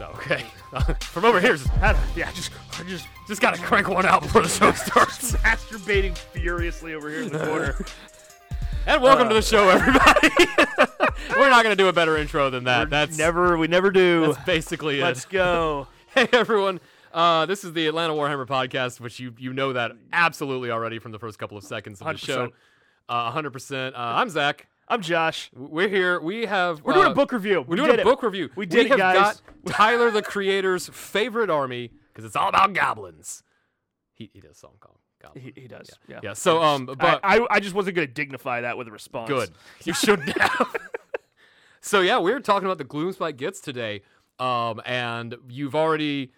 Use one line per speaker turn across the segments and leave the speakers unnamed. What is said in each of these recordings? Okay. from over here, I, yeah, I just, I just, just gotta crank one out before the show starts.
Masturbating furiously over here in the corner.
and welcome to the show, everybody. We're not gonna do a better intro than that.
We're
That's
never. We never do.
that's basically it.
Let's go.
Hey everyone, uh, this is the Atlanta Warhammer podcast, which you you know that absolutely already from the first couple of seconds of the show.
100%.
hundred percent. Uh, I'm Zach.
I'm Josh.
We're here. We have
We're doing
uh,
a book review.
We're
We
doing
did
a
it.
book review.
We did
we
it,
have
guys.
got Tyler the Creator's favorite army because it's all about goblins. He he does a song called Goblin.
He, he does. Yeah.
Yeah. So um, but
I, I, I just wasn't gonna dignify that with a response.
Good. You shouldn't have. so yeah, we are talking about the gloom spike gets today. Um, and you've already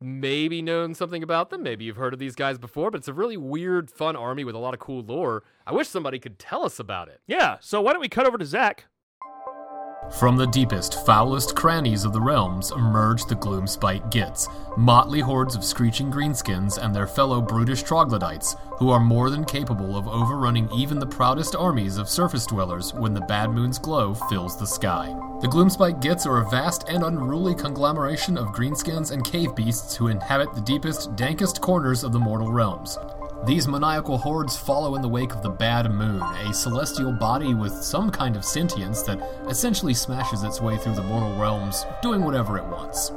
maybe known something about them. Maybe you've heard of these guys before, but it's a really weird, fun army with a lot of cool lore. I wish somebody could tell us about it.
Yeah. So why don't we cut over to Zach?
From the deepest, foulest crannies of the realms emerge the Gloomspite Gits, motley hordes of screeching greenskins and their fellow brutish troglodytes, who are more than capable of overrunning even the proudest armies of surface dwellers when the bad moon's glow fills the sky. The Gloomspite Gits are a vast and unruly conglomeration of greenskins and cave beasts who inhabit the deepest, dankest corners of the mortal realms. These maniacal hordes follow in the wake of the Bad Moon, a celestial body with some kind of sentience that essentially smashes its way through the mortal realms, doing whatever it wants.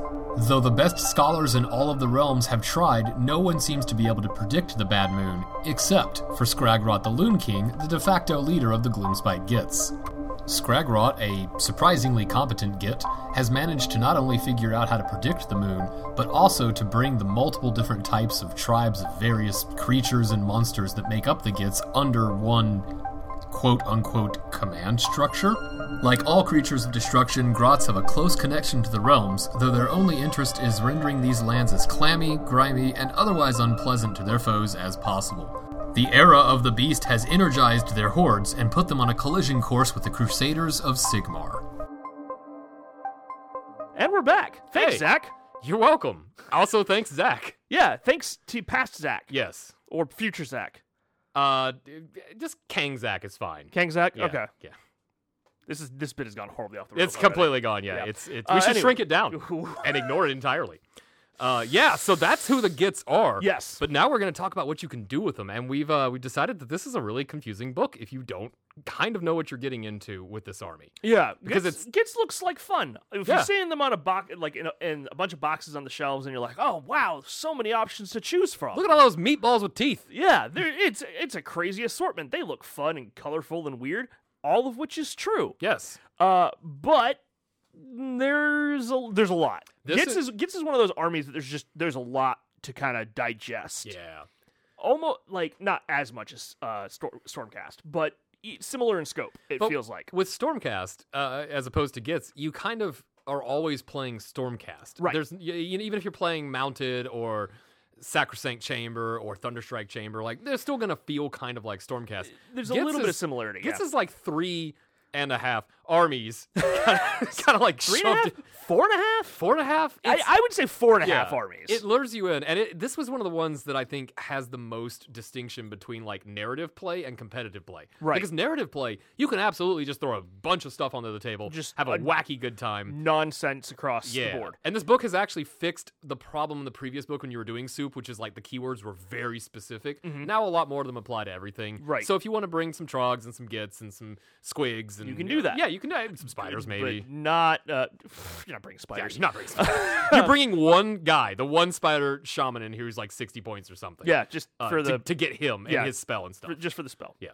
Though the best scholars in all of the realms have tried, no one seems to be able to predict the Bad Moon, except for Scragrot the Loon King, the de facto leader of the Gloomspite Gits. Scragrot, a surprisingly competent Git, has managed to not only figure out how to predict the moon, but also to bring the multiple different types of tribes of various creatures and monsters that make up the Gits under one quote unquote command structure. Like all creatures of destruction, Grots have a close connection to the realms, though their only interest is rendering these lands as clammy, grimy, and otherwise unpleasant to their foes as possible. The era of the beast has energized their hordes and put them on a collision course with the Crusaders of Sigmar.
And we're back. Thanks,
Hey.
Zach.
You're welcome. Also, thanks, Zach.
Yeah. Thanks to past Zach.
Yes.
Or future Zach.
Uh, d- d- just Kang Zach is fine.
Kang Zach.
Yeah,
Okay.
Yeah.
This is this bit has gone horribly off the.
It's
rails already.
completely gone. Yeah,
Yeah.
it's it's.
Uh,
we should
anyway.
shrink it down and ignore it entirely. Uh, yeah, so that's who the gits are.
Yes.
but now we're going to talk about what you can do with them, and we've uh, we decided that this is a really confusing book if you don't kind of know what you're getting into with this army.
Yeah,
Because
Gits-
it's-
Gits looks like fun. If
Yeah.
you're seeing them on a box, like in a, in a bunch of boxes on the shelves, and you're like, oh wow, so many options to choose from.
Look at all those meatballs with teeth.
yeah, they're- it's it's a crazy assortment. They look fun and colorful and weird, all of which is true.
Yes,
Uh, but there's a, there's a lot.
This
Gits
is-
is Gits is one of those armies that there's just there's a lot to kind of digest.
yeah,
almost like not as much as uh Stor- Stormcast, but e- similar in scope. It
But-
feels like.
with Stormcast uh, as opposed to gits, you kind of are always playing Stormcast.
Right.
There's y- y- even if you're playing mounted or Sacrosanct Chamber or Thunderstrike Chamber, like they're still going to feel kind of like Stormcast.
Uh, There's a
Gits
little bit of
is-
similarity. yeah.
Gets is like three and a half armies, kind of like
Three and a
shoved
half? Four and a half?
four and a half.
I,
It's-
I would say four and a half
yeah.
armies.
It lures you in, and it, this was one of the ones that I think has the most distinction between like narrative play and competitive play.
Right.
Because narrative play, you can absolutely just throw a bunch of stuff onto the table,
Just
have a,
a-
wacky good time.
Nonsense across
Yeah.
the board.
And this book has actually fixed the problem in the previous book when you were doing soup, which is like the keywords were very specific. Now a lot more of them apply to everything.
Mm-hmm. Right.
So if you want to bring some trogs and some gits and some squigs and
can do that.
Yeah, you can uh, some spiders maybe.
But not, uh, you're not bringing
Yeah,
spiders.
you're not bringing spiders. you're bringing one guy, the one spider shaman in here who's like 60 points or something.
Yeah, just
uh, to,
for the,
to get him
yeah.
and his spell and stuff.
for- just for the spell.
Yeah.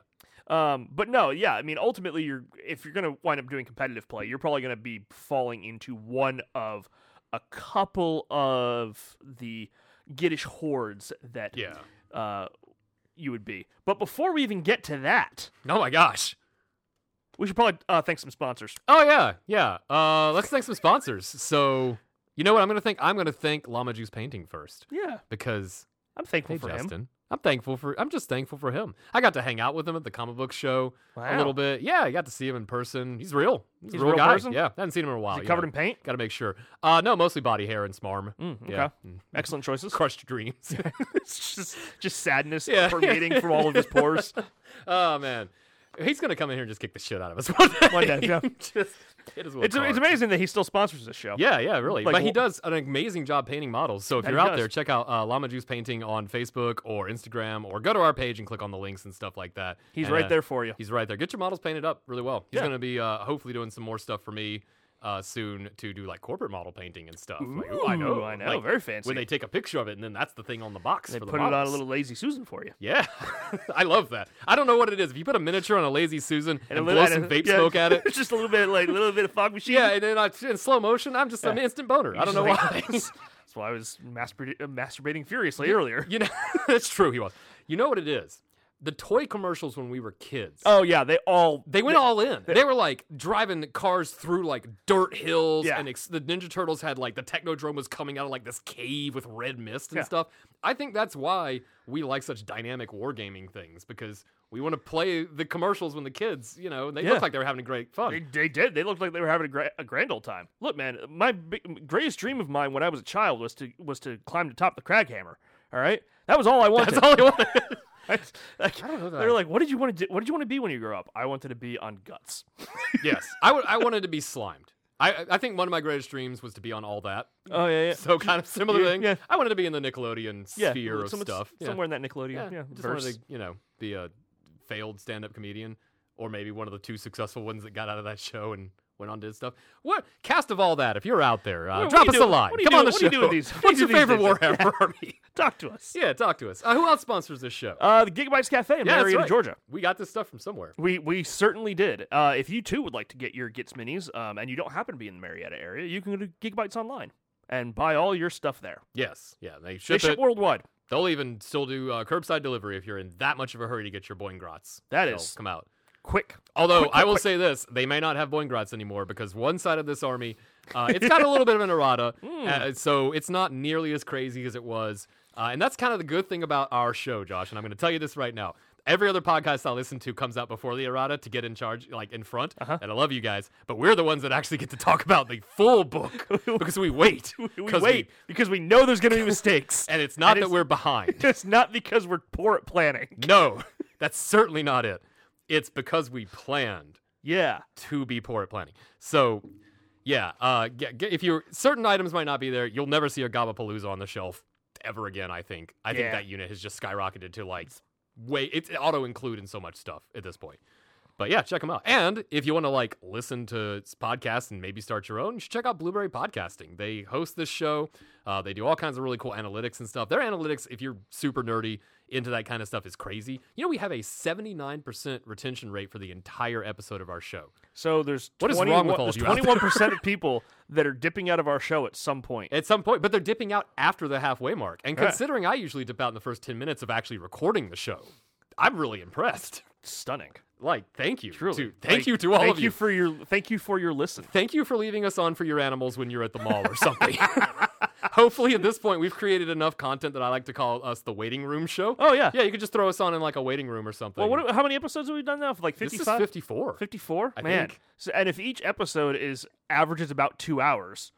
Um, but no, yeah, I mean, ultimately, you're if you're gonna wind up doing competitive play, you're probably gonna be falling into one of a couple of the Gittish hordes that
Yeah.
uh, you would be. But before we even get to that,
Oh my gosh.
we should probably uh, thank some sponsors.
Oh yeah, yeah. Uh, let's thank some sponsors. So you know what I'm gonna thank? I'm gonna thank Llama Juice Painting first
Yeah,
because
I'm thankful
hey
for
Justin,
him.
I'm thankful for. I'm just thankful for him. I got to hang out with him at the comic book show a
Wow.
little bit. Yeah, I got to see him in person. He's real. He's,
He's
a
a
real,
real
guy.
person?
Oh, Yeah, haven't seen him in a while.
Is he covered in paint?
Got to make sure. Uh, no, mostly body hair and smarm.
Mm, okay.
Yeah. Mm-hmm.
Excellent choices.
Crushed dreams.
it's just, just sadness
Yeah.
permeating from all of his pores.
oh man. He's gonna come in here and just kick the shit out of us one day.
One day, yeah.
just hit us with a
It's,
car.
it's amazing that he still sponsors this show.
Yeah, yeah, really.
Like,
but he
wh-
does an amazing job painting models. So if
That
you're
he
out
does.
there, check out uh, Llama Juice Painting on Facebook or Instagram, or go to our page and click on the links and stuff like that.
He's
And,
right
uh,
there for you.
He's right there. Get your models painted up really well. He's
Yeah.
going to be uh, hopefully doing some more stuff for me uh, soon to do like corporate model painting and stuff. like, ooh, I know,
Ooh, I know.
Like,
Very fancy.
When they take a picture of it and then that's the thing on the box.
They
for the
put it on a
models.
little lazy Susan for you.
Yeah, I love that. I don't know what it is. If you put a miniature on a lazy Susan and,
a
blow
little-
some
and a-
vape
yeah,
smoke at it,
just a little bit, like a little bit of fog machine.
yeah, and then I, in slow motion, I'm just an instant boner. I don't know
Just
why.
like- That's why I was masturbating, uh, masturbating furiously earlier.
You know, that's true. He was. You know what it is? The toy commercials when we were kids.
Oh yeah, they all
they went all in. They were like driving cars through like dirt hills,
Yeah.
and ex- the Ninja Turtles had like the Technodrome was coming out of like this cave with red mist and
Yeah.
stuff. I think that's why we like such dynamic wargaming things because we want to play the commercials when the kids, you know, and they
Yeah.
look like they were having great fun.
They, they did. They looked like they were having a, gra- a grand old time. Look, man, my big, greatest dream of mine when I was a child was to was to climb to top the crag hammer. All right, that was all I wanted.
that's all they wanted.
I don't know. They were like, "What did you want to do? What did you want to be when you grow up?" I wanted to be on guts.
yes, I would. I wanted to be slimed. I, I think one of my greatest dreams was to be on all that.
Oh yeah, yeah.
So kind of similar
Yeah,
thing.
yeah.
I wanted to be in the Nickelodeon sphere of
some-
stuff. Yeah.
somewhere in that Nickelodeon. Yeah,
just
verse.
wanted to, you know, be a failed stand-up comedian, or maybe one of the two successful ones that got out of that show and went on to did stuff. What cast of all that? If you're out there, uh,
What- what
drop
do
us
you
a
do-
line.
what do you
Come
do-
on the
what do
show.
you do with these- what do
What's your
you do with
favorite
these
Warhammer
days?
army?
talk to us.
Yeah, talk to us. Uh, who else sponsors this show?
Uh, the Gigabytes Cafe in
yeah, that's
Marietta,
right.
Georgia.
We got this stuff from somewhere.
We we certainly did. Uh, if you too would like to get your Gits minis, um, and you don't happen to be in the Marietta area, you can go to Gigabytes online and buy all your stuff there.
Yes, yeah, they
They
ship
ship
it.
worldwide.
They'll even still do uh, curbside delivery if you're in that much of a hurry to get your Boingrats.
That
They'll
is-
come out.
Quick.
Although
Quick,
I
quick,
will
quick.
say this, they may not have Boingrats anymore because one side of this army, uh, it's got a little bit of an errata,
Hmm.
uh, so it's not nearly as crazy as it was. Uh, and that's kind of the good thing about our show, Josh. And I'm going to tell you this right now. Every other podcast I listen to comes out before the errata to get in charge, like in front.
Uh-huh.
And I love you guys, but we're the ones that actually get to talk about the full book because we wait.
We
'Cause
wait because we know there's going to be mistakes,
and it's not
And
that
it's-
we're behind.
it's not because we're poor at planning.
No, that's certainly not it. It's because we planned
Yeah.
to be poor at planning. So, yeah, uh, g- g- if you're certain items might not be there, you'll never see a Gabapalooza on the shelf ever again. I think. I think
Yeah.
that unit has just skyrocketed to like way it's auto include in so much stuff at this point. But yeah, check them out. And if you want to like listen to s- podcasts and maybe start your own, you should check out Blueberry Podcasting. They host this show. Uh, they do all kinds of really cool analytics and stuff. Their analytics, if you're super nerdy into that kind of stuff, is crazy. You know, we have a 79% retention rate for the entire episode of our show.
So there's
What is
21,
wrong with all of
there's
you out there?
21 percent of people that are dipping out of our show at some point.
at some point, but they're dipping out after the halfway mark. And
Yeah.
considering I usually dip out in the first 10 minutes of actually recording the show, I'm really impressed.
Stunning.
Like, thank you.
Truly.
To, thank
Like,
you to all
thank
of
you for your thank you for your listen.
thank you for leaving us on for your animals when you're at the mall or something. Hopefully, at this point, we've created enough content that I like to call us the waiting room show.
Oh yeah.
Yeah, you could just throw us on in like a waiting room or something.
Well, what, how many episodes have we done now? Like
this
55?
is 54.
54?
I
Man.
think.
So, and if each episode is averages about two hours,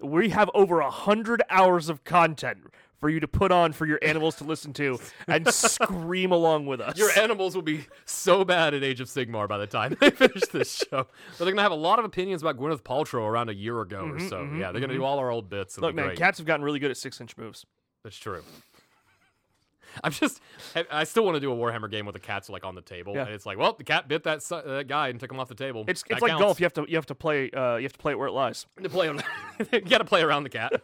we have over a hundred hours of content for you to put on for your animals to listen to and scream along with us.
Your animals will be so bad at Age of Sigmar by the time they finish this show. But they're going to have a lot of opinions about Gwyneth Paltrow around a year ago or so. yeah, they're going to do all our old bits. It'll
Mm-hmm, Look,
be
man,
great.
cats have gotten really good at six inch moves.
That's true. I'm just, I- I still want to do a Warhammer game where the cat's like on the table,
Yeah.
and it's like, well, the cat bit that, su- that guy and took him off the table.
It's
That
it's like
counts.
golf. You have to you have to play uh, you have to play it where it lies.
To play on- you got to play around the cat.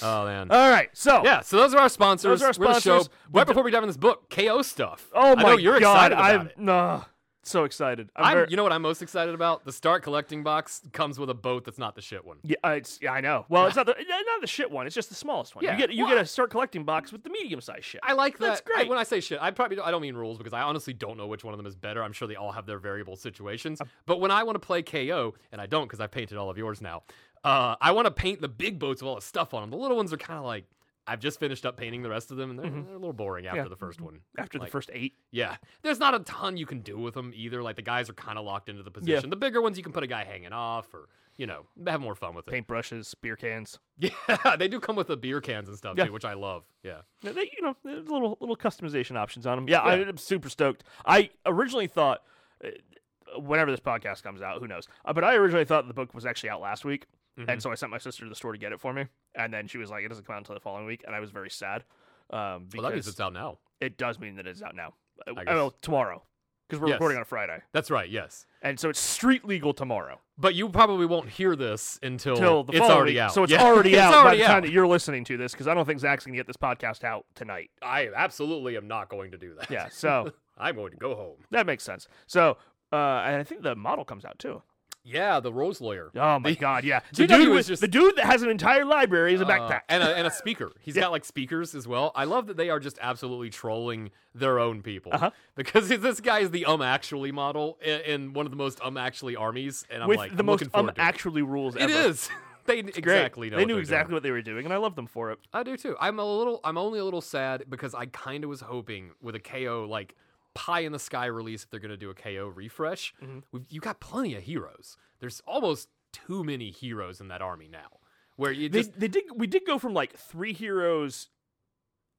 Oh man.
All right. So
yeah, so those are our sponsors.
Uh, Those are our
We're the show.
sponsors. We
Right
d-
before we dive in this book, KO stuff.
Oh my
I know you're
god!
excited about
I'm
it.
no so excited. I'm,
I'm,
very-
you know what I'm most excited about? The Start Collecting box comes with a boat that's not the shit one.
Yeah, uh, it's yeah, I know. Well, it's not the eh, not the shit one. It's just the smallest one.
Yeah.
You get you
Well,
get a start collecting box with the medium sized shit.
I like that.
That's
I-
great.
when I say shit, I probably don't, I don't mean rules because I honestly don't know which one of them is better. I'm sure they all have their variable situations. But when I want to play KO, and I don't because I painted all of yours now, uh, I want to paint the big boats with all the stuff on them. The little ones are kind of like I've just finished up painting the rest of them, and they're, they're a little boring after
Yeah.
the first one.
After the
like-
first eight,
Yeah, there's not a ton you can do with them either. Like the guys are kind of locked into the position. The bigger ones you can put a guy hanging off, or you know, have more fun with it.
paintbrushes, beer cans.
Yeah, they do come with the beer cans and stuff
Yeah.
too, which I love. Yeah.
No, They, you know, there's little little customization options on them. Yeah, I,
Yeah.
am super stoked. I originally thought uh, whenever this podcast comes out, who knows? Uh, but I originally thought the book was actually out last week,
Mhm.
and so I sent my sister to the store to get it for me, and then she was like, "It doesn't come out until the following week," and I was very sad um,
well, that means
because
it's out now.
it does mean that it's out now. Uh,
I
well, tomorrow, because we're
Yes.
recording on a Friday,
That's right. Yes.
and so it's street legal tomorrow
But you probably won't hear this until
till the
it's
following
already
week.
out.
So it's
Yeah.
already out by
already
the time
out.
that you're listening to this, because I don't think Zach's gonna get this podcast out tonight.
I absolutely am not going to do that.
Yeah, so
I'm going to go home.
that makes sense. So. Uh, and I think the model comes out too.
Yeah, the Rose lawyer.
Oh my
The-
god, yeah.
the
GW
dude was
is-
just-
the dude that has an entire library is a
Uh,
backpack.
and a, and a speaker. He's got like speakers as well. I love that they are just absolutely trolling their own people
Uh-huh.
because this guy is the um actually model in, in one of the most um actually armies, and I'm
with
like
the
I'm
most
looking
um
forward to it.
actually rules
It
ever.
is. They
Great.
exactly know
They
what
knew
they're
exactly
doing.
what they were doing, and I love them for it.
I do too. I'm a little. I'm only a little sad because I kind of was hoping with a KO like pie in the sky release if they're going to do a KO refresh. We've, you got plenty of heroes. There's almost too many heroes in that army now. Where you
They,
just
they did. We did go from like three heroes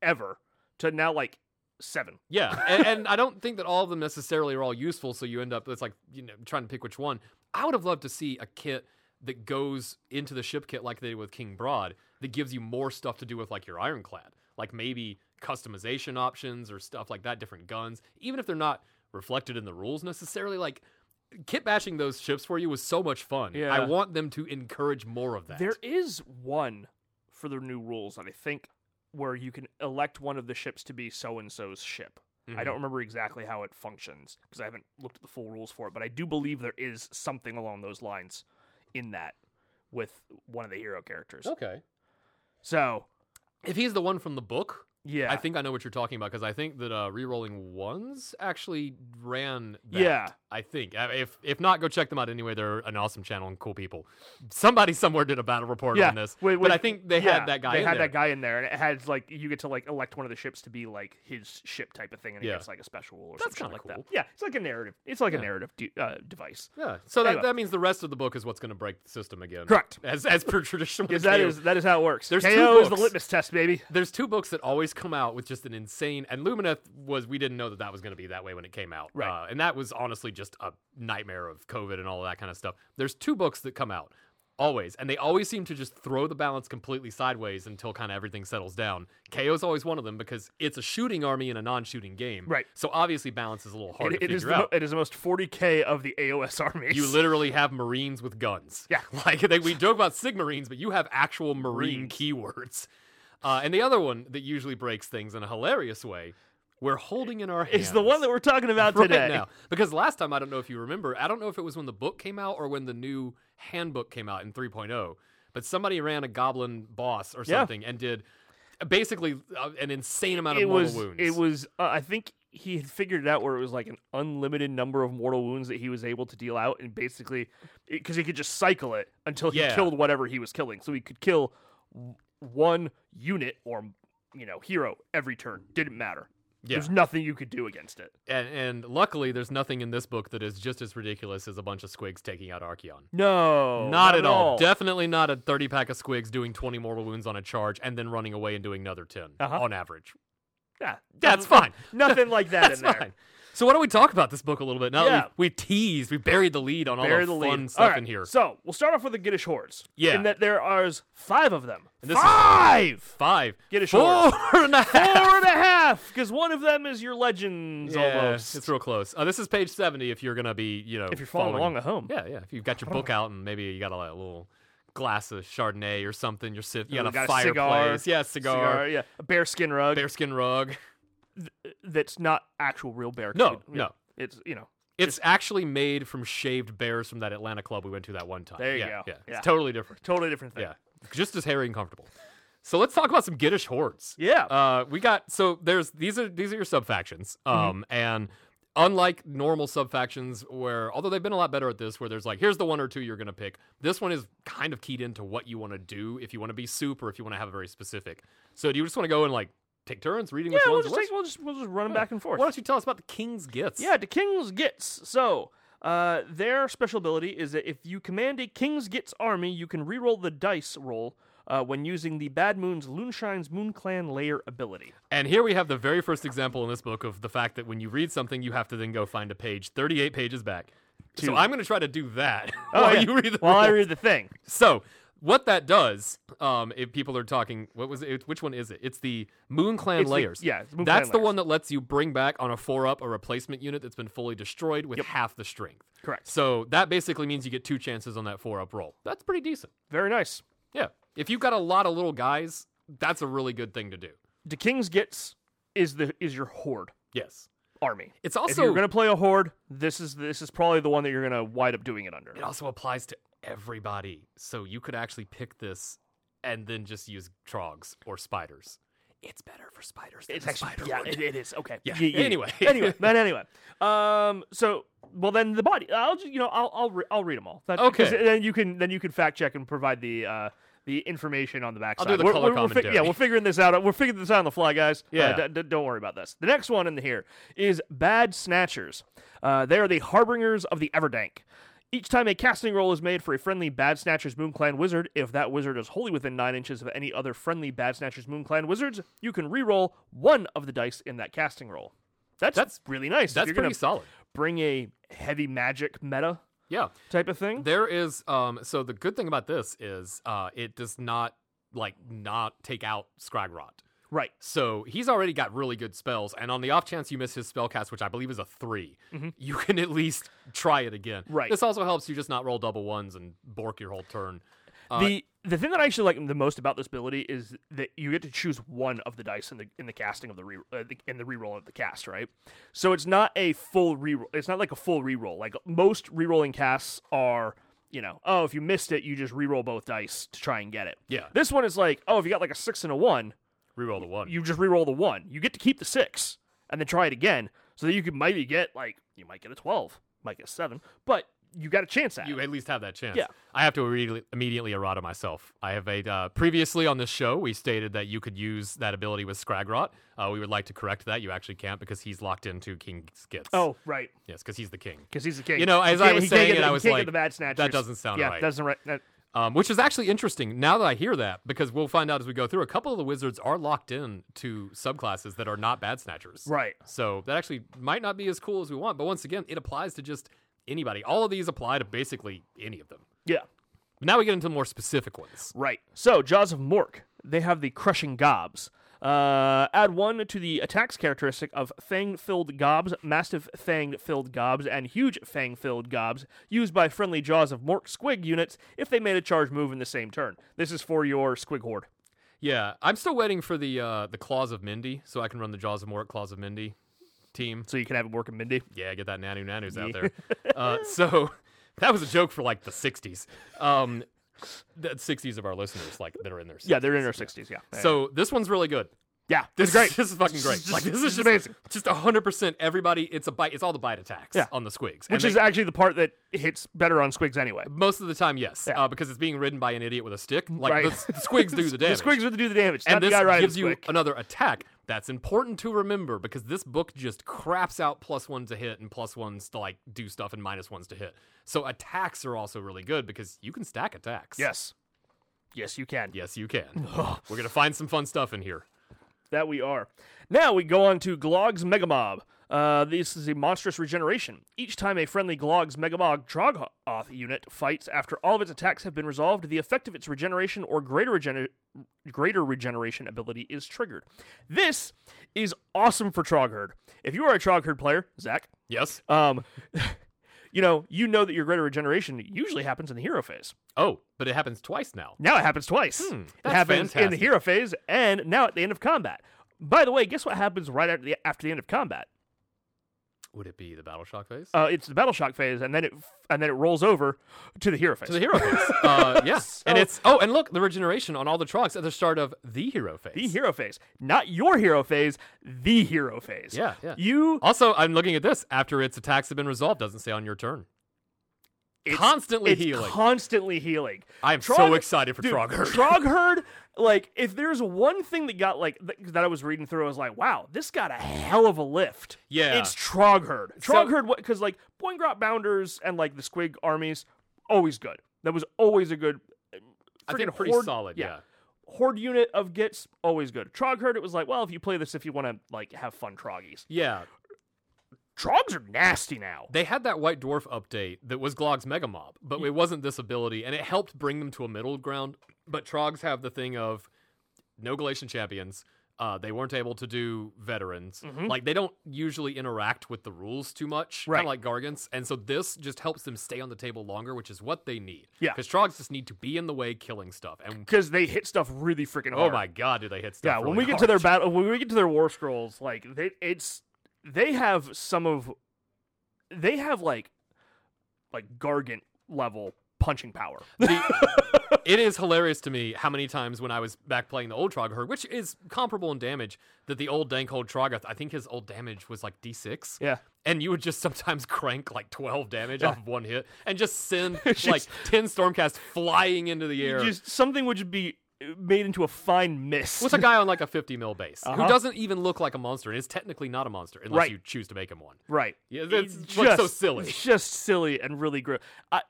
ever to now like seven.
Yeah, and, and I don't think that all of them necessarily are all useful. So you end up it's like you know trying to pick which one. I would have loved to see a kit that goes into the ship kit like they did with King Broad that gives you more stuff to do with like your ironclad, like maybe customization options or stuff like that, different guns, even if they're not reflected in the rules necessarily. Like kit bashing those ships for you was so much fun.
Yeah.
I want them to encourage more of that.
There is one for the new rules that I think where you can elect one of the ships to be so and so's ship. I
Mhm.
don't remember exactly how it functions because I haven't looked at the full rules for it, but I do believe there is something along those lines in that with one of the hero characters.
Okay.
So
If he's the one from the book,
yeah,
I think I know what you're talking about because I think that uh, re-rolling ones actually ran. That,
Yeah.
I think Uh, if if not, go check them out anyway. They're an awesome channel and cool people. Somebody somewhere did a battle report
yeah.
on this,
with-
but
with-
I think they
yeah,
had that guy.
They
in
had
there.
that guy in there, and it had like you get to like elect one of the ships to be like his ship type of thing, and
Yeah.
it gets like a special rule or
That's
something
kinda
like that.
cool.
Yeah, it's like a narrative. It's like
Yeah.
a narrative de- uh, device.
Yeah. So that,
Anyway.
that means the rest of the book is what's going to break the system again.
Correct.
As as per traditional.
Because that
KO.
is that is how it works.
There's two
KO is the
books.
litmus test, baby.
There's two books that always come out with just an insane, and Lumineth was we didn't know that that was going to be that way when it came out,
Right.
Uh, and that was honestly just a nightmare of COVID and all of that kind of stuff. There's two books that come out always, and they always seem to just throw the balance completely sideways until kind of everything settles down. KO is always one of them because it's a shooting army in a non-shooting game,
Right.
So obviously, balance is a little hard
It,
to
it is
figure
the, mo-
out.
it is the most 40k of the AOS armies.
you literally have Marines with guns.
Yeah.
Like they, we joke about Sigmarines, but you have actual Marine keywords. Uh, and the other one that usually breaks things in a hilarious way, we're holding in our hands.
is the one that we're talking about
right
today.
now. Because last time, I don't know if you remember, I don't know if it was when the book came out or when the new handbook came out in 3.0, but somebody ran a goblin boss or
Yeah.
something and did basically uh, an insane amount
It
of mortal
was
wounds.
it was uh, I think he had figured it out where it was like an unlimited number of mortal wounds that he was able to deal out and basically because he could just cycle it until he
Yeah.
killed whatever he was killing. So he could kill w- one unit or you know, hero every turn. Didn't matter.
Yeah.
There's nothing you could do against it.
and, and luckily, there's nothing in this book that is just as ridiculous as a bunch of squigs taking out Archeon.
No.
Not at all. Definitely not a 30 pack of squigs doing 20 mortal wounds on a charge and then running away and doing another 10
Uh-huh.
on average.
yeah.
That's fine.
Nothing like that
That's
in there.
fine. So why don't we talk about this book a little bit? Now
Yeah.
that we, we teased, we buried the lead on all
Bear
the,
the
fun
lead.
stuff
Alright,
in here.
So we'll start off with the Giddish hordes.
Yeah.
In that there are five of them.
this is-
five.
Five.
Get a
Four
short.
and a half.
Four and a half, because one of them is your legends
Yeah,
almost.
It's real close. Uh, this is page 70 if you're going to be, you know.
if you're following along at home,
Yeah, yeah. If you've got your book out and maybe you got a like, little glass of Chardonnay or something, you're sitting, you
Ooh,
got a
got a cigar.
fireplace. yeah, cigar,
yeah, a bearskin rug
bearskin rug.
that's not actual real bear.
No,
coat. Yeah.
no.
it's you know,
It's actually made from shaved bears from that Atlanta club we went to that one time.
There you
yeah,
go.
Yeah.
Yeah.
It's totally different.
totally different thing.
Yeah. Just as hairy and comfortable. So let's talk about some Giddish hordes.
Yeah.
Uh, we got so there's these are these are your sub factions.
Mm-hmm.
Um and unlike normal sub factions where although they've been a lot better at this where there's like here's the one or two you're gonna pick, this one is kind of keyed into what you want to do if you want to be soup or if you want to have a very specific. So do you just want to go and like take turns reading
yeah.
which
We'll
ones
just,
which-
take, we'll just we'll just run them back and forth.
Why don't you tell us about the King's Gits?
Yeah, the King's Gits. So, uh, their special ability is that if you command a King's Gits army, you can reroll the dice roll uh, when using the Bad Moon's Loonshine's Moon Clan Layer ability.
And here we have the very first example in this book of the fact that when you read something, you have to then go find a page 38 pages back. So
Two. Oh,
I'm going to try to do that while
yeah.
Oh, you read the
While I
rules.
read the thing.
So what that does, um, if people are talking, what was it? Which one is it? It's the Moon Clan
It's the-
layers.
yeah, it's Moon Clan
that's the
layers.
one that lets you bring back on a four up a replacement unit that's been fully destroyed with half the strength.
Correct.
So that basically means you get two chances on that four up roll. That's pretty decent.
Very nice.
Yeah. If you've got a lot of little guys, that's a really good thing to do.
The King's Gets is the is your horde
Yes.
army.
It's
if
also
you're gonna play a horde, this is this is probably the one that you're gonna wind up doing it under.
it also applies to everybody. So you could actually pick this and then just use trogs or spiders. It's better for spiders. Than
It's
the
actually
spider
yeah,
one.
it, it is okay.
Yeah.
yeah.
Anyway.
anyway, but anyway, um, so well then the body. I'll just you know I'll I'll, re- I'll read them all. That, 'cause
Okay.
then you can then you can fact check and provide the uh the information on the backside.
do the
we're,
color
we're- we're fi-
commentary.
yeah, we're figuring this out. We're figuring this out on the fly, guys.
Yeah.
Uh, d- d- don't worry about this. The next one in here is bad snatchers. Uh, they are the harbingers of the Everdank. Each time a casting roll is made for a friendly Bad Snatchers Moon Clan wizard, if that wizard is wholly within 9 inches of any other friendly Bad Snatchers Moon Clan wizards, you can re-roll one of the dice in that casting roll. That's,
That's-
really nice. If
That's
You're
pretty
gonna
solid.
bring a heavy magic meta
Yeah.
type of thing.
There is um so the good thing about this is uh it does not like not take out Scragrot.
Right.
So he's already got really good spells, and on the off chance you miss his spell cast, which I believe is a 3 you can at least try it again.
Mm-hmm. Right.
This also helps you just not roll double ones and bork your whole turn. Uh,
the the thing that I actually like the most about this ability is that you get to choose one of the dice in the in the casting of the re uh, the, in the reroll of the cast, right? So it's not a full reroll. It's not like a full reroll. Like most rerolling casts are, you know, oh, if you missed it, you just reroll both dice to try and get it.
Yeah.
This one is like, oh, if you got like a six and a one,
Reroll the one.
you just reroll the one. You get to keep the six and then try it again, so that you could maybe get like you might get a twelve, might get a seven, but you got a chance at
you
it.
at least have that chance.
Yeah.
I have to immediately, immediately errata myself. I have a uh, previously on this show we stated that you could use that ability with Scragrot. Uh, we would like to correct that. You actually can't because he's locked into King Skits.
Oh, right.
yes, because he's the king.
because he's the king.
You know, as
He
I
can't-
was
he can't
saying
get
it,
the,
I
he
was
can't
like,
get the bad snatchers.
that doesn't sound
yeah,
right.
Doesn't right. That,
Um, which is actually interesting. Now that I hear that, because we'll find out as we go through, a couple of the wizards are locked in to subclasses that are not bad snatchers.
right.
So that actually might not be as cool as we want. But once again, it applies to just anybody. All of these apply to basically any of them.
Yeah.
But now we get into more specific ones.
Right. So Jaws of Mork, they have the crushing gobs. Uh, add one to the attacks characteristic of fang-filled gobs, massive fang-filled gobs, and huge fang-filled gobs used by friendly Jaws of Mork squig units if they made a charge move in the same turn. This is for your squig horde.
Yeah, I'm still waiting for the uh, the claws of Mindy, so I can run the Jaws of Mort claws of Mindy team.
So you can have it work in Mindy.
Yeah, get that nanu nanu's out there. Uh, so that was a joke for like the '60s, um, the '60s of our listeners, like that are in their 60s.
Yeah, they're in their 60s, yeah.
So this one's really good.
yeah,
This is
this great.
This is fucking great. Like this is just
amazing.
Just hundred percent. Everybody, it's a bite. It's all the bite attacks
Yeah.
on the squigs, And
Which is
they-
actually the part that hits better on squigs anyway.
most of the time yes,
Yeah.
uh, because it's being ridden by an idiot with a stick. Like
Right.
the, s- the squigs do the damage.
The squigs would do the damage. It's
and
not
this
the guy riding
gives
the
you
squig.
another attack. That's important to remember because this book just craps out plus ones to hit and plus ones to like do stuff and minus ones to hit. So attacks are also really good because you can stack attacks.
Yes. Yes, you can.
Yes, you can. We're gonna find some fun stuff in here.
That we are. Now we go on to Glog's Megamob. Uh, this is a monstrous regeneration. Each time a friendly Glog's Megamog Trogoth unit fights, after all of its attacks have been resolved, the effect of its regeneration or greater, regener- greater regeneration ability is triggered. This is awesome for Trogherd. If you are a Trogherd player, Zach,
Yes.
um, you know you know that your greater regeneration usually happens in the hero phase.
Oh, but it happens twice now.
Now it happens twice. it
Hmm, that's
happens in the
fantastic.
hero phase and now at the end of combat. By the way, guess what happens right after the, after the end of combat?
Would it be the battle shock phase?
Uh, it's the battle shock phase, and then it and then it rolls over to the hero phase.
to the hero phase. uh, yeah, and
So-
it's oh, and look, the regeneration on all the trogs at the start of the hero phase.
The hero phase, not your hero phase, the hero phase.
Yeah, yeah.
You
Also, I'm looking at this after its attacks have been resolved. Doesn't say on your turn.
it's-
constantly
it's
healing.
Constantly healing.
I am so excited for
dude,
Trogherd.
Trogherd, like, if there's one thing that got like th- that I was reading through, I was like, wow, this got a hell of a lift.
Yeah.
it's Trogherd.
So-
Trogherd, because like Boingrot Bounders and like the Squig armies, always good. That was always a good. uh,
I think
freaking
pretty
horde-
solid, yeah.
horde unit of gits always good. Trog herd, it was like, well, if you play this, if you want to like have fun troggies,
Yeah,
trogs are nasty now.
they had that White Dwarf update that was Glog's Mega Mob, but it wasn't this ability, and it helped bring them to a middle ground. But Trogs have the thing of no Galatian champions. Uh, they weren't able to do veterans. Like they don't usually interact with the rules too much, kind
Mm-hmm. Right.
of like Gargants. And so this just helps them stay on the table longer, which is what they need.
Yeah.
because Trogs just need to be in the way, killing stuff. And
because they hit stuff really freaking
oh
hard.
my god, do they hit stuff?
yeah! When
really
we get to their
hard.
battle, when we get to their war scrolls, like they, it's they have some of they have like like gargant level punching power.
The- it is hilarious to me how many times when I was back playing the old Trog herd, which is comparable in damage, that the old Dankhold Trogoth, I think his old damage was like D6.
Yeah.
And you would just sometimes crank like 12 damage off of one hit and just send
Just-
like 10 Stormcast flying into the air.
Just something would just be made into a fine mist.
What's a guy on like a 50 mil base
Uh-huh.
who doesn't even look like a monster and is technically not a monster unless
Right.
you choose to make him one?
Right.
Yeah,
It
that's what's so silly.
It's just silly and really gross. I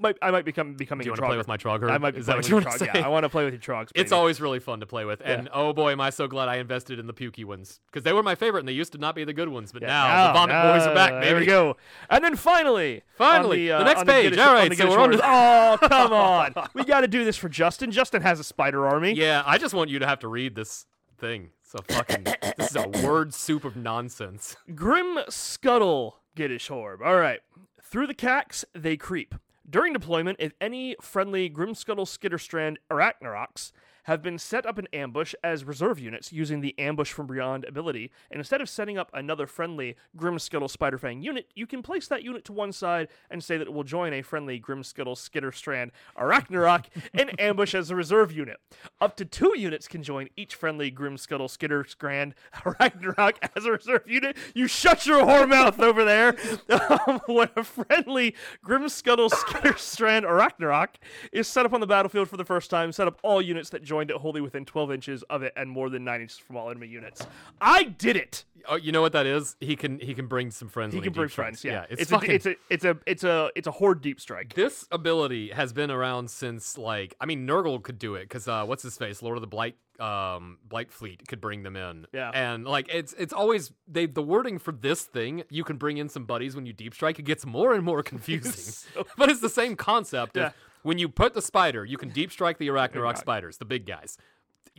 might I might become becoming
Do you
a
want to
trog.
play with my Trog herd?
I might be
is that
playing
what you
with
want
trog.
to say?
Yeah, I want to play with your trogs.
It's
baby.
always really fun to play with, and oh boy, am I so glad I invested in the pukey ones because they were my favorite, and they used to not be the good ones, but now, the vomit
now,
boys are back,
Oh, Ah, There
baby.
we go. And then finally,
Finally,
on
the
the, uh,
next
on the
page.
Giddish-
All right,
the
so
Giddish
we're on to
Wars. Oh, come on. We got to do this for Justin. Justin has a spider army.
Yeah, I just want you to have to read this thing. So fucking, this is a word soup of nonsense.
Grim Scuttle Giddish Horb. All right. Through the cacks, they creep. During deployment, if any friendly Grim Scuttle Skitterstrand Arachnorox have been set up in ambush as reserve units using the Ambush from Beyond ability, and instead of setting up another friendly Grim Scuttle Spiderfang unit, you can place that unit to one side and say that it will join a friendly Grim Scuttle Skitterstrand Arachnorock in ambush as a reserve unit. Up to two units can join each friendly Grim Scuttle Skitterstrand Arachnorock as a reserve unit. You shut your whore mouth over there. Um, when a friendly Grim Scuttle Skitterstrand Arachnorock is set up on the battlefield for the first time, set up all units that joined it wholly within 12 inches of it and more than 9 inches from all enemy units. I did it!
Oh, you know what that is? He can he can bring some friends.
He
when
can
deep
bring
strikes.
friends. Yeah,
it's,
it's,
fucking.
a, it's a it's a it's a it's a horde deep strike.
this ability has been around since like I mean Nurgle could do it because uh, what's his face Lord of the Blight um Blight Fleet could bring them in
Yeah.
and like it's it's always they the wording for this thing you can bring in some buddies when you deep strike it gets more and more confusing but it's the same concept
Yeah.
of when you put the spider you can deep strike the Arachnorok spiders the big guys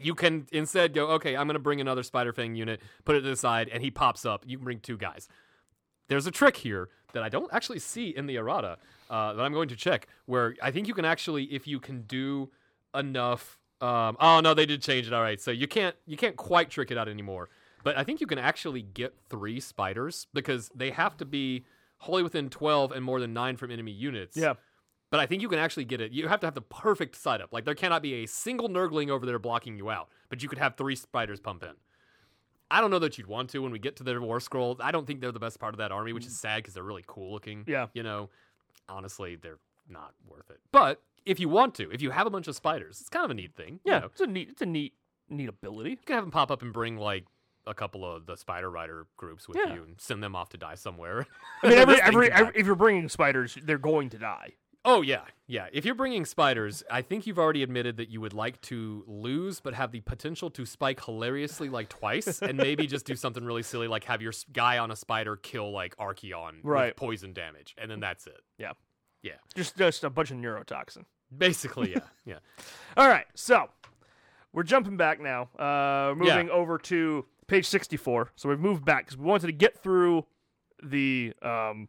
you can instead go okay I'm gonna bring another Spider Fang unit put it to the side and he pops up you can bring two guys there's a trick here that I don't actually see in the errata uh, that I'm going to check. Where I think you can actually, if you can do enough. Um, oh no, they did change it. All right, so you can't you can't quite trick it out anymore. But I think you can actually get three spiders because they have to be wholly within 12 and more than nine from enemy units. But I think you can actually get it. You have to have the perfect side up. Like there cannot be a single nurgling over there blocking you out. But you could have three spiders pump in. I don't know that you'd want to when we get to their war scroll. I don't think they're the best part of that army, which is sad because they're really cool looking.
Mm. Yeah.
You know, honestly, they're not worth it. But if you want to, if you have a bunch of spiders, it's kind of a neat thing.
yeah.
You, know.
It's a neat it's a neat neat ability.
You can have them pop up and bring like a couple of the spider rider groups with
Yeah.
you and send them off to die somewhere.
I mean, every,
This thing
every,
can die.
every if you're bringing spiders, they're going to die.
Oh yeah, yeah. If you're bringing spiders, I think you've already admitted that you would like to lose, but have the potential to spike hilariously like twice, and maybe just do something really silly like have your s- guy on a spider kill like Archeon
Right.
with poison damage, and then that's it.
Yeah.
Yeah.
Just just a bunch of neurotoxin.
Basically, yeah, yeah.
All right, so we're jumping back now. Uh, moving over to page sixty-four. So we've moved back because we wanted to get through the um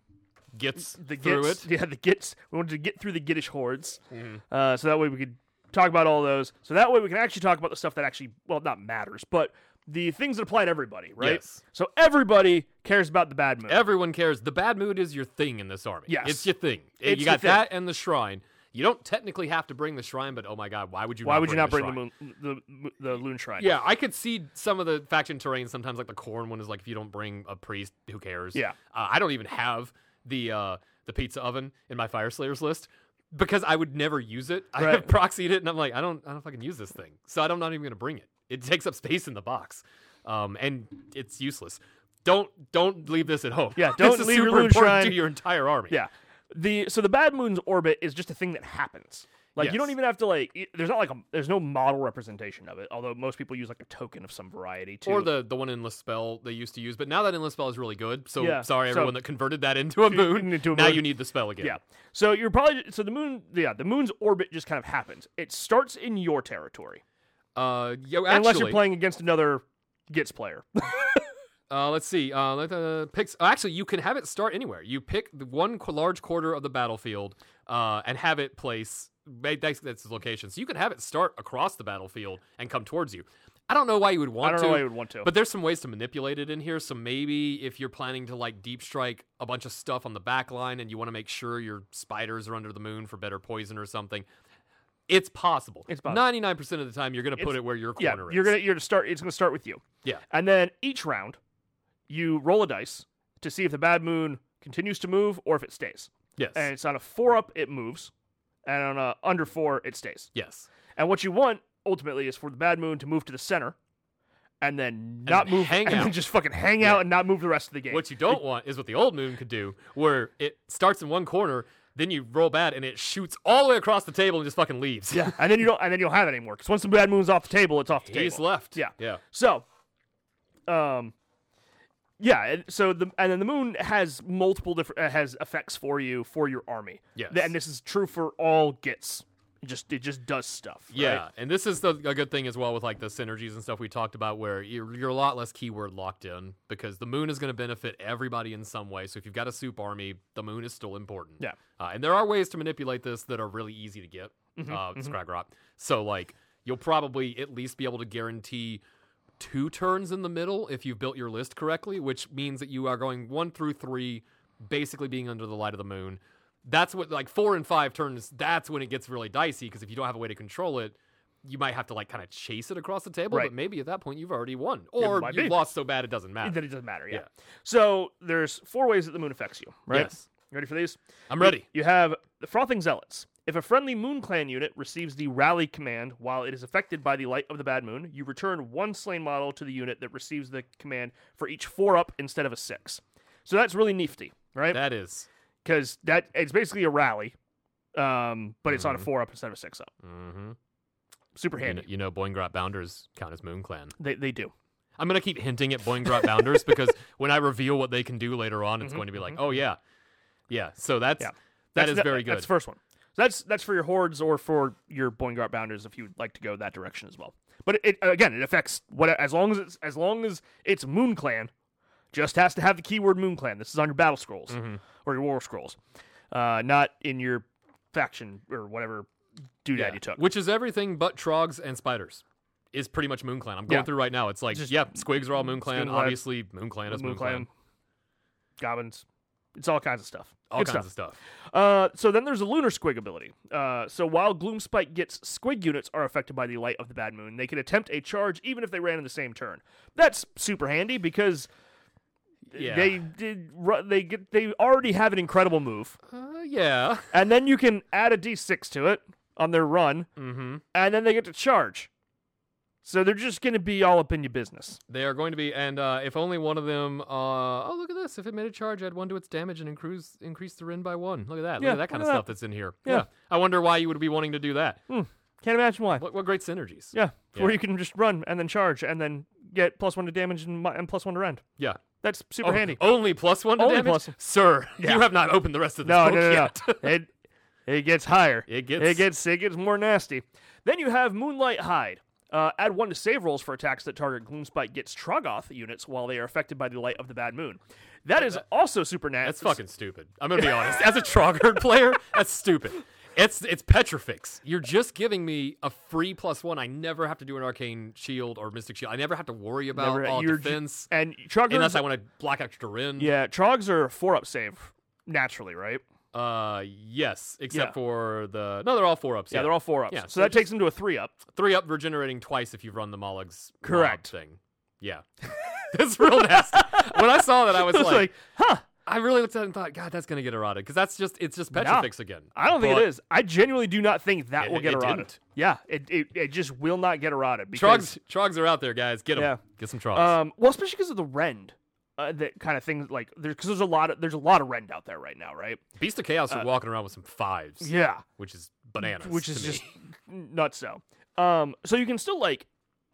Gets
the
through
gits.
it. Mm-hmm.
Yeah, the gits. We wanted to get through the gittish hordes, uh, so that way we could talk about all those. So that way we can actually talk about the stuff that actually, well, not matters, but the things that apply to everybody, right?
Yes.
So everybody cares about the bad mood.
Everyone cares. The bad mood is your thing in this army.
Yes.
it's your thing.
It's
you
your
got
thing.
that and the shrine. You don't technically have to bring the shrine, but oh my god, why would you?
Why would you not bring
shrine?
the moon, the the loon shrine?
Yeah, I could see some of the faction terrain sometimes, like the corn one is like if you don't bring a priest, who cares?
Yeah.
uh, I don't even have the uh, the pizza oven in my fire slayers list because I would never use it. I have
Right.
proxied it, and I'm like, I don't, I don't fucking use this thing, so I'm not even gonna bring it. It takes up space in the box, um, and it's useless. Don't don't leave this at home.
Yeah,
This
don't
is
leave your
super
loon
important
shrine.
to your entire army.
Yeah. The so the bad moon's orbit is just a thing that happens. Like you don't
Yes.
even have to like. y- There's not like a. There's no model representation of it. Although most people use like a token of some variety too.
Or the, the one endless spell they used to use, but now that endless spell is really good. So
Yeah,
sorry
so-
everyone that converted that into a moon.
into a
now
moon.
you need the spell again.
Yeah. So you're probably so the moon. Yeah, the moon's orbit just kind of happens. It starts in your territory,
Uh, yo,
unless you're
actually-
playing against another gets player.
Uh, let's see. Uh, let, uh, picks. oh, Actually, you can have it start anywhere. You pick the one qu- large quarter of the battlefield, uh, and have it place. ba- That's, that's its location. So you can have it start across the battlefield and come towards you. I don't know why you would
I
want
don't
to,
know why you would want to.
but there's some ways to manipulate it in here. So maybe if you're planning to like deep strike a bunch of stuff on the back line, and you want to make sure your spiders are under the moon for better poison or something, it's possible.
It's possible.
Ninety nine percent of the time, you're going to put
It's-
it where your
yeah,
corner is.
you're gonna you're gonna start. It's gonna start with you.
Yeah.
And then each round, you roll a dice to see if the bad moon continues to move or if it stays.
Yes.
And it's on a four up, it moves, and on a under four, it stays.
yes.
And what you want ultimately is for the bad moon to move to the center, and then not move,
hang
and then
out.
just fucking hang
Yeah.
out and not move the rest of the game.
What you don't want is what the old moon could do, where it starts in one corner, then you roll bad, and it shoots all the way across the table and just fucking leaves.
yeah. And then you don't, and then you don't have it anymore because once the bad moon's off the table, it's off the
he's
table.
left.
Yeah.
yeah.
So, um, yeah. and So the and then the moon has multiple different uh, has effects for you for your army.
Yes.
Th- and this is true for all gets. It just it just does stuff. right?
Yeah, and this is the, a good thing as well with like the synergies and stuff we talked about, where you're, you're a lot less keyword locked in because the moon is going to benefit everybody in some way. So if you've got a soup army, the moon is still important.
Yeah.
uh, and there are ways to manipulate this that are really easy to get.
Mm-hmm,
uh, Scrag Rock. So like you'll probably at least be able to guarantee two turns in the middle if you've built your list correctly, which means that you are going one through three, basically being under the light of the moon. That's what like four and five turns. That's when it gets really dicey because if you don't have a way to control it, you might have to like kind of chase it across the table.
Right.
But maybe at that point you've already won, or
might
you've
be.
lost so bad it doesn't matter.
Then it doesn't matter. Yeah.
Ah. Yeah.
So there's four ways that the moon affects you. Right.
Yes.
You ready for these?
I'm ready.
You have the frothing zealots. If a friendly moon clan unit receives the rally command while it is affected by the light of the bad moon, you return one slain model to the unit that receives the command for each four up instead of a six. So that's really nifty, right?
That is.
Because that it's basically a rally, um, but it's on a four up instead of a six up.
Mm-hmm.
Super
You know,
handy.
you know Boingrot Bounders count as Moon Clan.
They they do.
I'm gonna keep hinting at Boingrot Bounders because when I reveal what they can do later on, it's going to be like, oh yeah, yeah. So that's
Mm-hmm, Yeah.
that
That's
is
the-
very good.
That's the first one. So that's that's for your hordes or for your Boingart bounders if you would like to go that direction as well. But it, it again, it affects what as long as it's as long as it's Moon Clan, just has to have the keyword Moon Clan. This is on your battle scrolls
Mm-hmm.
or your war scrolls, uh, not in your faction or whatever doodad
Yeah.
you took.
Which is everything but trogs and spiders. Is pretty much Moon Clan. I'm going
Yeah.
through right now. It's like,
Just-
yep, Squigs are all Moon Clan.
Squigs are-
Obviously, Moon Clan is Moon,
Moon
Clan.
Clan, goblins, it's all kinds of stuff.
All
Good
kinds
stuff.
of stuff.
Uh, so then there's a lunar squig ability. Uh, so while Gloomspike gets squig units are affected by the light of the bad moon, they can attempt a charge even if they ran in the same turn. That's super handy because
Yeah.
they did ru- they get they already have an incredible move,
Uh, yeah.
and then you can add a d6 to it on their run,
Mm-hmm.
and then they get to charge. So they're just going to be all up in your business.
They are going to be, and uh, if only one of them. Uh, oh, look at this! If it made a charge, add one to its damage and increase increase the Rin by one. Look at that!
Yeah,
look at that kind of
look at
stuff
that.
that's in here.
Yeah.
I wonder why you would be wanting to do that.
Can't imagine why.
What, what great synergies!
Yeah, where
Yeah.
you can just run and then charge and then get plus one to damage and, mi- and plus one to rend.
yeah.
That's super
Oh,
handy.
Only plus one to
Only
damage,
plus one.
sir.
Yeah.
You have not opened the rest of this
No,
book
no, no,
yet.
no. it it gets higher.
It gets-
it gets it gets more nasty. Then you have Moonlight Hide. Uh, add one to save rolls for attacks that target Gloomspite gets Trogoth units while they are affected by the light of the bad moon. That is also super nasty.
That's fucking stupid. I'm gonna be honest. As a Trogard player, that's stupid. It's it's Petrifix. You're just giving me a free plus one. I never have to do an arcane shield or mystic shield. I never have to worry about
Never-
all
you're j-
defense
and Trogoth.
unless I want to block extra Rin.
yeah, Trogs are four up save naturally, right?
Uh, yes, except
Yeah.
for the no, they're all four ups.
Yeah, they're all four ups.
Yeah,
so
so
that takes them to a three up.
three up, regenerating twice if you've run the Molog's Molag
Correct.
thing. Yeah, it's real nasty. when I saw that, I was,
It's
like,
like, huh?
I really looked at it and thought, God, that's gonna get eroded because that's just it's just Petrifix again.
I don't think
But
it is. I genuinely do not think that
It-
will get
it
eroded.
didn't.
Yeah, it, it it just will not get eroded because
Trogs, trogs are out there, guys. Get them.
Yeah.
Get some trogs.
Um, well, especially because of the rend, uh, that kind of things like there because there's a lot of there's a lot of rend out there right now, right?
Beast of Chaos are walking around with some fives,
uh, Yeah,
which is bananas.
which
to
is
me.
just nuts. So, um, so you can still like,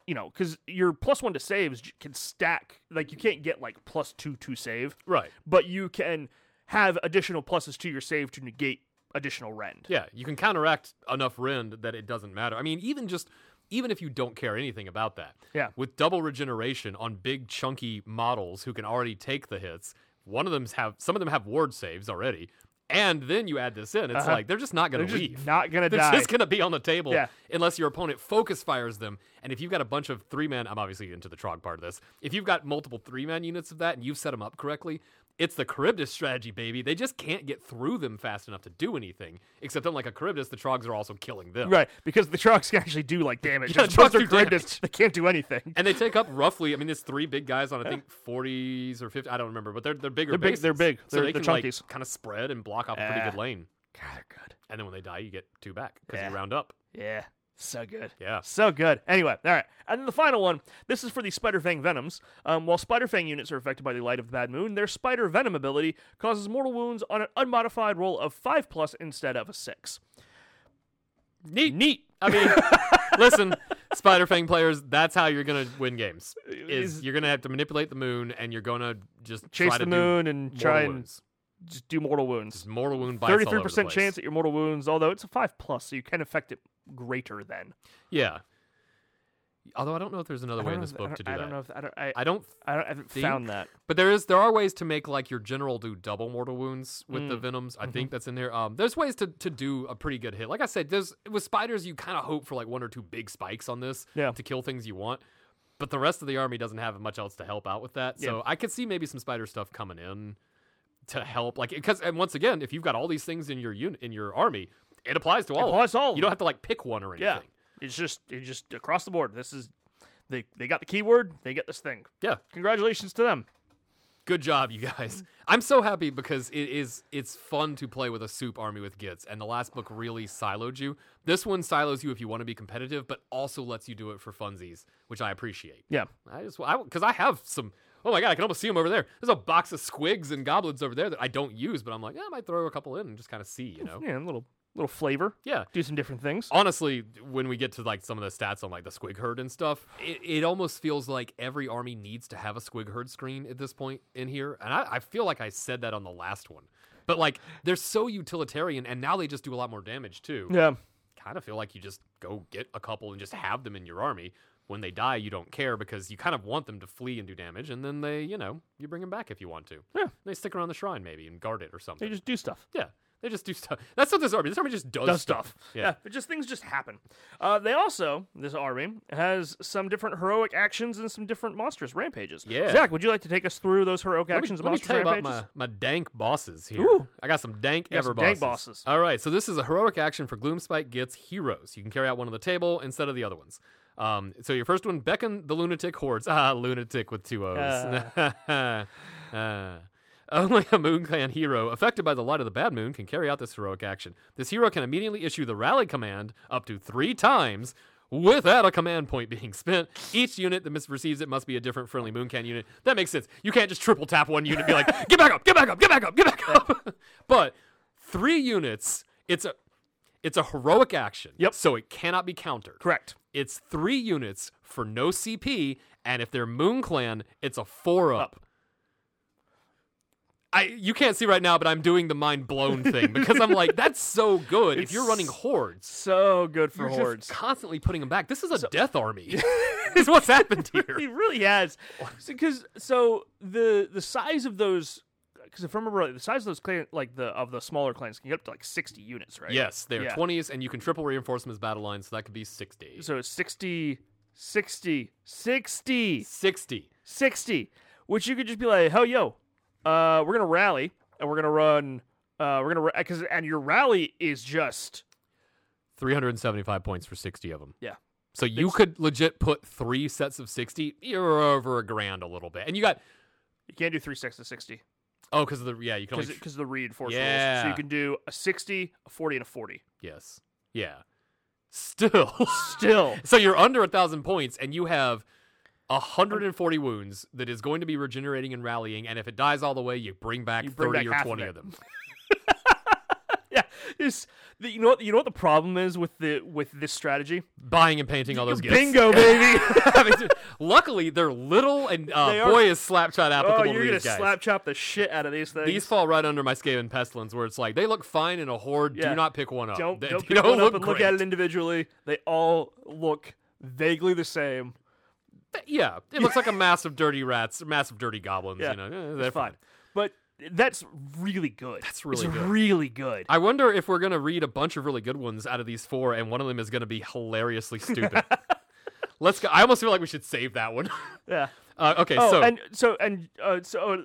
you know, because your plus one to saves j- can stack. Like, you can't get like plus two to save,
right.
but you can have additional pluses to your save to negate additional rend.
Yeah, you can counteract enough rend that it doesn't matter. I mean, even just even if you don't care anything about that.
Yeah.
With double regeneration on big chunky models who can already take the hits, one of them's have some of them have ward saves already. And then you add this in, it's
Uh-huh.
like they're just not going to
They're just
leave.
not gonna
They're
die.
just going to be on the table
Yeah.
unless your opponent focus fires them. And if you've got a bunch of three man, I'm obviously into the trog part of this. If you've got multiple three man units of that and you've set them up correctly, it's the Charybdis strategy, baby. They just can't get through them fast enough to do anything. Except unlike a Charybdis, the trogs are also killing them.
Right, because the trucks can actually do like damage.
Yeah,
As
trucks
opposed to
do
Charybdis, they can't do anything.
And they take up roughly, I mean, there's three big guys on, I think, 40s or 50s. I don't remember, but they're, they're bigger.
They're big-
bases.
they're big.
So
They're-
they
they're
can, like,
chunkies. Eh.
kind of spread and block off a pretty good
Yeah.
lane.
God, they're good.
And then when they die, you get two back because
Yeah.
you round up.
Yeah, so good.
Yeah.
So good. Anyway, all right. And then the final one. This is for the Spider Fang Venoms. Um, while Spider Fang units are affected by the light of the Bad Moon, their Spider Venom ability causes mortal wounds on an unmodified roll of 5 plus instead of a 6.
Neat. Neat. I mean, listen, Spider Fang players, that's how you're going to win games. Is
Is-
you're going to have to manipulate the moon and you're going to just
Chase
try
the
to
moon
do
and
mortal
try and
wounds.
just do mortal wounds.
Just mortal wound bites all over the
33%
place.
chance at your mortal wounds, although it's a 5 plus, so you can affect it greater than.
Yeah. Although I don't know if there's another
I
way in
don't
this
know if-
book to do that.
I don't, I don't know if. I
I
don't,
don't
I, I, don't, I haven't
think-
found that.
But there is there are ways to make like your general do double mortal wounds with
Mm.
the venoms. I
Mm-hmm.
think that's in there. Um, there's ways to, to do a pretty good hit. Like I said, there's with spiders you kind of hope for like one or two big spikes on this
Yeah.
to kill things you want. But the rest of the army doesn't have much else to help out with that. So
Yeah.
I could see maybe some spider stuff coming in to help. Like because and once again, if you've got all these things in your unit in your army, it applies to all. of them.
applies to all of
You don't
them.
have to like pick one or anything.
Yeah. It's just, it's just across the board. This is. They, they got the keyword, they get this thing.
Yeah.
Congratulations to them.
good job you guys i'm so happy because it is it's fun to play with a soup army with gits and the last book really siloed you this one silos you if you want to be competitive but also lets you do it for funsies which i appreciate
Yeah.
i just i because i have some oh my god i can almost see them over there there's a box of squigs and goblins over there that i don't use but i'm like yeah, i might throw a couple in and just kind of see you know
Yeah, a little little flavor.
yeah
Do some different things.
honestly, when we get to like some of the stats on like the squig herd and stuff, it, it almost feels like every army needs to have a squig herd screen at this point in here. And I, I feel like I said that on the last one. But like they're so utilitarian and now they just do a lot more damage too.
Yeah.
Kind of feel like you just go get a couple and just have them in your army. When they die, you don't care because you kind of want them to flee and do damage, and then they, you know, you bring them back if you want to.
Yeah.
They stick around the shrine maybe and guard it or something.
They just do stuff.
yeah, they just do stuff. That's not this army. This army just does,
Does stuff.
Yeah.
but just things just happen. Uh, they also, this army, has some different heroic actions and some different monstrous rampages.
Yeah.
Zach, would you like to take us through those heroic
Let me-
actions and
let me
monstrous
tell you about
rampages?
my, my dank bosses here.
Ooh.
I got some dank
got
ever
some
bosses.
dank bosses.
All right, so this is a heroic action for Gloomspike gets heroes. You can carry out one on the table instead of the other ones. Um, so your first one, beckon the lunatic hordes. Ah, lunatic with two O's. Uh. Ah. Only a Moon Clan hero affected by the light of the Bad Moon can carry out this heroic action. This hero can immediately issue the rally command up to three times without a command point being spent. Each unit that mis- receives it must be a different friendly Moon Clan unit. That makes sense. You can't just triple tap one unit and be like, get back up, get back up, get back up, get back up. but three units, it's a it's a heroic action.
Yep.
So it cannot be countered.
Correct.
It's three units for no CP, and if they're Moon Clan, it's a four up. I you can't see right now, but I'm doing the mind blown thing because I'm like, that's so good. if you're running hordes,
So good for
you're
hordes.
just constantly putting them back. This is a death army. is what's happened
He
here.
really has. Because so the the size of those because if I remember right, the size of those clan like the of the smaller clans can get up to like sixty units, right?
Yes, they're
Yeah.
20s, and you can triple reinforcements battle line, so that could be 60.
So it's 60, 60, 60,
60.
60, which you could just be like, hell yo, uh, we're going to rally and we're going to run, uh, we're going to, because, and your rally is just,
375 points for 60 of them.
yeah.
So you could legit put three sets of 60. You're over a grand a little bit. And you got,
You can't do three sets of 60
oh, because of the, yeah, you can
because
only,
of the reinforced rules. So
Yeah.
you can do a 60, a 40, and a 40.
yes. Yeah. Still.
Still.
So you're under a thousand points, and you have 140 wounds that is going to be regenerating and rallying. And if it dies all the way, you bring back
You bring
30
back
or
half of
20
it.
of them.
yeah, it's, the, you know what you know what the problem is with the with this strategy.
Buying and painting all those gifts.
Bingo, baby.
Luckily, they're little, and uh,
They are-
boy is slapshot applicable
oh, you're
to
gonna
these guys.
slap chop the shit out of these things.
These fall right under my Skaven Pestilence, where it's like they look fine in a horde.
Yeah.
Do not pick one up.
don't
They-
don't
they
pick one up
look
and look at
great.
it individually. They all look vaguely the same.
Yeah, it looks like a mass of dirty rats, mass of dirty goblins.
Yeah,
You know, Eh,
It's
they're
fine. But that's really good.
That's really
it's
good.
really good.
I wonder if we're gonna read a bunch of really good ones out of these four, and one of them is gonna be hilariously stupid. Let's go. I almost feel like we should save that one.
yeah.
Uh, okay,
Oh,
so
and so and uh, so uh,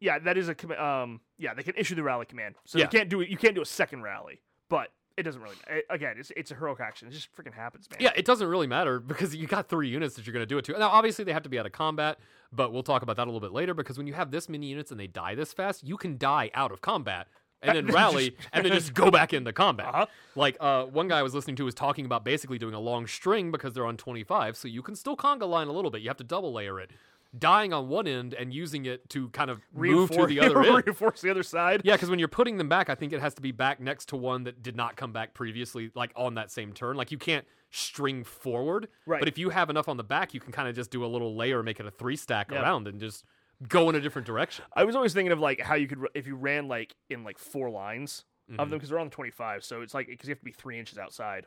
yeah, that is a comm- um yeah, they can issue the rally command. So
Yeah.
you can't do it. You can't do a second rally, but it doesn't really. a- again, it's it's a heroic action. It just freaking happens, man.
yeah, it doesn't really matter because you got three units that you're gonna do it to. Now, obviously, they have to be out of combat, but we'll talk about that a little bit later because when you have this many units and they die this fast, you can die out of combat. And then rally, and then just go back into combat.
Uh-huh.
Like uh, one guy I was listening to was talking about basically doing a long string because they're on 25, so you can still conga line a little bit. You have to double layer it, dying on one end and using it to kind of move to the other end.
reinforce the other side.
Yeah, because when you're putting them back, I think it has to be back next to one that did not come back previously, like on that same turn. Like you can't string forward.
Right.
But if you have enough on the back, you can kind of just do a little layer, make it a three stack
Yeah.
around, and just go in a different direction.
I was always thinking of like how you could r- if you ran like in like four lines
Mm-hmm.
of them because they're on the twenty five, so it's like because you have to be three inches outside,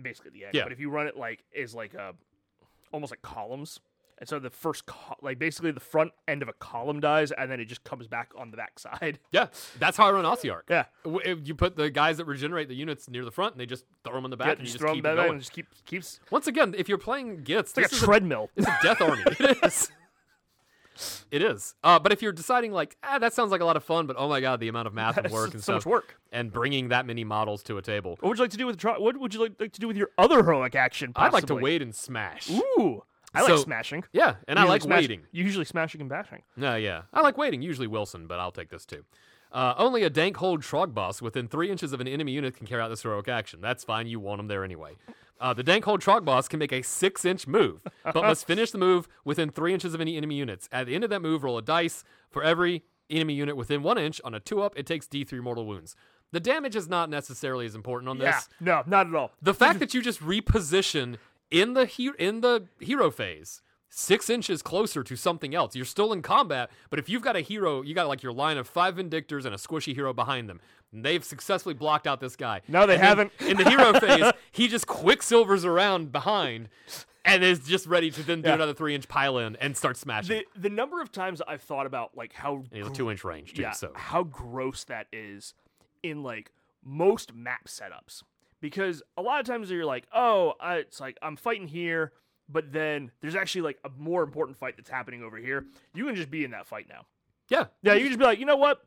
basically the edge.
Yeah.
But if you run it like is like a almost like columns, and so the first co- like basically the front end of a column dies, and then it just comes back on the back side.
Yeah, that's how I run Ossiarch.
Yeah,
W- if You put the guys that regenerate the units near the front, and they just throw them in the back,
yeah
and you
just
just
throw
keep
them back
going.
and just keep keeps
Once again, if you're playing Gits,
it's
this
like
is
a
a
treadmill.
It's a death army. It is. It is. Uh, but if you're deciding like, ah, that sounds like a lot of fun, but oh my god, the amount of math and
It's
work and
so much
stuff,
work.
and bringing that many models to a table,
What would you like to do with tro- what would you like, like to do with your other heroic action?
I'd like to
possibly?
wade and smash.
Ooh, I
So-
like smashing.
Yeah, and I
Usually
like
smash-
waiting.
Usually smashing and bashing.
No, yeah, I like waiting. Usually Wilson, but I'll take this too. Uh, only a dank hold trog boss within three inches of an enemy unit can carry out this heroic action. That's fine. You want him there anyway. Uh, the dank hold trog boss can make a six inch move, but must finish the move within three inches of any enemy units. At the end of that move, roll a dice for every enemy unit within one inch. On a two up, it takes D3 mortal wounds. The damage is not necessarily as important on this.
Yeah, no, not at all.
The fact that you just reposition in the he- in the hero phase, six inches closer to something else. You're still in combat, but if you've got a hero, you got like your line of five vindictors and a squishy hero behind them. And they've successfully blocked out this guy.
No, they
And then
haven't.
In the hero phase, he just quicksilvers around behind and is just ready to then do
Yeah.
another three inch pile in and start smashing.
The the number of times I've thought about like how
and he has a
gr-
two inch range too,
yeah,
so
how gross that is in like most map setups because a lot of times you're like, oh, I, it's like I'm fighting here, but then there's actually like a more important fight that's happening over here. You can just be in that fight now.
yeah.
Yeah, you can just be like, you know what?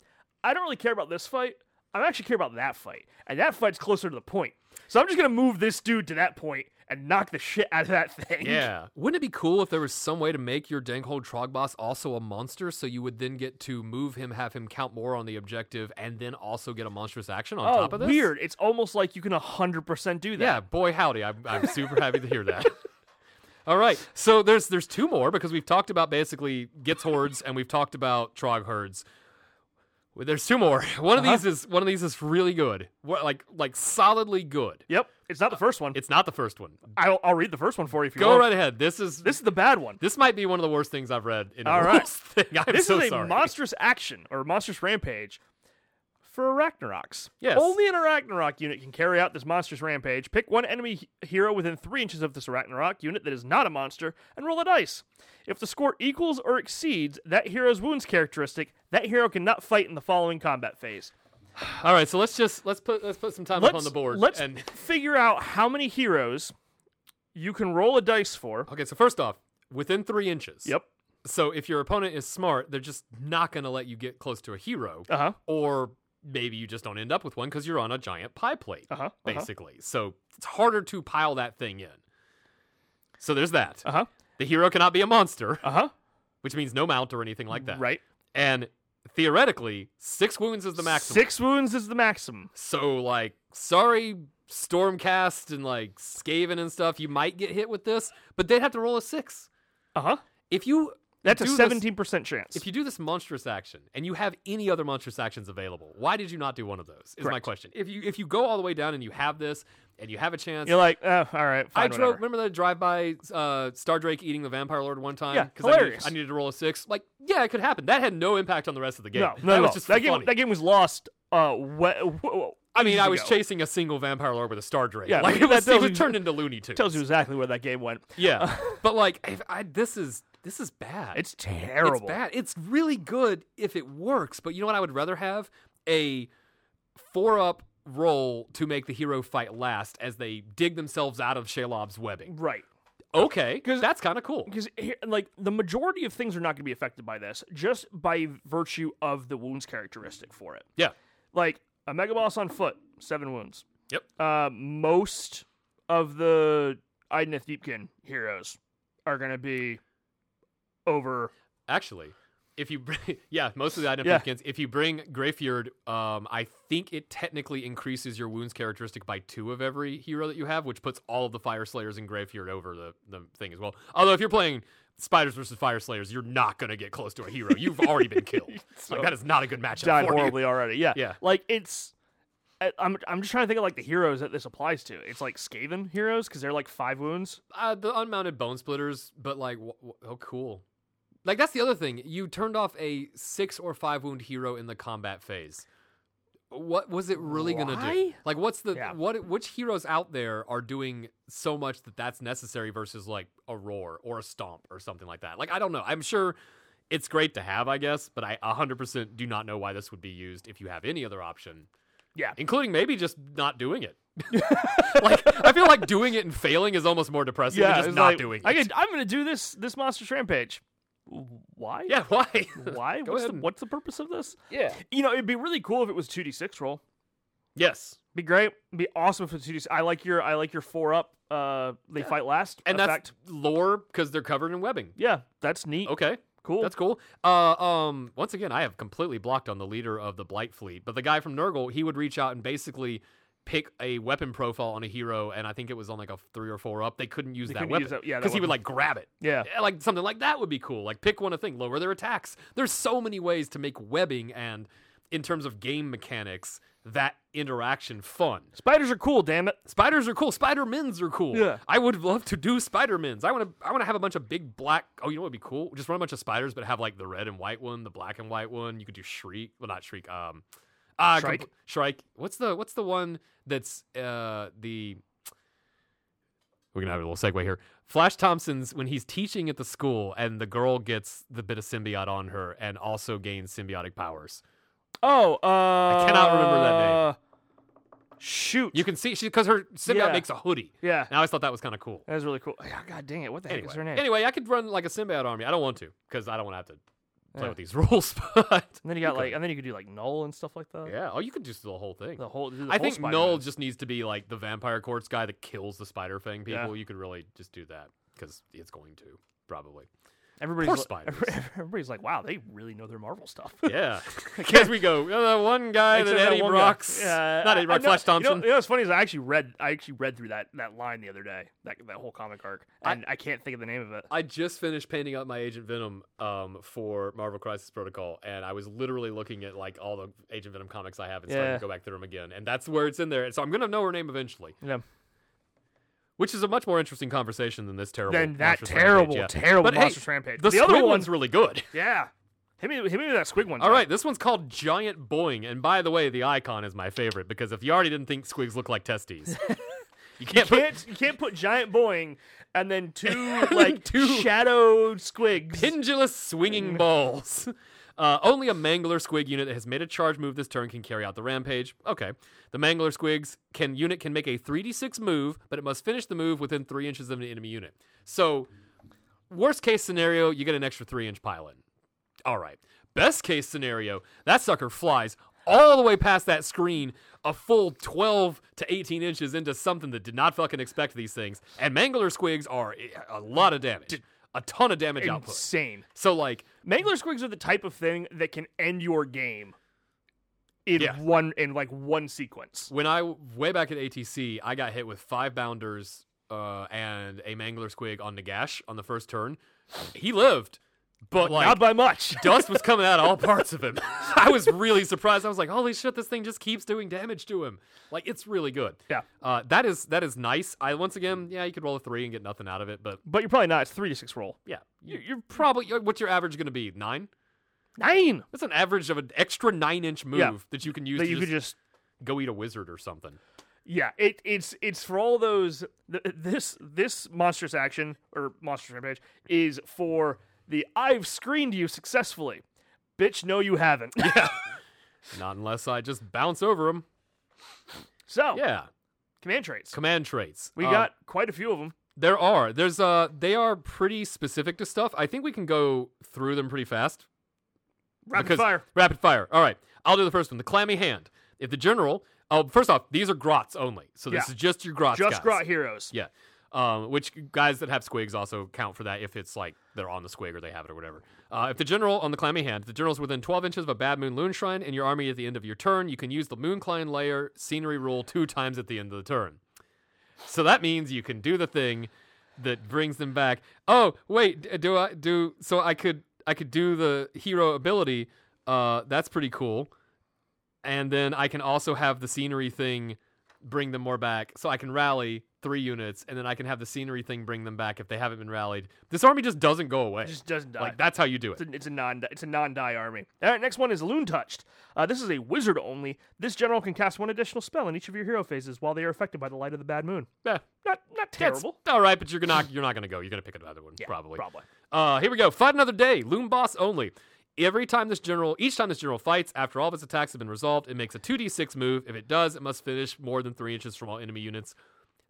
I don't really care about this fight. I actually care about that fight, and that fight's closer to the point. So I'm just gonna move this dude to that point and knock the shit out of that thing.
Yeah. Wouldn't it be cool if there was some way to make your Danghold Trogboss also a monster so you would then get to move him, have him count more on the objective, and then also get a monstrous action on
oh,
top of this?
weird. It's almost like you can 100% do that.
Yeah, boy howdy. I'm, I'm super happy to hear that. All right. So there's there's two more because we've talked about basically Gitz hordes and we've talked about Trog herds. Well, There's two more. One of these is one of these is really good. What like like solidly good.
Yep. It's not the first one.
It's not the first one.
I'll, I'll read the first one for you if you
Uh, Go
want.
right ahead. This is this,
This is the bad one.
might be one of the worst things I've read in the
All right.
worst thing. I'm
this
so
is a
sorry.
monstrous action or monstrous rampage for Arachnarox.
Yes.
Only an Arachnarok unit can carry out this monstrous rampage. Pick one enemy he- hero within three inches of this Arachnarok unit that is not a monster and roll a dice. If the score equals or exceeds that hero's wounds characteristic, that hero cannot fight in the following combat phase.
All right, so let's just let's put let's put some time up on
Let's-
the board.
Let's
and
figure out how many heroes you can roll a dice for.
okay, so first off, within three inches.
Yep.
So if your opponent is smart, they're just not going to let you get close to a hero,
Uh huh.
or maybe you just don't end up with one because you're on a giant pie plate,
Uh huh.
basically. So it's harder to pile that thing in. So there's that.
Uh huh.
The hero cannot be a monster,
Uh huh.
which means no mount or anything like that.
Right.
And theoretically, six wounds is the maximum.
Six wounds is the maximum.
So like, sorry, Stormcast and like Skaven and stuff, you might get hit with this, but they'd have to roll a six.
Uh huh.
If you
That's a
do this-
seventeen percent chance.
If you do this monstrous action and you have any other monstrous actions available, why did you not do one of those? Is my
Correct.
question. If you if you go all the way down and you have this and you have a chance,
You're like, oh, all right, fine,
I drove.
whatever."
Remember that drive by uh, Star Drake eating the Vampire Lord one time?
Yeah,
'Cause I needed-
hilarious.
I needed to roll a six. Like, yeah, it could happen. That had no impact on the rest of the game.
No, no,
that
no.
was just
that
for
game.
funny.
That game was lost. Uh, wh-
I mean, I was
chasing.
chasing a single Vampire Lord with a Star Drake.
Yeah,
like it
that
was, it
tells
was
you-
turned into Looney Tunes.
Tells you exactly where that game went.
Yeah, but like, if I, this is this is bad.
It's terrible.
It's bad. It's really good if it works, but you know what I would rather have? A four up roll to make the hero fight last as they dig themselves out of Shalob's webbing.
Right.
Okay,
'Cause-
that's kind of cool.
Because like the majority of things are not going to be affected by this, just by virtue of the wounds characteristic for it.
Yeah.
Like a mega boss on foot, seven wounds.
Yep.
Uh, most of the Ideneth Deepkin heroes are going to be over.
Actually, if you bring, yeah, most of the item
Yeah.
skins, if you bring Greyfjord, um, I think it technically increases your wounds characteristic by two of every hero that you have, which puts all of the Fire Slayers and Greyfjord over the, the thing as well. Although if you're playing Spiders versus Fire Slayers, you're not going to get close to a hero. You've already been killed.
So-
like, that is not a good matchup
died
for you.
horribly already. Yeah.
Yeah.
Like it's. I- I'm, I'm just trying to think of like the heroes that this applies to. It's like Skaven heroes because they're like five wounds.
uh, the unmounted bone splitters, but like, wh- wh- oh, cool. Like that's the other thing. You turned off a six or five wound hero in the combat phase. What was it really gonna do?
Why?
Like, what's the
Yeah.
what? Which heroes out there are doing so much that that's necessary versus like a roar or a stomp or something like that? Like, I don't know. I'm sure it's great to have, I guess, but I 100% do not know why this would be used if you have any other option
Yeah.
including maybe just not doing it. like I feel like doing it and failing is almost more depressing than just
it's
not
like,
doing it.
I could, I'm going to do this this monster's rampage. Why?
yeah, why?
Why?
Go
what's,
ahead
the,
and-
what's the purpose of this?
yeah.
You know, it'd be really cool if it was 2d6 roll.
Yes.
Be great. Be awesome if it's 2d6. I like your I like your four up. Uh, they fight last.
And
effect.
that's lore because they're covered in webbing.
yeah, that's neat.
Okay.
Cool.
That's cool. Uh, um, once again, I have completely blocked on the leader of the Blight fleet, but the guy from Nurgle, he would reach out and basically pick a weapon profile on a hero, and I think it was on like a three or four up. They couldn't use
They
that
couldn't
weapon
use that- yeah, that
because he would
weapon.
like grab it.
Yeah.
Yeah, like something like that would be cool. Like pick one a thing, lower their attacks. There's so many ways to make webbing and, in terms of game mechanics, that interaction fun.
Spiders are cool, damn it.
Spiders are cool. Spider mins are cool.
Yeah.
I would love to do Spider mins. I want to. I want to have a bunch of big black. Oh, you know what would be cool? Just run a bunch of spiders, but have like the red and white one, the black and white one. You could do shriek. Well, not shriek. Um, uh,
Shrike?
compl- Shrike. What's the What's the one that's uh the we're gonna have a little segue here. Flash Thompson's when he's teaching at the school, and the girl gets the bit of symbiote on her, and also gains symbiotic powers.
Oh, uh. I
cannot remember that
name. Shoot.
You can see she because her symbiote
Yeah.
makes a hoodie.
yeah.
And I always thought that was kind of cool.
That was really cool. Yeah, God dang it. What the heck
Anyway,
is her name?
anyway, I could run like a symbiote army. I don't want to because I don't want to have to play
Yeah.
with these rules. But
And then you got like, and then you could do like Null and stuff like that.
yeah, oh, you could just do the whole thing.
The whole. do the
I
whole
think
Spider-Man.
Null just needs to be like the vampire courts guy that kills the spider fang people.
Yeah.
You could really just do that because it's going to probably.
Everybody's
Poor
li-
spiders.
every- everybody's like, wow, they really know their Marvel stuff.
Yeah, because we go "Oh, that one guy
Except
that
that
Eddie
one guy.
Brock's,
Yeah,
not Eddie
I- I
Brock, Flash
know- you know-
Thompson.
You know, what's funny is I actually read I actually read through that that line the other day, that that whole comic arc,
I-
and I, can't think of the name of it.
I just finished painting up my Agent Venom um, for Marvel Crisis Protocol, and I was literally looking at like all the Agent Venom comics I have and starting
Yeah.
to go back through them again. And that's where it's in there. So I'm gonna know her name eventually,
Yeah.
which is a much more interesting conversation than this terrible.
Then that
Monstrous
terrible,
Rampage, yeah.
terrible
But hey,
Monsters Rampage.
The,
The, other
squid
one,
one's really good.
yeah. Hit me, hit me with that squig one.
All
Jack.
right, this one's called Giant Boing, and by the way, the icon is my favorite because if you already didn't think squigs look like testes, you can't.
You
put
can't, you can't put giant boing and then two like
Two-
two shadowed squigs.
pendulous swinging balls. Uh, only a Mangler Squig unit that has made a charge move this turn can carry out the rampage. Okay, the Mangler Squigs can unit can make a three d six move, but it must finish the move within three inches of an enemy unit. So, worst case scenario, you get an extra three inch pylon. All right. Best case scenario, that sucker flies all the way past that screen, a full 12 to 18 inches into something that did not fucking expect these things. And Mangler Squigs are eh, a lot of damage, a ton of damage output.
Insane.
So like,
Mangler squigs are the type of thing that can end your game in
Yeah.
one in like one sequence.
when I way back at ATC, I got hit with five bounders uh, and a mangler squig on Nagash on the first turn. He lived, but like
Not by much.
dust was coming out of all parts of him. I was really surprised. I was like, "Holy shit, this thing just keeps doing damage to him." Like it's really good.
Yeah.
Uh, that is that is nice. I once again, yeah, you could roll a three and get nothing out of it, but
But you're probably not. It's three to six roll.
yeah, you, you're probably you're- what's your average going to be? Nine.
Nine
That's an average of an extra nine inch move
Yeah.
that you can use
that
to
you
just,
could just
go eat a wizard or something.
Yeah, it, it's it's for all those. Th- this this monstrous action or monstrous rampage is for the I've screened you successfully, bitch. No, you haven't.
Not unless I just bounce over him.
so
Yeah.
command traits.
Command traits.
We
Um,
got quite a few of them.
There are. There's uh they are pretty specific to stuff. I think we can go through them pretty fast.
Rapid
Because-
fire.
Rapid fire. All right. I'll do the first one. The clammy hand. If the general oh first off, these are grots only. So this
Yeah.
is just your grots.
Just
guys.
Grot heroes.
Yeah. Um, which guys that have squigs also count for that if it's like they're on the squig or they have it or whatever. Uh, if the general on the clammy hand, if the general's within 12 inches of a bad moon loon shrine and your army at the end of your turn, you can use the moon clan layer scenery rule two times at the end of the turn. So that means you can do the thing that brings them back. Oh wait, d- do I do so? I could I could do the hero ability. Uh, that's pretty cool. And then I can also have the scenery thing bring them more back. So I can rally three units, and then I can have the scenery thing bring them back if they haven't been rallied. This army just doesn't go away.
It just doesn't die.
like that's how you do it.
It's a, it's a non it's a non die army. All right, next one is Loon Touched. Uh, this is a wizard only. This general can cast one additional spell in each of your hero phases while they are affected by the light of the bad moon.
Yeah,
Not not
that's
terrible.
All right, but you're not you're not gonna go. You're gonna pick another one
Yeah,
probably.
Probably.
Uh, here we go. Fight another day. Loom boss only. Every time this general, each time this general fights, after all of its attacks have been resolved, it makes a 2d6 move. If it does, it must finish more than three inches from all enemy units.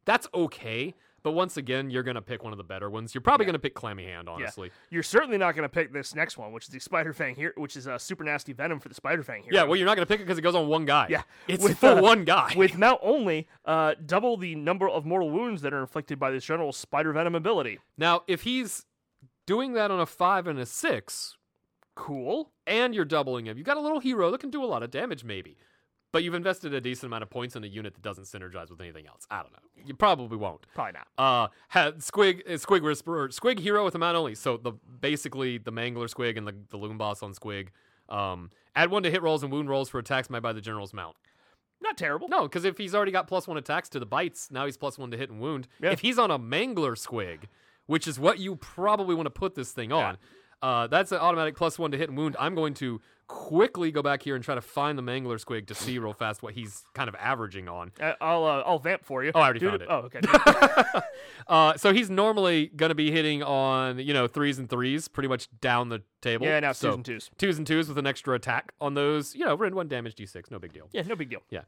That's okay, but once again, you're gonna pick one of the better ones. You're probably gonna pick Clammy Hand,
Yeah.
honestly.
You're certainly not going to pick this next one, which is the Spider Fang here, which is a super nasty venom for the Spider Fang here.
Yeah, well, you're not gonna pick it because it goes on one guy.
Yeah,
it's
with,
for
uh,
one guy.
With now only uh, double the number of mortal wounds that are inflicted by this general's spider venom ability.
now, if he's doing that on a five and a six,
Cool.
and you're doubling him, you got a little hero that can do a lot of damage, maybe. But you've invested a decent amount of points in a unit that doesn't synergize with anything else. I don't know. You probably won't.
Probably not.
Uh, had Squig, uh, Squig Whisperer, Squig Hero with a mount only. So the basically the Mangler Squig and the, the Loom Boss on Squig. Um, add one to hit rolls and wound rolls for attacks made by the General's mount.
Not terrible.
No, because if he's already got plus one attacks to the bites, now he's plus one to hit and wound.
Yeah.
If he's on a Mangler Squig, which is what you probably want to put this thing on, uh, that's an automatic plus one to hit and wound. I'm going to quickly go back here and try to find the Mangler Squig to see real fast what he's kind of averaging on.
Uh, I'll uh, I'll vamp for you.
Oh, I already
Due
found
to-
it.
Oh, okay.
Uh, so he's normally going to be hitting on you know threes and threes, pretty much down the table.
yeah, now
so
Susan twos.
twos and twos with an extra attack on those. You know, we're in one damage d6, no big deal.
Yeah, no big deal.
Yeah.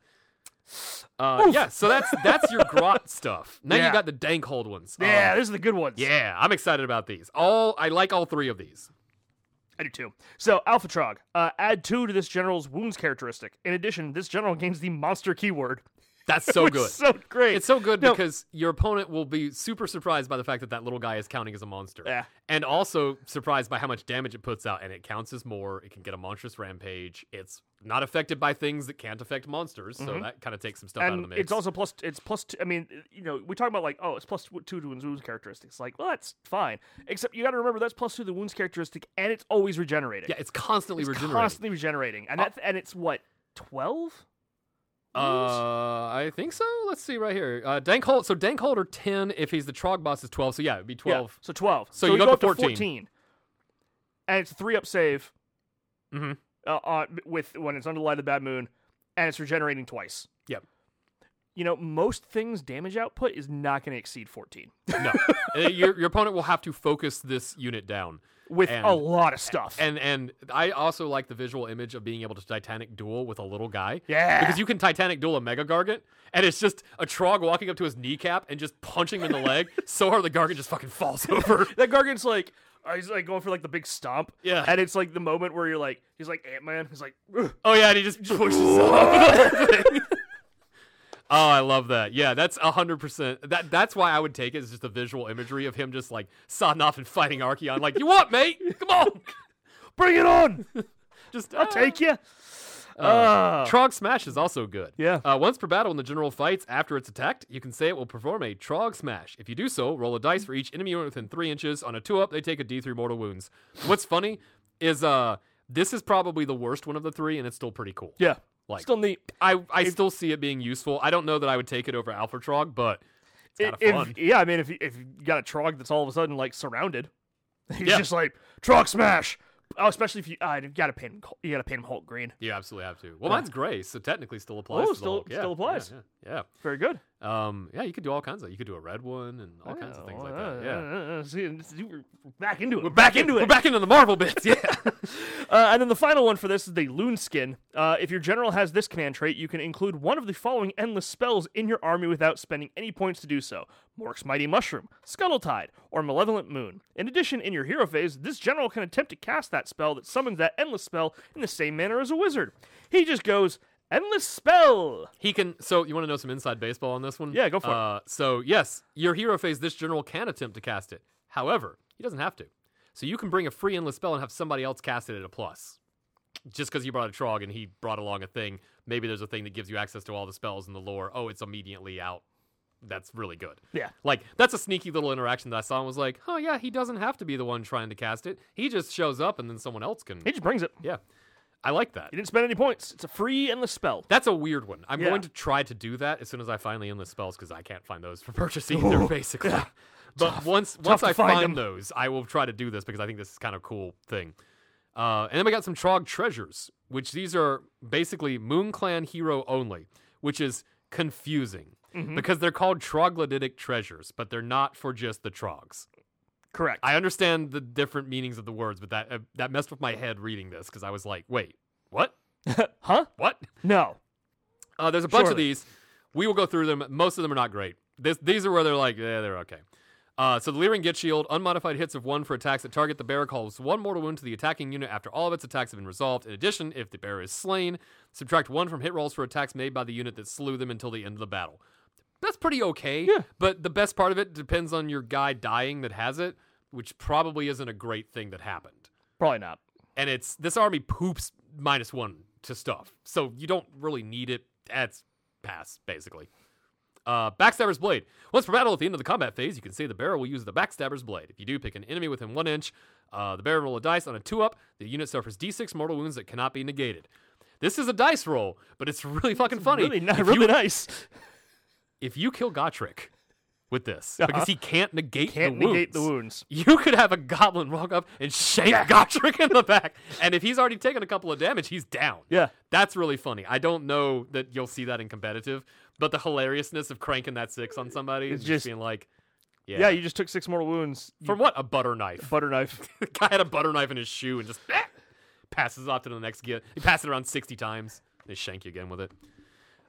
Uh, yeah, so that's that's your grot stuff. Now
Yeah.
you got the dank hold ones. Uh,
Yeah, these are the good ones.
yeah, I'm excited about these. All I like all three of these.
I do too. So, Alphatrog, uh, add two to this general's wounds characteristic. In addition, this general gains the monster keyword.
That's so
which
good.
is So great.
It's so good
No.
because your opponent will be super surprised by the fact that that little guy is counting as a monster.
Yeah.
And also surprised by how much damage it puts out. And it counts as more. It can get a monstrous rampage. It's not affected by things that can't affect monsters. So that kind of takes some stuff out of the
Mm-hmm. and
mix.
it's also plus. It's plus. Two, I mean, you know, we talk about like, oh, it's plus two two to wounds characteristics. Like, well, that's fine. Except you got to remember that's plus two to the wounds characteristic, and it's always regenerating.
yeah, it's constantly
it's
regenerating.
constantly regenerating, and that and it's what twelve.
Uh, I think so. Let's see right here. Uh, Dank hold. So Dank holder ten. If he's the Trog boss is twelve. So yeah, it'd be twelve.
So twelve.
So
we
you go up to 14.
and it's a three up save.
Mhm.
Uh, on, with when it's under the light of the bad moon, and it's regenerating twice.
Yep.
You know, most things damage output is not going to exceed fourteen
No, Uh, your your opponent will have to focus this unit down.
with
And-
a lot of stuff.
And and I also like the visual image of being able to Titanic duel with a little guy.
Yeah.
Because you can Titanic duel a Mega Gargant, and it's just a Trog walking up to his kneecap and just punching him in the leg so hard the Gargant just fucking falls over.
that Gargant's like uh, he's like going for like the big stomp.
Yeah.
And it's like the moment where you're like he's like Ant Man. He's like "Ugh."
Oh yeah, and he just pushes off. Oh, I love that. Yeah, that's hundred percent. That that's why I would take it is just the visual imagery of him just like sodding off and fighting Archeon. Like, you what, mate? Come on,
bring it on.
just "Ah,
I'll take you. Ah.
Uh, Trog Smash is also good.
Yeah.
Uh, once per battle in the general fights, after it's attacked, you can say it will perform a Trog Smash. If you do so, roll a dice for each enemy unit within three inches. On a two up, they take a D3 mortal wounds. What's funny is uh, this is probably the worst one of the three, and it's still pretty cool.
yeah.
Like-
Still neat.
I, I still see it being useful. I don't know that I would take it over Alpha Trog, but it's kind of
If-
fun.
yeah, I mean, if you, if you got a trog that's all of a sudden like surrounded, he's
Yeah.
just like trog smash. Oh, especially if you, uh, you gotta paint him, co- you gotta paint him Hulk green.
You absolutely have to. Well, mine's gray, so technically still applies.
Oh,
to the
still-
Hulk. Yeah,
still applies.
Yeah, yeah,
Very good.
yeah. Um, yeah, you could do all kinds of. You could do a red one and all kinds
Oh,
of things like that. Yeah.
uh, see, and see, we're back into it.
We're back into it. We're back into the Marvel bits. Yeah.
Uh, and then the final one for this is the Loon Skin. Uh, if your general has this command trait, you can include one of the following endless spells in your army without spending any points to do so Mork's Mighty Mushroom, Scuttle Tide, or Malevolent Moon. In addition, in your hero phase, this general can attempt to cast that spell that summons that endless spell in the same manner as a wizard. He just goes, Endless Spell!
he can. So you want to know some inside baseball on this one?
Yeah, go for it.
uh, So yes, your hero phase. This general can attempt to cast it. However, he doesn't have to. So you can bring a free endless spell and have somebody else cast it at a plus. Just because you brought a trog and he brought along a thing, maybe there's a thing that gives you access to all the spells in the lore. Oh, it's immediately out. That's really good.
Yeah.
Like that's a sneaky little interaction that I saw and was like, oh yeah, he doesn't have to be the one trying to cast it. He just shows up and then someone else can.
He just brings it.
Yeah, I like that.
You didn't spend any points. It's a free endless spell.
That's a weird one. I'm
Yeah.
going to try to do that as soon as I find the endless spells because I can't find those for purchase either, basically. But once once
to
I
find
find,
them.
those, I will try to do this because I think this is kind of cool thing. Uh, and then we got some Trog treasures, which these are basically Moon Clan hero only, which is confusing
Mm-hmm.
because they're called troglodytic treasures, but they're not for just the Trogs.
Correct.
I understand the different meanings of the words, but that uh, that messed with my head reading this because I was like, wait, what?
huh?
What?
No.
Uh, there's a bunch of
Surely.
these. We will go through them. Most of them are not great. This, these are where they're like, yeah, they're okay. Uh, so the Leering Get Shield, unmodified hits of one for attacks that target the bearer, calls one mortal wound to the attacking unit after all of its attacks have been resolved. In addition, if the bearer is slain, subtract one from hit rolls for attacks made by the unit that slew them until the end of the battle. That's pretty okay.
Yeah.
But the best part of it depends on your guy dying that has it, which probably isn't a great thing that happened
Probably not.
and it's this army poops minus one to stuff, so you don't really need it. That's pass basically. Uh, Backstabber's Blade. Once per battle at the end of the combat phase, you can say the bearer will use the Backstabber's Blade. If you do, pick an enemy within one inch. Uh, the bearer roll a dice on a two up. The unit suffers d6 mortal wounds that cannot be negated. This is a dice roll, but it's really fucking funny.
Really, ni-
if,
really
you,
nice.
if you kill Gotrick with this, because he can't negate
Can't
the
negate the
wounds
wounds.
you could have a goblin walk up and shake Gotrick in the back. And if he's already taken a couple of damage, he's down.
Yeah.
That's really funny. I don't know that you'll see that in competitive, but the hilariousness of cranking that six on somebody is just,
just-
being like, yeah.
Yeah, you just took six mortal wounds. You
From what? A butter knife.
butter knife.
the guy had a butter knife in his shoe and just "Ah!" passes it off to the next kid. He passed it around 60 times. They shank you again with it.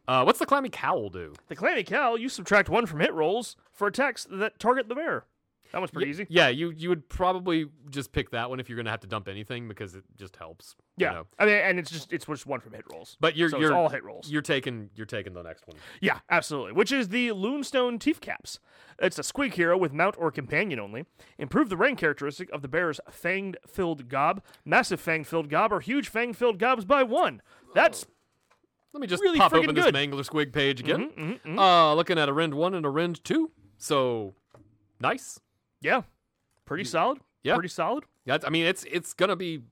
Uh, what's the clammy cowl do?
the clammy cow, you subtract one from hit rolls for attacks that target the bearer. That one's pretty easy.
Yeah, you you would probably just pick that one if you're going to have to dump anything because it just helps. you
Yeah,
know.
I mean, and it's just it's just one from hit rolls.
But you're
so
you're
it's all hit rolls.
You're taking you're taking the next one.
Yeah, absolutely. Which is the Loonstone Teeth Caps. It's a squeak hero with mount or companion only. Improve the rank characteristic of the bearer's fanged filled gob, massive fang filled gob, or huge fang filled gobs by one. That's
Let me just
Really
pop
friggin'
open
good. Mm-hmm,
this Mangler Squig page again. Uh, looking at a rend one and a rend two. So nice.
yeah, pretty solid.
yeah.
pretty solid.
That's, I mean, it's it's gonna be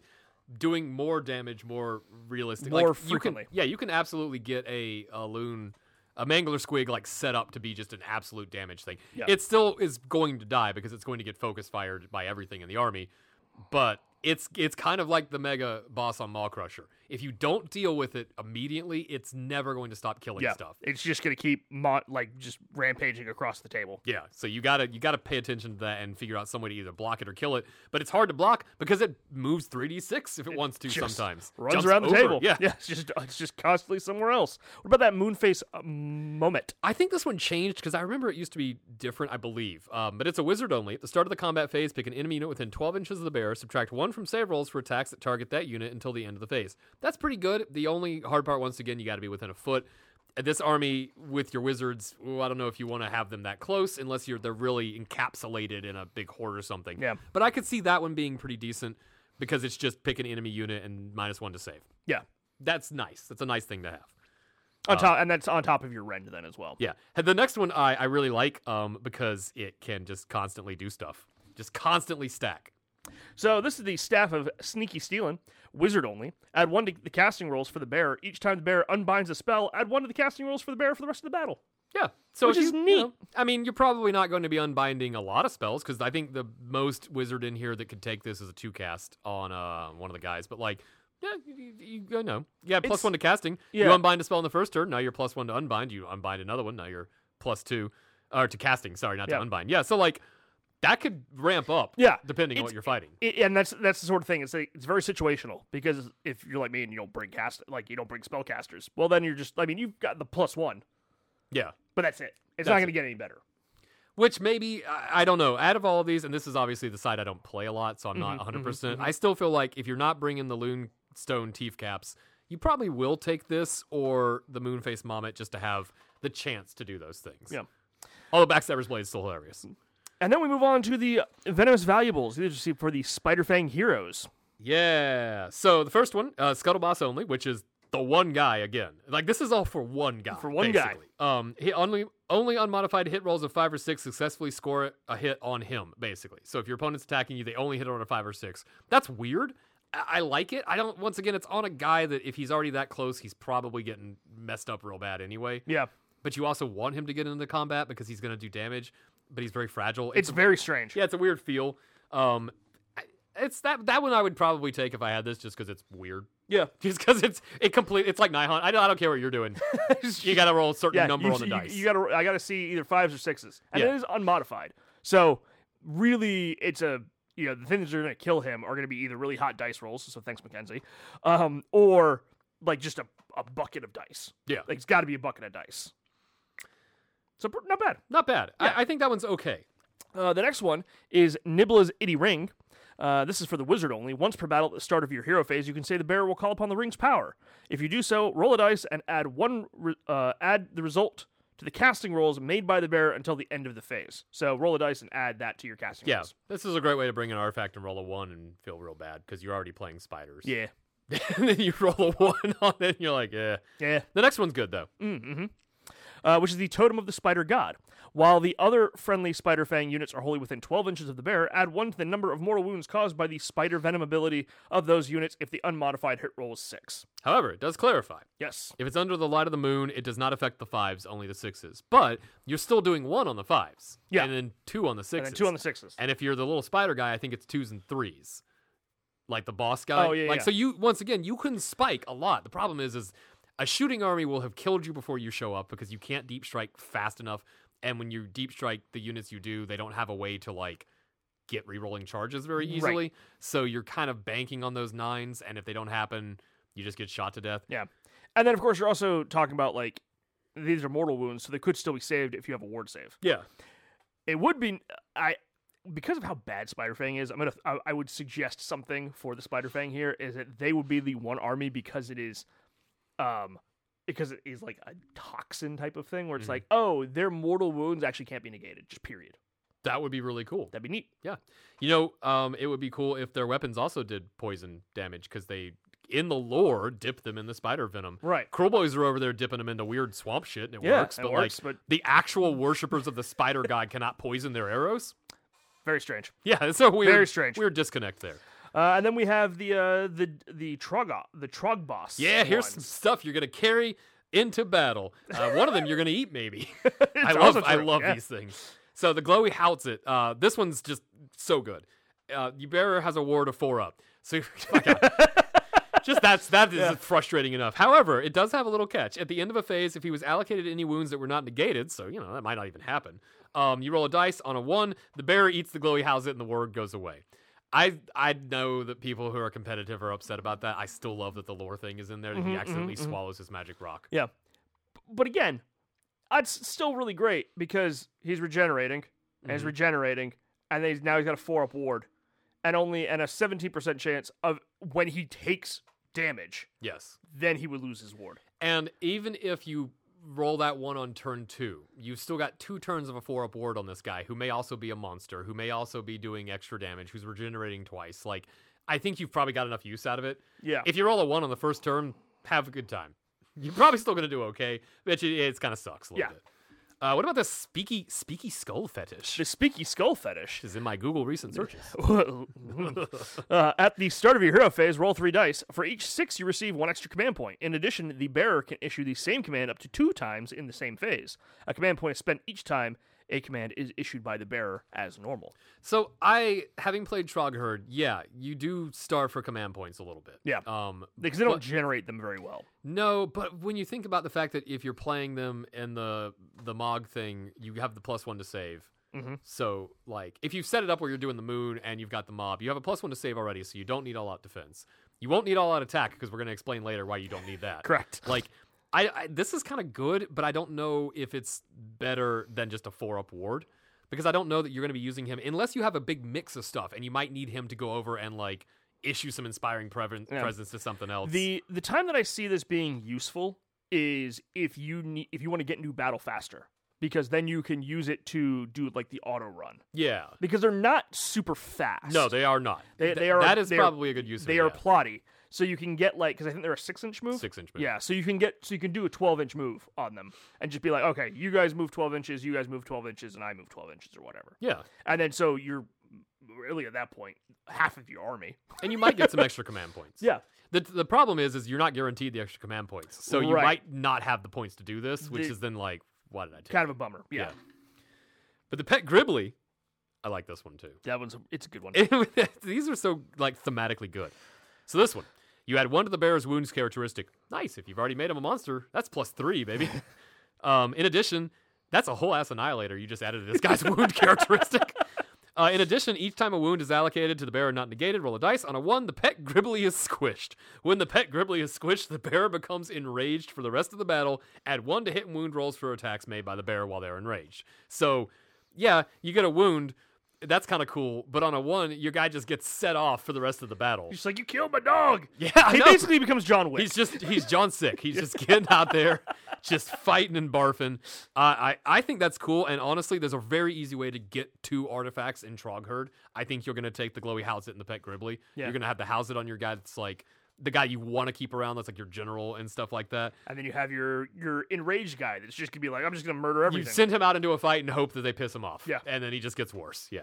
doing more damage, more realistic, like,
More
you can-
frequently.
yeah, you can absolutely get a, a loon, a mangler squig like set up to be just an absolute damage thing.
Yeah.
It still is going to die because it's going to get focus fired by everything in the army, but it's it's kind of like the mega boss on Maw Crusher. If you don't deal with it immediately, it's never going to stop killing
Yeah,
stuff.
it's just gonna keep mo- like just rampaging across the table.
Yeah, so you gotta you gotta pay attention to that and figure out some way to either block it or kill it. But it's hard to block because it moves three d six if it, wants to
just
sometimes.
runs
Jumps
around the
over.
table.
Yeah.
it's just uh, it's just constantly somewhere else. What about that Moonface uh, moment?
I think this one changed because I remember it used to be different, I believe. Um, but it's a wizard only. At the start of the combat phase, pick an enemy unit within 12 inches of the bearer, subtract one from save rolls for attacks that target that unit until the end of the phase. That's pretty good. The only hard part, once again, you got to be within a foot. Uh, This army with your wizards, ooh, I don't know if you want to have them that close unless you're they're really encapsulated in a big horde or something.
Yeah.
But I could see that one being pretty decent because it's just pick an enemy unit and minus one to save.
Yeah,
that's nice. That's a nice thing to have.
On top, and that's on top of your rend then as well.
Uh, Yeah. And The next one I, I really like um, because it can just constantly do stuff, just constantly stack.
So this is the staff of sneaky stealing, wizard only. Add one to the casting rolls for the bear. Each time the bear unbinds a spell, add one to the casting rolls for the bear for the rest of the battle.
Yeah. So
Which
if
is
you- you
neat.
know, I mean, you're probably not going to be unbinding a lot of spells because I think the most wizard in here that could take this is a two cast on uh, one of the guys. But like, yeah, you, you, you know, yeah, plus
It's-
one to casting. You
yeah.
unbind a spell in the first turn. Now you're plus one to unbind. You unbind another one. Now you're plus two, or to casting. Sorry, not
Yeah.
to unbind. Yeah. So like, that could ramp up.
Yeah.
Depending on
It's-
what you're fighting.
It, and that's that's the sort of thing. It's like, it's very situational because if you're like me and you don't bring cast like you don't bring spellcasters, well then you're just I mean you've got the plus one,
Yeah.
but that's it. It's
That's
not going to get any better.
Which maybe I I don't know. Out of all of these, and this is obviously the side I don't play a lot, so I'm not 100. percent I still feel like if you're not bringing the Loon Stone Teeth Caps, you probably will take this or the Moonface Mommet just to have the chance to do those things.
Yeah.
Although Backstabber's Blade is still hilarious.
And then we move on to the venomous valuables. These are see for the spider fang heroes.
Yeah. So the first one, uh, Scuttle Boss only, which is the one guy again. Like this is all for one guy.
For one guy.
basically. Um, he only only unmodified hit rolls of five or six successfully score a hit on him, basically. So if your opponent's attacking you, they only hit on a five or six. That's weird. I I like it. I don't. Once again, it's on a guy that if he's already that close, he's probably getting messed up real bad anyway.
Yeah,
But you also want him to get into combat because he's going to do damage. But he's very fragile.
it's very strange.
Yeah, it's a weird feel. Um, I- it's that that one I would probably take if I had this, just because it's weird.
yeah.
Just because it's it complete. It's like Nihon. I don't, I don't care what you're doing. you got to roll a certain number
you,
on the
you-
dice.
You gotta, I gotta see either fives or sixes, and
Yeah.
it is unmodified. So really, it's a you know the things that are gonna kill him are gonna be either really hot dice rolls. So thanks, Mackenzie, um, or like just a, a bucket of dice.
yeah,
Like it's got to be a bucket of dice. So pr- not bad.
not bad. I, I think that one's okay.
Uh, the next one is Nibla's Itty Ring. Uh, this is for the wizard only. Once per battle at the start of your hero phase, you can say the bearer will call upon the ring's power. If you do so, roll a dice and add one, re- uh, add the result to the casting rolls made by the bearer until the end of the phase. So roll a dice and add that to your casting
Yeah,
rolls.
this is a great way to bring an artifact and roll a one and feel real bad because you're already playing spiders.
Yeah,
and then you roll a one on it, and you're like, yeah.
yeah.
The next one's good though.
uh, which is the totem of the spider god. While the other friendly spider fang units are wholly within 12 inches of the bear, add one to the number of mortal wounds caused by the spider venom ability of those units if the unmodified hit roll is six.
However, it does clarify.
Yes.
If it's under the light of the moon, it does not affect the fives, only the sixes. But you're still doing one on the fives.
Yeah.
And then two on the
And
sixes.
then two on the sixes.
And if you're the little spider guy, I think it's twos and threes. Like the boss guy.
Oh, yeah,
Like
yeah.
so you once again, you can spike a lot. The problem is is a shooting army will have killed you before you show up because you can't deep strike fast enough. And when you deep strike the units you do, they don't have a way to like get re-rolling charges very
Right.
easily. So you're kind of banking on those nines, and if they don't happen, you just get shot to death.
Yeah. And then, of course, you're also talking about like these are mortal wounds, so they could still be saved if you have a ward save.
Yeah.
It would be I because of how bad Spider Fang is. I'm gonna I, I would suggest something for the Spider Fang here is that they would be the one army because it is, um, because it is like a toxin type of thing where
Mm-hmm.
it's like oh their mortal wounds actually can't be negated. Just period.
That would be really cool.
That'd be neat.
Yeah. You know, um, it would be cool if their weapons also did poison damage because they, in the lore, dip them in the spider venom.
Right.
Cruel boys are over there dipping them into weird swamp shit and it
Yeah,
works,
it
but
works,
like
but-
the actual worshippers of the spider god cannot poison their arrows.
Very strange.
Yeah, it's a weird,
Very strange.
weird disconnect there.
Uh, and then we have the uh, the the Trog the Trog boss.
Yeah, here's some
ones.
stuff you're gonna carry into battle. Uh, one of them you're gonna eat, maybe. I
It's
love
also
I
true,
love
yeah.
these things. So the glowy houts it. Uh, this one's just so good. Uh, the bearer has a ward of four up. So my God. just that's that is frustrating enough. However, it does have a little catch. At the end of a phase, if he was allocated any wounds that were not negated, so you know that might not even happen. Um, you roll a dice on a one. The bearer eats the glowy houset, and the ward goes away. I I know that people who are competitive are upset about that. I still love that the lore thing is in there that he accidentally swallows his magic rock.
Yeah. B- But again, that's still really great because he's regenerating and he's regenerating and then he's now he's got a four up ward and only and a 17% chance of when he takes damage,
Yes.
then he would lose his ward.
And even if you roll that one on turn two, you've still got two turns of a four up ward on this guy who may also be a monster, who may also be doing extra damage, who's regenerating twice. Like, I think you've probably got enough use out of it.
Yeah.
If you roll a one on the first turn, have a good time. You're probably still gonna do okay, but it, it's kind of sucks a little
Yeah.
bit. Uh, what about the speaky speaky skull fetish?
The speaky skull fetish.
Which is in my Google recent searches.
uh, at the start of your hero phase, roll three dice. For each six, you receive one extra command point. In addition, the bearer can issue the same command up to two times in the same phase. A command point is spent each time a command is issued by the bearer as normal.
So I, having played Trogherd, yeah, you do starve for command points a little bit.
Yeah.
Um,
Because they don't
But-
generate them very well.
no, but when you think about the fact that if you're playing them in the the Mog thing, you have the plus one to save.
Mhm.
So, like, if you've set it up where you're doing the moon and you've got the mob, you have a plus one to save already, so you don't need all out defense. You won't need all out attack because we're going to explain later why you don't need that.
Correct.
Like, I, I this is kind of good, but I don't know if it's better than just a four up ward because I don't know that you're going to be using him unless you have a big mix of stuff and you might need him to go over and like issue some inspiring preven-
Yeah.
presence to something else.
The the time that I see this being useful is if you need if you want to get into battle faster because then you can use it to do like the auto run
yeah.
because they're not super fast.
No, they are not.
They-
Th-
they are-
That is
they are-
probably a good use.
they
of
are
that.
plotty. So you can get like because I think they're a six inch move.
six inch. Move.
Yeah, so you can get so you can do a twelve inch move on them and just be like, okay, you guys move twelve inches, you guys move twelve inches, and I move twelve inches or whatever.
yeah,
And then so you're really at that point half of your army.
and you might get some extra command points.
Yeah.
The, the problem is, is you're not guaranteed the extra command points, so you
Right.
might not have the points to do this, which
The-
is then like, why did I take?
Kind of a bummer. Yeah.
Yeah. But the pet Gribbly, I like this one too.
That one's a, it's a good one.
These are so like thematically good. So this one, you add one to the bear's wounds characteristic. Nice. If you've already made him a monster, that's plus three, baby. um, in addition, that's a whole ass annihilator you just added to this guy's wound characteristic. Uh, in addition, each time a wound is allocated to the bearer not negated, roll a dice. On a one, the pet Gribbly is squished. When the pet Gribbly is squished, the bearer becomes enraged for the rest of the battle. Add one to hit and wound rolls for attacks made by the bearer while they're enraged. So, yeah, you get a wound. That's kind of cool. But on a one, your guy just gets set off for the rest of the battle.
He's just like, you killed my dog.
Yeah, I
he
know.
basically becomes John Wick.
He's just he's John Sick. He's just getting out there, just fighting and barfing. Uh, I I, I think that's cool. And honestly, there's a very easy way to get two artifacts in Trogherd. I think you're gonna take the glowy house it and the pet Gribbly.
Yeah.
You're gonna have the house it on your guy that's like the guy you want to keep around. That's like your general and stuff like that.
and then you have your your enraged guy that's just gonna be like, I'm just gonna murder everything.
You send him out into a fight and hope that they piss him off.
Yeah.
and then he just gets worse. Yeah,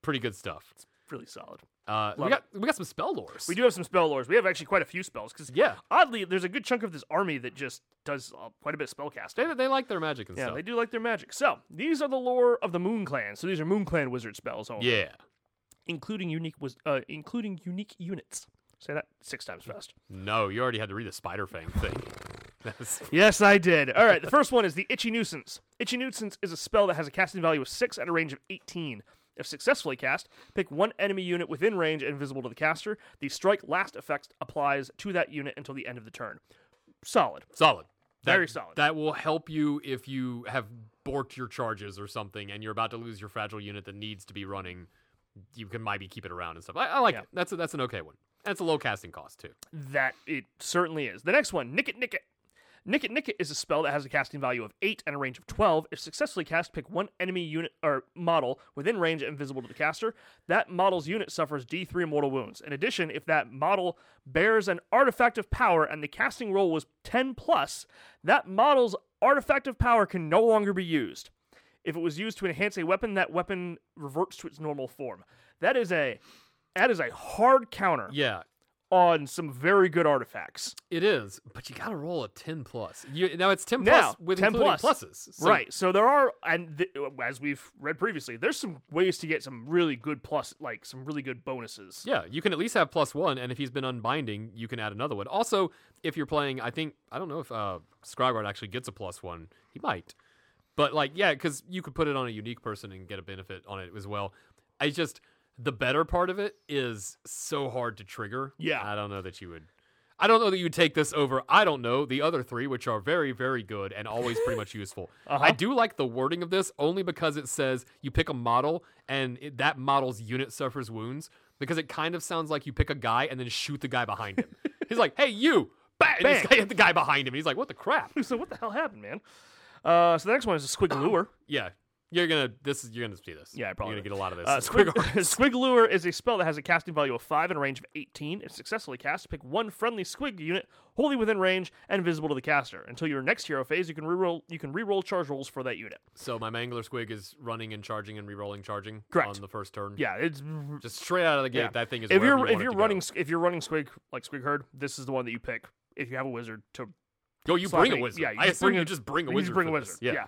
pretty good stuff.
really solid.
Uh, we
Love
got we got some spell lores.
We do have some spell lords. We have actually quite a few spells because
Yeah.
oddly, there's a good chunk of this army that just does uh, quite a bit of spell casting.
They, they like their magic and
Yeah,
stuff.
they do like their magic. So these are the lore of the Moon Clan. So these are Moon Clan wizard spells, all
yeah,
including unique was uh, including unique units. Say that six times fast.
no, you already had to read the spider fang thing. That's-
Yes, I did. All right, the first one is the Itchy Nuisance. Itchy Nuisance is a spell that has a casting value of 6 at a range of 18. If successfully cast, pick one enemy unit within range and visible to the caster. The strike last effect applies to that unit until the end of the turn. Solid.
Solid.
Very solid.
That will help you if you have borked your charges or something and you're about to lose your fragile unit that needs to be running. You can maybe keep it around and stuff. I, I like
Yeah.
it. That's a, that's an okay one. That's a low casting cost too.
That it certainly is. The next one, Nicket Nicket. Nicket Nicket is a spell that has a casting value of 8 and a range of 12. If successfully cast, pick one enemy unit or model within range and visible to the caster. That model's unit suffers D3 mortal wounds. In addition, if that model bears an artifact of power and the casting roll was 10 plus, that model's artifact of power can no longer be used. If it was used to enhance a weapon, that weapon reverts to its normal form. That is a that is a hard counter
Yeah,
on some very good artifacts.
it is. But you got to roll a ten plus. You, now it's ten
Now,
plus with
10
including
plus.
pluses. So
right. So there are, and th- as we've read previously, there's some ways to get some really good plus, like some really good bonuses.
Yeah, you can at least have plus one, and if he's been unbinding, you can add another one. Also, if you're playing, I think I don't know if uh, Skrygard actually gets a plus one. He might, but like yeah, because you could put it on a unique person and get a benefit on it as well. I just the better part of it is so hard to trigger.
Yeah.
I don't know that you would. I don't know that you would take this over. I don't know the other three, which are very, very good and always pretty much useful. I do like the wording of this only because it says you pick a model and it, that model's unit suffers wounds because it kind of sounds like you pick a guy and then shoot the guy behind him. he's like, "Hey, you!" Bang! And he's
Bang.
hit the guy behind him. And he's like, "What the crap?"
So what the hell happened, man? Uh, so the next one is a squig lure.
Yeah, You're gonna this is you're gonna see this.
Yeah, I probably
You're gonna get a lot of this.
Uh,
It's
squig,
quick-
squig lure is a spell that has a casting value of 5 and a range of 18. If successfully cast, pick one friendly squig unit wholly within range and visible to the caster. Until your next hero phase, you can reroll you can reroll charge rolls for that unit.
so my mangler squig is running and charging and re-rolling charging
Correct.
on the first turn.
Yeah, it's
Just straight out of the gate,
Yeah.
that thing is.
if
wherever
you're
you
if
want it
you're
to
running squ- if you're running squig like squig herd, this is the one that you pick. If you have a wizard to
go. Yo, you
slap
bring a
it-
wizard.
yeah, you
I
just
assume
bring
you
a-
just bring a
you
wizard.
just bring a
for
wizard.
this.
Yeah.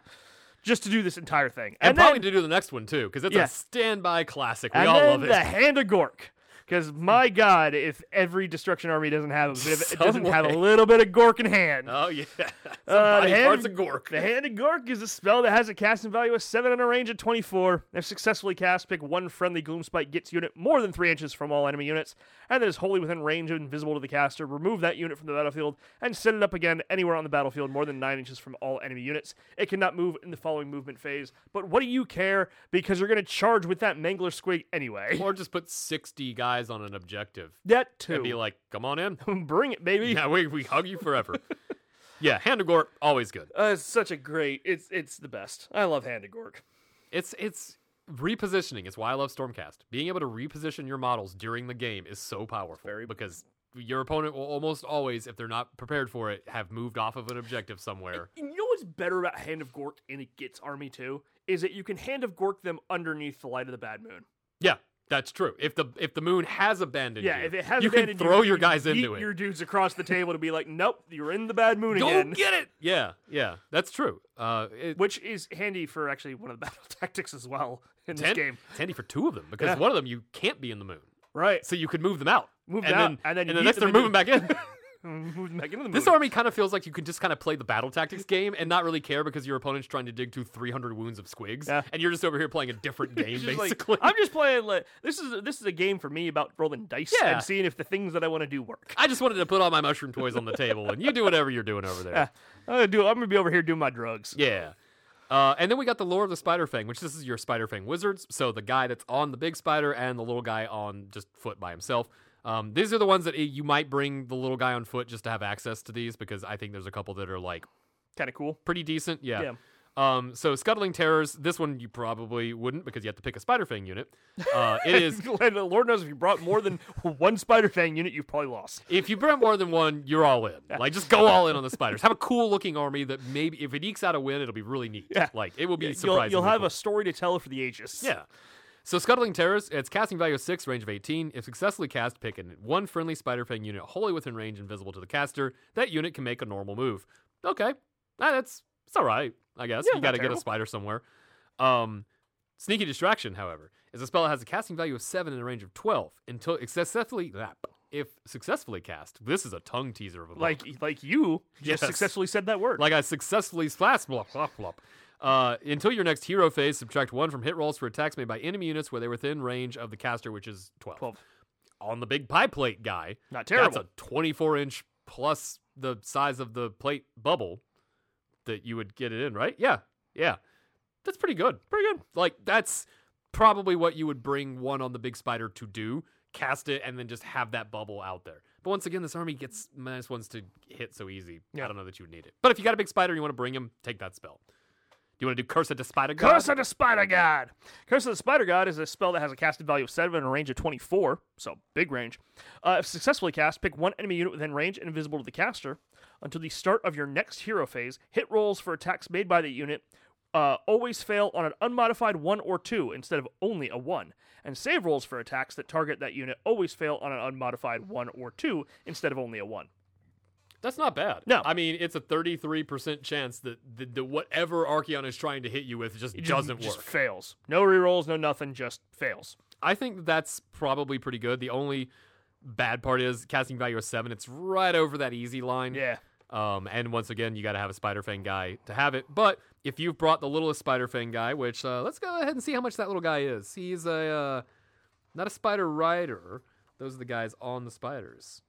Just to do this entire thing.
and, probably
then-
to do the next one too, because it's
Yeah.
a standby classic. We
and
all
then
love it.
the hand of Gork. Because my God, if every destruction army doesn't have a bit of, it doesn't have a
Someway.
little bit of Gork in hand,
Oh yeah,
Uh, the
Somebody
hand-
parts a gork.
The Hand of Gork is a spell that has a casting value of 7 and a range of 24. If successfully cast, pick one friendly Gloomspike Gets unit more than 3 inches from all enemy units, and that is wholly within range and invisible to the caster. Remove that unit from the battlefield and set it up again anywhere on the battlefield more than 9 inches from all enemy units. It cannot move in the following movement phase, but what do you care? Because you're going to charge with that Mangler Squig anyway.
or just put sixty guys on an objective
That
and be
too.
like, "Come on in."
Bring it, baby.
Yeah, we we hug you forever. yeah, hand of gork always good.
Uh, it's such a great. It's it's the best. I love Hand of Gork.
It's it's repositioning. It's why I love Stormcast. Being able to reposition your models during the game is so powerful
Very-
because your opponent will almost always, if they're not prepared for it, have moved off of an objective somewhere.
And you know what's better about Hand of Gork in a Gitz army too? Is that you can Hand of Gork them underneath the light of the bad moon.
Yeah, that's true. If the if the moon has abandoned
Yeah,
you,
if it has
you
abandoned
can throw
you,
your
you
guys
yeet
into it.
Your dudes across the table to be like, nope, you're in the bad moon
Go
again.
get it. Yeah, yeah, that's true. Uh, it,
Which is handy for actually one of the battle tactics as well in this
ten-
game.
it's handy for two of them because
Yeah.
one of them you can't be in the moon,
Right.
so you could move them out,
Move
and
them out,
then,
and then
the
yeet
next
them
they're moving
into-
back in.
Move back into the moon.
This army kind of feels like you can just kind of play the battle tactics game and not really care because your opponent's trying to dig through 300 wounds of squigs,
Yeah.
and you're just over here playing a different game,
It's just like,
basically.
I'm just playing. Like, this is this is a game for me about rolling dice
Yeah.
and seeing if the things that I want to do work.
I just wanted to put all my mushroom toys on the table, and you do whatever you're doing over
Yeah.
there.
I'm gonna do. I'm gonna be over here doing my drugs.
Yeah. Uh, and then we got the lore of the spider fang, which this is your spider fang wizards. So the guy that's on the big spider and the little guy on just foot by himself. Um, these are the ones that eh, you might bring the little guy on foot just to have access to these because I think there's a couple that are like
Kind of cool.
pretty decent. Yeah. Um, so scuttling terrors. This one you probably wouldn't because you have to pick a spider fang unit. Uh, it is
And Lord knows if you brought more than one Spider Fang unit, you've probably lost.
if you bring more than one, you're all in. Like just go all in on the spiders. Have a cool looking army that maybe if it ekes out a win, it'll be really neat.
Yeah.
Like it will be
You'll,
surprising.
you'll have a story to tell for the ages.
yeah. So scuttling terrors. It's casting value of six, range of eighteen. If successfully cast, pick an one friendly spider fang unit wholly within range, invisible to the caster. That unit can make a normal move. Okay, Ah, that's it's all right. I guess
Yeah,
you
not
got to get a
terrible.
spider somewhere. Um, Sneaky Distraction, however, is a spell that has a casting value of 7 and a range of 12 until successfully ah, if successfully cast. This is a tongue teaser of a book.
Like like you
Yes.
just successfully said that word.
like I successfully slash blop blop blop. Uh, until your next hero phase, subtract 1 from hit rolls for attacks made by enemy units where they're within range of the caster, which is 12.
12.
On the big pie plate guy.
Not terrible.
That's a 24 inch plus the size of the plate bubble that you would get it in, right? Yeah. Yeah. That's pretty good. Pretty good. Like, that's probably what you would bring one on the big spider to do cast it and then just have that bubble out there. But once again, this army gets minus ones to hit so easy. I
Yeah.
don't know that you would need it. But if you got a big spider and you want to bring him, take that spell. Do you want to do Curse of the Spider God?
Curse of the Spider God. Curse of the Spider God is a spell that has a casting value of 7 and a range of 24, so big range. Uh, if successfully cast, pick one enemy unit within range and invisible to the caster. Until the start of your next hero phase, hit rolls for attacks made by the unit uh, always fail on an unmodified 1 or 2 instead of only a 1. And save rolls for attacks that target that unit always fail on an unmodified 1 or 2 instead of only a 1.
That's not bad.
No.
I mean, it's a 33% chance that, that, that whatever Archeon is trying to hit you with just doesn't
just
work.
fails. No rerolls, no nothing, just fails.
I think that's probably pretty good. The only bad part is casting value of seven. It's right over that easy line.
Yeah.
Um, and once again, you got to have a Spider Fang guy to have it. But if you've brought the littlest Spider Fang guy, which uh, let's go ahead and see how much that little guy is. He's a uh, not a spider rider. Those are the guys on the spiders.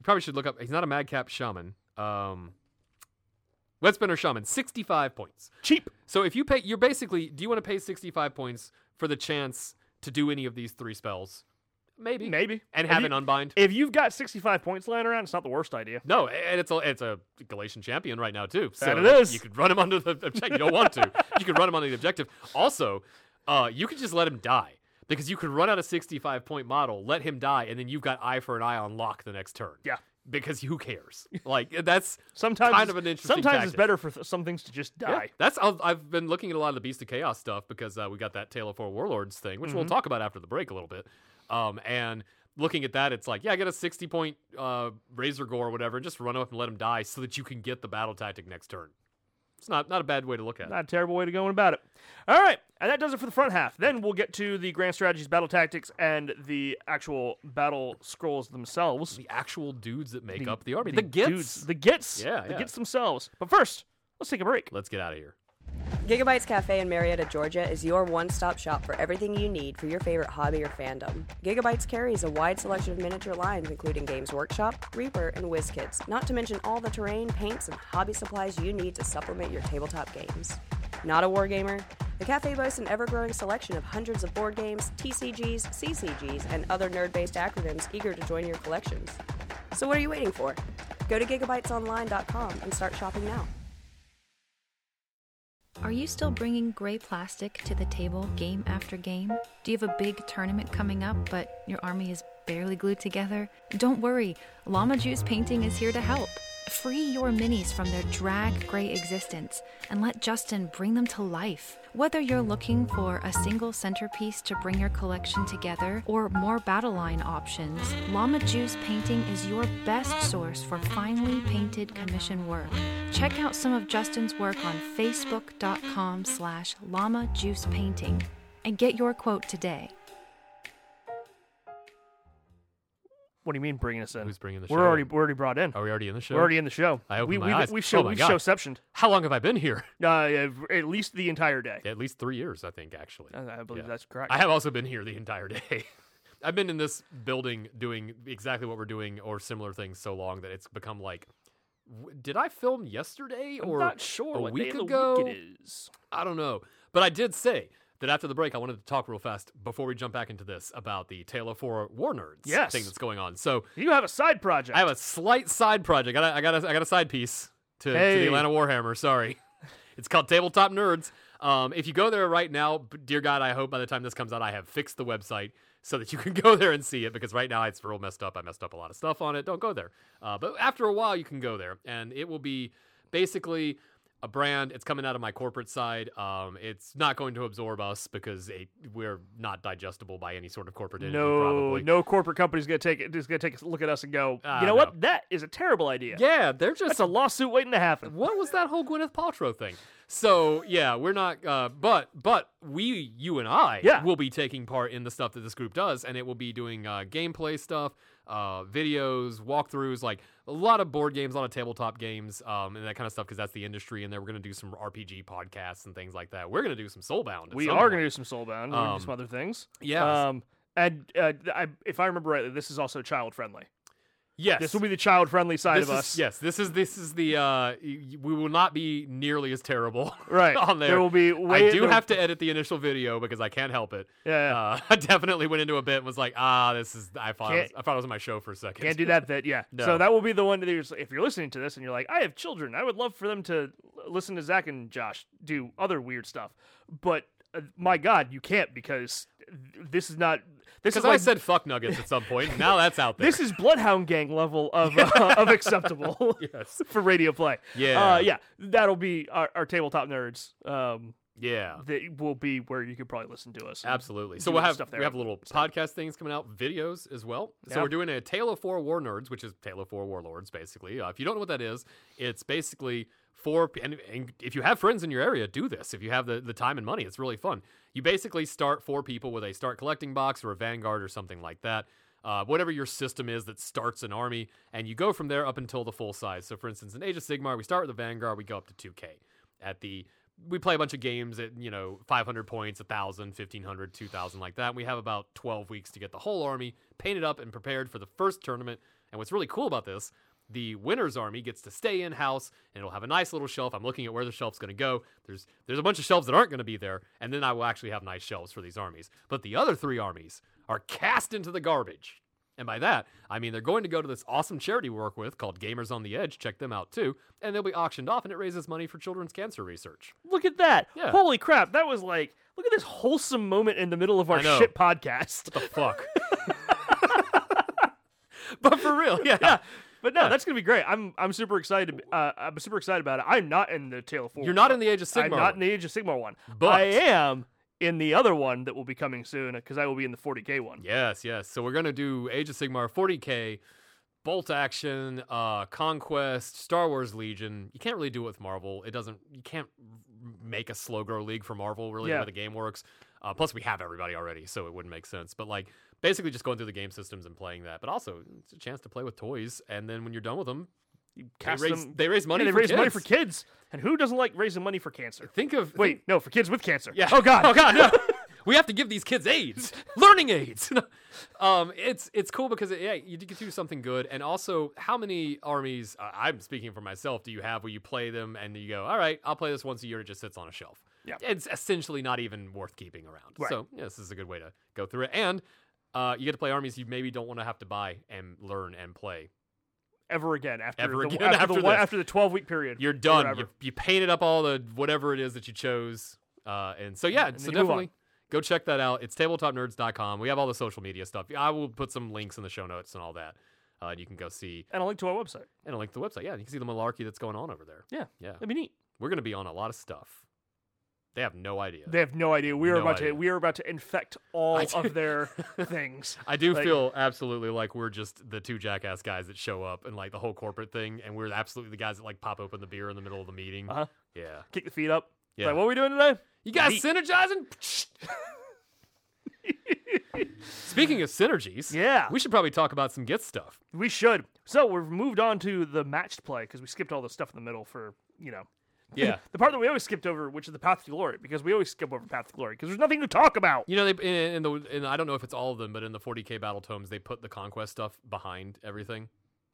You probably should look up. He's not a madcap shaman. Um, Wetspinner shaman, sixty-five points.
Cheap.
So if you pay, you're basically, do you want to pay 65 points for the chance to do any of these three spells? Maybe.
Maybe.
And
If
have
you-
an unbind.
If you've got 65 points laying around, it's not the worst idea.
No, and it's a it's a Galatian champion right now too. So
That it is.
You could run him under the objective. You don't want to. You could run him under the objective. Also, uh, you could just let him die because you could run out a sixty-five point model, let him die, and then you've got eye for an eye on lock the next turn.
Yeah.
Because who cares? Like that's
Sometimes
Kind
it's-
of an interesting
Sometimes it's
tactic.
better for th- some things to just
Yeah,
die.
that's I've, I've been looking at a lot of the Beast of Chaos stuff because uh, we got that Tale of Four Warlords thing, which we'll
Mm-hmm.
talk about after the break a little bit. Um, and looking at that, it's like, yeah, get a sixty point uh, Razor Gore or whatever, and just run up and let him die so that you can get the battle tactic next turn. It's not not a bad way to look at it.
Not a terrible way to go about it. All right, and that does it for the front half. Then we'll get to the grand strategies, battle tactics, and the actual battle scrolls themselves.
The actual dudes that make up the army, the, gits.
dudes- the gits,
Yeah,
the
yeah.
gits themselves. But first, let's take a break.
Let's get out of here.
Gigabytes Cafe in Marietta, Georgia is your one stop shop for everything you need for your favorite hobby or fandom. Gigabytes carries a wide selection of miniature lines, including Games Workshop, Reaper, and WizKids, not to mention all the terrain, paints, and hobby supplies you need to supplement your tabletop games. Not a wargamer? The cafe boasts an ever growing selection of hundreds of board games, TCGs, CCGs, and other nerd based acronyms eager to join your collections. So, what are you waiting for? Go to gigabytesonline.com and start shopping now.
Are you still bringing gray plastic to the table game after game? Do you have a big tournament coming up, but your army is barely glued together? Don't worry, Llama Juice Painting is here to help. Free your minis from their drag gray existence and let Justin bring them to life. Whether you're looking for a single centerpiece to bring your collection together or more battle line options, Llama Juice Painting is your best source for finely painted commission work. Check out some of Justin's work on facebook.com slash llama juice painting and get your quote today.
What do you mean bringing us in?
Who's bringing the
we're
show
already
in?
we're already brought in.
Are we already in the show?
We're already in the show.
I opened
we,
my
we,
eyes.
We show
Oh my
we
God.
showceptioned.
How long have I been here?
Uh, yeah, at least the entire day.
At least three years, I think, actually.
I I believe
Yeah.
that's correct.
I have also been here the entire day. I've been in this building doing exactly what we're doing or similar things so long that it's become like, w- did I film yesterday
I'm
or
not sure
a
what
week
day
ago?
Of the week it is.
I don't know. But I did say that after the break, I wanted to talk real fast before we jump back into this about the Tale of Four War Nerds
Yes.
thing that's going on. So
You have a side project.
I have a slight side project. I got a, I got a, I got a side piece to, to
Hey.
the Atlanta Warhammer. Sorry, it's called Tabletop Nerds. Um, if you go there right now, b- dear God, I hope by the time this comes out, I have fixed the website so that you can go there and see it because right now it's real messed up. I messed up a lot of stuff on it. Don't go there. Uh, but after a while, you can go there, and it will be basically a brand. It's coming out of my corporate side. Um, it's not going to absorb us because it, we're not digestible by any sort of corporate entity.
no,
probably.
no corporate company's gonna take it. Is gonna take a look at us and go.
Ah,
you know
no.
what? That is a terrible idea.
Yeah, they're just
That's a lawsuit waiting to happen.
what was that whole Gwyneth Paltrow thing? So yeah, we're not. Uh, but but we, you and I,
Yeah.
will be taking part in the stuff that this group does, and it will be doing uh, gameplay stuff, uh, videos, walkthroughs, like a lot of board games, a lot of tabletop games, um, and that kind of stuff because that's the industry. And then we're gonna do some RPG podcasts and things like that. We're gonna do some Soulbound. at
We
some
are
point.
going to do some Soulbound. We're gonna
Um,
do some other things.
yes.
Um, and uh, I, if I remember rightly, this is also child friendly.
Yes.
This will be the child friendly side
This
of
is-
us.
yes, this is this is the uh, y- y- we will not be nearly as terrible.
Right.
on there.
There will be
I
way-
do
there-
have to edit the initial video because I can't help it.
Yeah, yeah.
Uh, I definitely went into a bit and was like, ah, this is. I thought it was,
Can't-
I thought it was my show for a second.
Can't do that bit, yeah.
No.
So that will be the one that is, if you're listening to this and you're like, I have children, I would love for them to l- listen to Zach and Josh do other weird stuff. But uh, my God, you can't because th- this is not. This is
because
like,
I said fuck nuggets at some point. and Now that's out there.
this is Bloodhound Gang level of uh, of acceptable
Yes.
for radio play.
Yeah.
uh, yeah. That'll be our, our tabletop nerds. Um,
yeah.
that will be where you could probably listen to us.
Absolutely.
do
So we'll
all the
have
stuff
we
there.
have little podcast things coming out, videos as well. So
Yeah.
we're doing a Tale of Four War Nerds, which is Tale of Four Warlords, basically. Uh, if you don't know what that is, it's basically four. p- And, and if you have friends in your area, do this. If you have the, the time and money, it's really fun. You basically start four people with a start collecting box or a vanguard or something like that. Uh, whatever your system is that starts an army, and you go from there up until the full size. So, for instance, in Age of Sigmar, we start with the Vanguard, we go up to 2K at the we play a bunch of games at you know 500 points 1000 1500 2000 like that we have about 12 weeks to get the whole army painted up and prepared for the first tournament and what's really cool about this the winner's army gets to stay in house and it'll have a nice little shelf i'm looking at where the shelf's going to go there's there's a bunch of shelves that aren't going to be there and then i will actually have nice shelves for these armies but the other three armies are cast into the garbage. And by that, I mean they're going to go to this awesome charity we work with called Gamers on the Edge. Check them out too. And they'll be auctioned off, and it raises money for children's cancer research.
Look at that.
Yeah.
Holy crap. That was like, look at this wholesome moment in the middle of our
I know.
shit podcast.
What the fuck? but for real, yeah.
But no, that's gonna be great. I'm I'm super excited. Uh, I'm super excited about it. I'm not in the Tale of Four.
You're not in the Age of
I'm
Sigmar.
not in the Age of Sigmar one.
But-
I am in the other one that will be coming soon because I will be in the 40k one.
Yes, yes. So we're gonna do Age of Sigmar 40k, bolt action, uh, conquest, Star Wars Legion. You can't really do it with Marvel. It doesn't. You can't make a slow grow league for Marvel. Really, the
Yeah.
way the game works. Uh, plus, we have everybody already, so it wouldn't make sense. But like, basically, just going through the game systems and playing that. But also, it's a chance to play with toys, and then when you're done with them,
Cast
they raise
them-
they raise money.
Yeah, they
for
raise
kids.
money for kids, and who doesn't like raising money for cancer?
Think of
Wait, no, for kids with cancer.
Yeah.
Oh God.
Oh god. No. we have to give these kids AIDS, learning AIDS. um, it's it's cool because yeah, you get to do something good, and also how many armies? Uh, I'm speaking for myself. Do you have where you play them and you go, all right, I'll play this once a year. It just sits on a shelf.
Yeah.
It's essentially not even worth keeping around.
Right.
So yeah, this is a good way to go through it, and uh, you get to play armies you maybe don't want to have to buy and learn and play.
Ever again after
Ever
the,
again
after,
after
the one,
this.
after the 12 week period.
You're
or
done.
whatever.
You, you painted up all the whatever it is that you chose. Uh, and so, yeah, so
then you move on.
definitely go check that out. It's tabletopnerds.com. We have all the social media stuff. I will put some links in the show notes and all that. Uh, and you can go see
And a link to our website.
and a link to the website. Yeah, and you can see the malarkey that's going on over there.
Yeah.
Yeah.
That'd be neat.
We're going to be on a lot of stuff. They have no idea.
They have no idea. We are
No
about
idea.
to we are about to infect all
I do-
of their things.
I do
Like-
feel absolutely like we're just the two jackass guys that show up and like the whole corporate thing, and we're absolutely the guys that like pop open the beer in the middle of the meeting.
Uh-huh.
Yeah,
Kick the feet up.
Yeah.
Like, what are we doing today?
you guys
Neat.
synergizing. Speaking of synergies,
Yeah.
we should probably talk about some get stuff.
We should. So we've moved on to the matched play because we skipped all the stuff in the middle for you know
Yeah,
the part that we always skipped over, which is the path to glory, because we always skip over path to glory because there's nothing to talk about.
you know they in, in the in, I don't know if it's all of them, but in the 40k battle tomes they put the conquest stuff behind everything,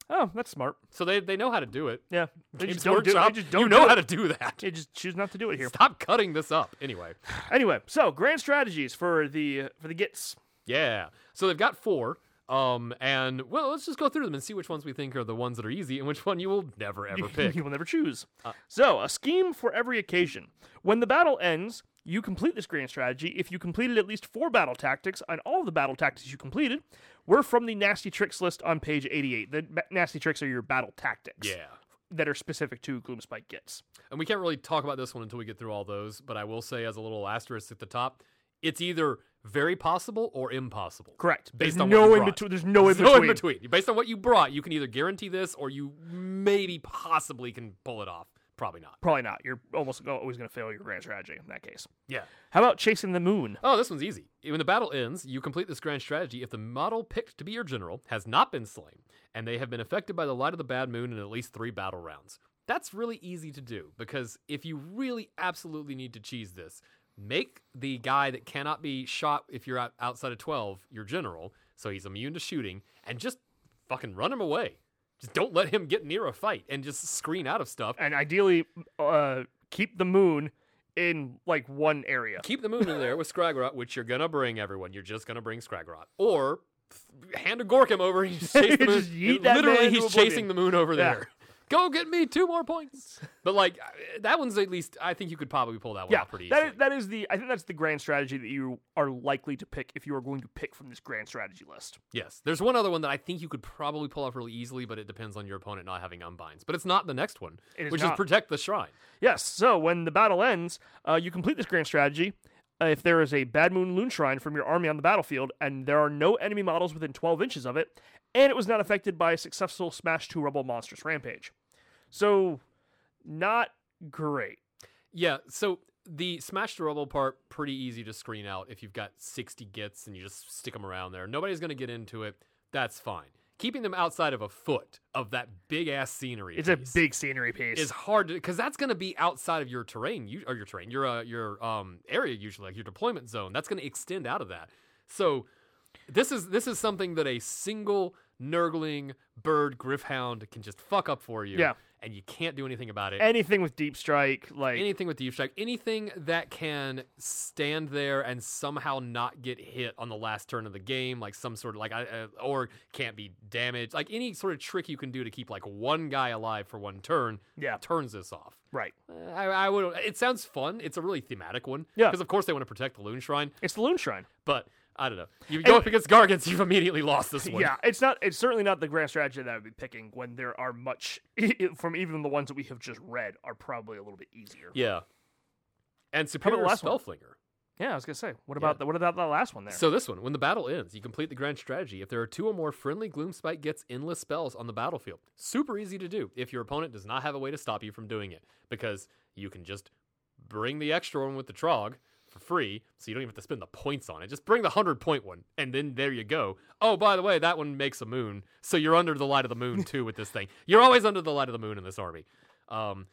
Oh, that's smart.
so they they know how to do it.
Yeah, they
Games
just don't do. They
Workshop,
just don't
you know
do
how
it.
to do that.
They just choose not to do it here.
Stop cutting this up. Anyway,
Anyway, so grand strategies for the for the gets.
Yeah. So they've got four. Um, and well, let's just go through them and see which ones we think are the ones that are easy and which one you will never ever
You,
pick.
you will never choose. so a scheme for every occasion. When the battle ends, you complete this grand strategy. If you completed at least four battle tactics, and all of the battle tactics you completed were from the nasty tricks list on page 88. The ba- nasty tricks are your battle tactics
Yeah.
that are specific to Gloomspike gets.
And we can't really talk about this one until we get through all those, but I will say as a little asterisk at the top, it's either very possible or impossible.
Correct.
Based
there's
on
no
what you
in
brought.
between. There's no in
There's
between.
no in between. Based on what you brought, you can either guarantee this or you maybe possibly can pull it off. Probably not.
Probably not. You're almost always going to fail your grand strategy in that case.
Yeah.
How about chasing the moon?
Oh, this one's easy. When the battle ends, you complete this grand strategy if the model picked to be your general has not been slain, and they have been affected by the light of the bad moon in at least three battle rounds. That's really easy to do because if you really absolutely need to cheese this, make the guy that cannot be shot if you're out- outside of 12 your general, so he's immune to shooting, and just fucking run him away. Just don't let him get near a fight and just screen out of stuff.
And ideally, uh, keep the moon in like one area.
keep the moon in there with Scragrot, which you're gonna bring everyone. You're just gonna bring Scragrot, or th- hand a Gorkum over and you just chase the moon.
Just yeet
It-
that
Literally,
man into
he's
oblivion.
chasing the moon over
Yeah.
there. Go get me two more points. But like I- that one's at least, I think you could probably pull that one
yeah,
out pretty
that
easily.
is, that is the. I think that's the grand strategy that you are likely to pick if you are going to pick from this grand strategy list.
yes, there's one other one that I think you could probably pull off really easily, but it depends on your opponent not having unbinds. But it's not the next one,
It is
which
not.
is protect the shrine.
Yes. So when the battle ends, uh, you complete this grand strategy. Uh, if there is a Bad Moon Loon Shrine from your army on the battlefield, and there are no enemy models within 12 inches of it, and it was not affected by a successful Smash 2 Rebel Monstrous Rampage. So, not great.
Yeah, so the smash to rubble part pretty easy to screen out if you've got 60 gets and you just stick them around there. Nobody's going to get into it. That's fine. Keeping them outside of a foot of that big ass scenery
It's a
piece
big scenery piece.
is hard because that's going to be outside of your terrain you, or your terrain your uh, your um area usually like your deployment zone that's going to extend out of that so this is this is something that a single nurgling bird griffhound can just fuck up for you
Yeah.
and you can't do anything about it.
Anything with Deep Strike, like
anything with deep strike, anything that can stand there and somehow not get hit on the last turn of the game, like some sort of like I uh, or can't be damaged, like any sort of trick you can do to keep like one guy alive for one turn,
Yeah.
turns this off.
right.
Uh, I, I would. It sounds fun. It's a really thematic one.
Yeah.
Because of course they want to protect the Loon Shrine,
It's the Loon Shrine.
but I don't know. You go up against Gargants, you've immediately lost this one.
Yeah, it's not. It's certainly not the grand strategy that I would be picking when there are much e, from even the ones that we have just read are probably a little bit easier.
Yeah. And
about
Superior
the last one?
Spellflinger.
Yeah, I was gonna say, what about the, what about that last one there?
So this one, when the battle ends, you complete the grand strategy. If there are two or more friendly Gloomspite gets endless spells on the battlefield. Super easy to do if your opponent does not have a way to stop you from doing it, because you can just bring the extra one with the Trog for free, so you don't even have to spend the points on it. Just bring the hundred point one, and then there you go. Oh, by the way, that one makes a moon, so you're under the light of the moon too with this thing. You're always under the light of the moon in this army. Um,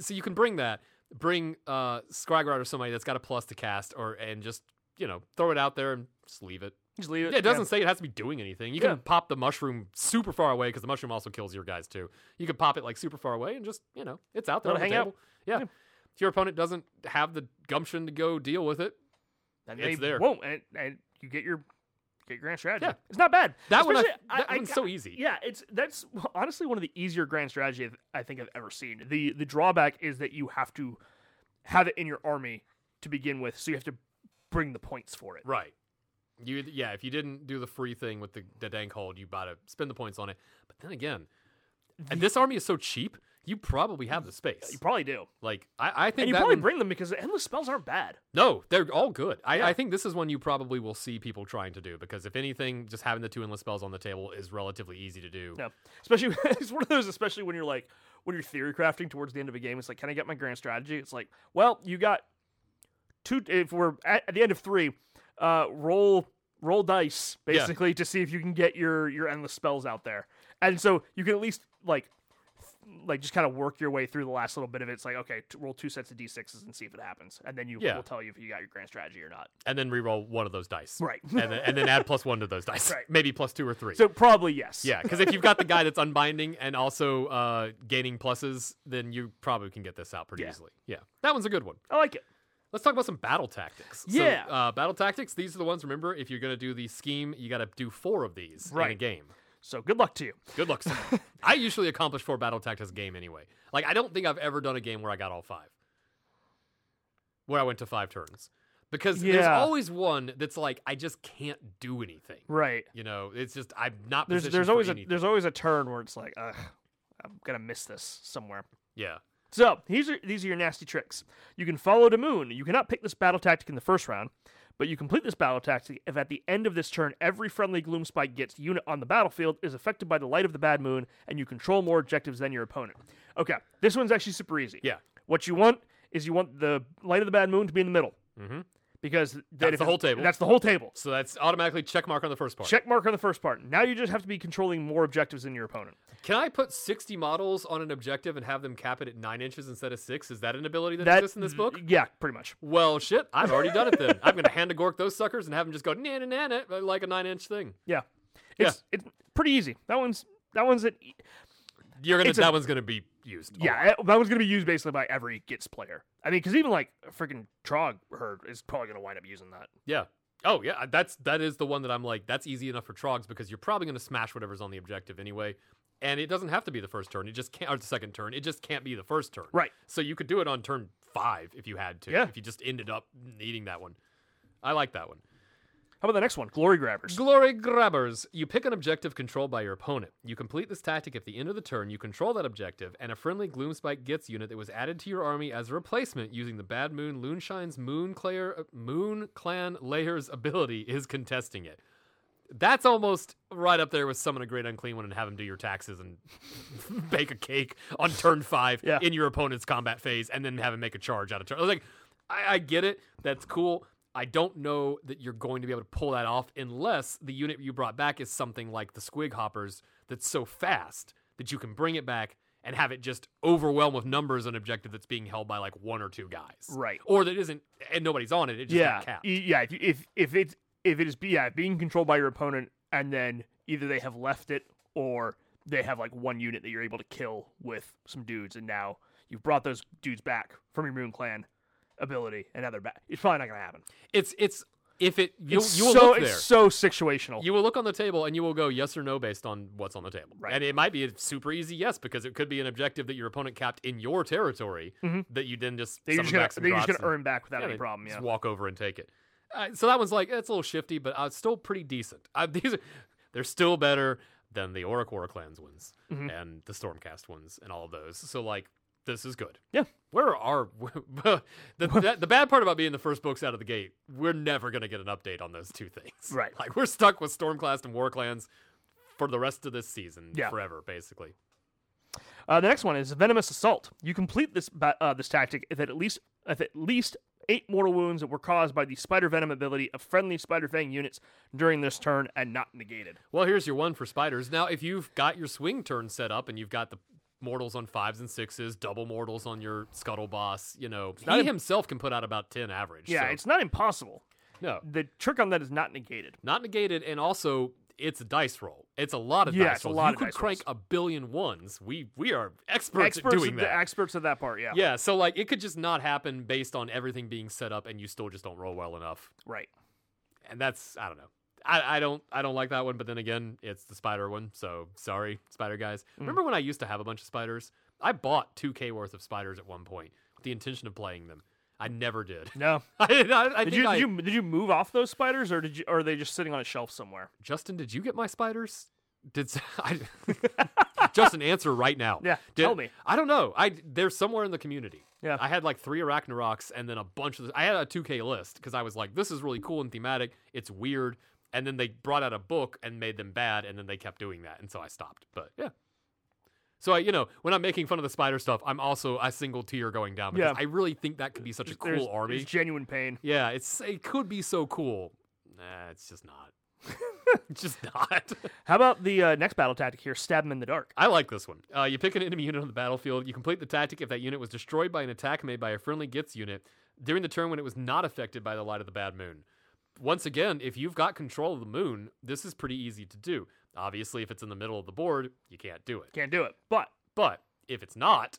so you can bring that, bring uh Scrygrod or somebody that's got a plus to cast, or and just you know throw it out there and just leave it.
Just leave it.
Yeah, it doesn't say it has to be doing anything. You
Yeah.
can pop the mushroom super far away because the mushroom also kills your guys too. You could pop it like super far away and just you know it's out there.
Let
on
it
the
hang out.
table. Yeah. If your opponent doesn't have the gumption to go deal with it,
and
it's
they
there.
Won't and, and you get your get your grand strategy.
Yeah.
it's not bad.
That one I-
Especially-
that one's so easy.
Yeah, it's that's honestly one of the easier grand strategies I think I've ever seen. the The drawback is that you have to have it in your army to begin with, so you have to bring the points for it.
right? You yeah. If you didn't do the free thing with the, the dank hold, you gotta spend the points on it. But then again, and this army is so cheap, you probably have the space.
You probably do,
Like I, I think
and you
that
probably
one-
bring them because the endless spells aren't bad.
No, they're all good. I, I think this is one you probably will see people trying to do because if anything, just having the two endless spells on the table is relatively easy to do.
No, especially it's one of those, especially when you're like when you're theory crafting towards the end of a game. It's like, can I get my grand strategy? It's like, well, you got two. If we're at, at the end of three, uh, roll roll dice
Yeah.
basically to see if you can get your your endless spells out there, and so you can at least like th- like just kind of work your way through the last little bit of it. It's like, okay, t- roll two sets of d sixes and see if it happens, and then you
Yeah.
will tell you if you got your grand strategy or not.
And then re-roll one of those dice.
Right.
And then, and then add plus one to those dice.
Right.
Maybe plus two or three.
So probably yes.
yeah, because if you've got the guy that's unbinding and also uh, gaining pluses, then you probably can get this out pretty
Yeah.
easily. Yeah. That one's a good one.
I like it.
Let's talk about some battle tactics. So,
Yeah.
uh, battle tactics, these are the ones, remember, if you're going to do the scheme, you got to do four of these in a
Right.
game.
So good luck to you.
Good luck. Sam. I usually accomplish four battle tactics a game anyway. Like I don't think I've ever done a game where I got all five, where I went to five turns, because there's
Yeah.
always one that's like I just can't do anything.
Right.
You know, it's just I'm not.
there's
positioned
there's
for
always a
anything.
there's always a turn where it's like, ugh, I'm gonna miss this somewhere.
yeah.
So these are these are your nasty tricks. You can follow to moon. You cannot pick this battle tactic in the first round, but you complete this battle tactic if at the end of this turn every friendly gloom spike gets unit on the battlefield is affected by the light of the bad moon and you control more objectives than your opponent. Okay, this one's actually super easy.
Yeah.
What you want is you want the light of the bad moon to be in the middle. Mm-hmm. Because then
That's
if
the
it-
whole table.
That's the whole table.
So that's automatically check mark on the first part.
Check mark on the first part. Now you just have to be controlling more objectives than your opponent.
Can I put 60 models on an objective and have them cap it at nine inches instead of six? Is that an ability that, exists in this book?
Yeah, pretty much.
Well, shit, I've already done it then. I'm going to hand a gork those suckers and have them just go na na na na uh, like a nine inch thing.
Yeah, it's it's pretty easy. That one's that one's an, e-
You're gonna
It's a-
that one's gonna be used. Oh, a lot.
yeah that one's gonna be used basically by every gets player. I mean, because even like freaking Trog herd is probably gonna wind up using that.
yeah. Oh yeah, that's that is the one that I'm like that's easy enough for trogs because you're probably gonna smash whatever's on the objective anyway, and it doesn't have to be the first turn. It just can't or the second turn. It just can't be the first turn.
Right.
So you could do it on turn five if you had to.
Yeah.
If you just ended up needing that one, I like that one.
How about the next one? Glory grabbers.
Glory grabbers. You pick an objective controlled by your opponent. You complete this tactic at the end of the turn. You control that objective, and a friendly Gloom Spike gets unit that was added to your army as a replacement using the Bad Moon Loonshine's Moon, Clayer, Moon Clan Layer's ability is contesting it. That's almost right up there with summon a great unclean one and have him do your taxes and bake a cake on turn five
Yeah.
in your opponent's combat phase and then have him make a charge out of turn. I was like, I, I get it. That's cool. I don't know that you're going to be able to pull that off unless the unit you brought back is something like the Squig Hoppers that's so fast that you can bring it back and have it just overwhelm with numbers an objective that's being held by like one or two guys.
Right.
Or that isn't, and nobody's on it. It just
yeah, E
got capped.
y- yeah. If you- if if it's if it is be- yeah being controlled by your opponent and then either they have left it or they have like one unit that you're able to kill with some dudes, and now you've brought those dudes back from your Moon Clan ability, and now they're back. It's probably not gonna happen.
It's it's if it you
it's
you will
so
look
it's
there.
so situational.
You will look on the table and you will go yes or no based on what's on the table.
Right.
And it might be a super easy yes because it could be an objective that your opponent capped in your territory
Mm-hmm.
that you then just
they're just
summon
gonna
back some
they're just
drops
gonna
and-
earn back without
yeah,
any
they
problem.
Just
Yeah,
walk over and take it. Uh, so that one's like it's a little shifty, but uh, still pretty decent. Uh, these are, they're still better than the Oracora clans ones
Mm-hmm.
and the Stormcast ones and all of those. So like this is good.
yeah.
Where are the, the the bad part about being the first books out of the gate? We're never going to get an update on those two things.
Right.
Like we're stuck with Stormcast and Warclans for the rest of this season.
Yeah.
Forever, basically.
Uh, the next one is venomous assault. You complete this ba- uh, this tactic if at least if at least eight mortal wounds that were caused by the spider venom ability of friendly spider fang units during this turn and not negated.
Well, here's your one for spiders. Now, if you've got your swing turn set up and you've got the mortals on fives and sixes, double mortals on your scuttle boss, you know, he
im-
himself can put out about ten average.
Yeah,
so-
it's not impossible.
no,
The trick on that is not negated.
not negated, and also it's a dice roll. It's a lot of
Yeah,
dice
it's a
rolls.
lot
you
of
could
dice
crank a billion ones. We we are experts,
experts
at doing
at the-
that.
experts at that part. Yeah.
Yeah, so like it could just not happen based on everything being set up, and you still just don't roll well enough,
Right.
and that's I don't know. I, I don't I don't like that one, but then again, it's the spider one, so sorry, spider guys.
Hmm.
Remember when I used to have a bunch of spiders? I bought two k worth of spiders at one point with the intention of playing them. I never did.
No.
I, I, I
Did
think
you,
I-
did you did you move off those spiders or did you or are they just sitting on a shelf somewhere?
Justin, did you get my spiders? Did s- I, Justin answer right now?
Yeah,
Did-
tell me.
I don't know. I they're somewhere in the community.
Yeah.
I had like three arachnorocs and then a bunch of. The, I had a 2K list because I was like, this is really cool and thematic. It's weird. And then they brought out a book and made them bad, and then they kept doing that, and so I stopped. But yeah. So I, you know, when I'm making fun of the spider stuff, I'm also a single tier going down because
Yeah.
I really think that could be such a cool
There's,
army.
there's genuine pain.
yeah, it's it could be so cool. Nah, it's just not. it's just not.
How about the uh, next battle tactic here? Stab him in the dark.
I like this one. Uh, you pick an enemy unit on the battlefield. You complete the tactic if that unit was destroyed by an attack made by a friendly Gitz unit during the turn when it was not affected by the light of the bad moon. Once again, if you've got control of the moon, this is pretty easy to do. Obviously, if it's in the middle of the board, you can't do it.
Can't do it. But
But if it's not,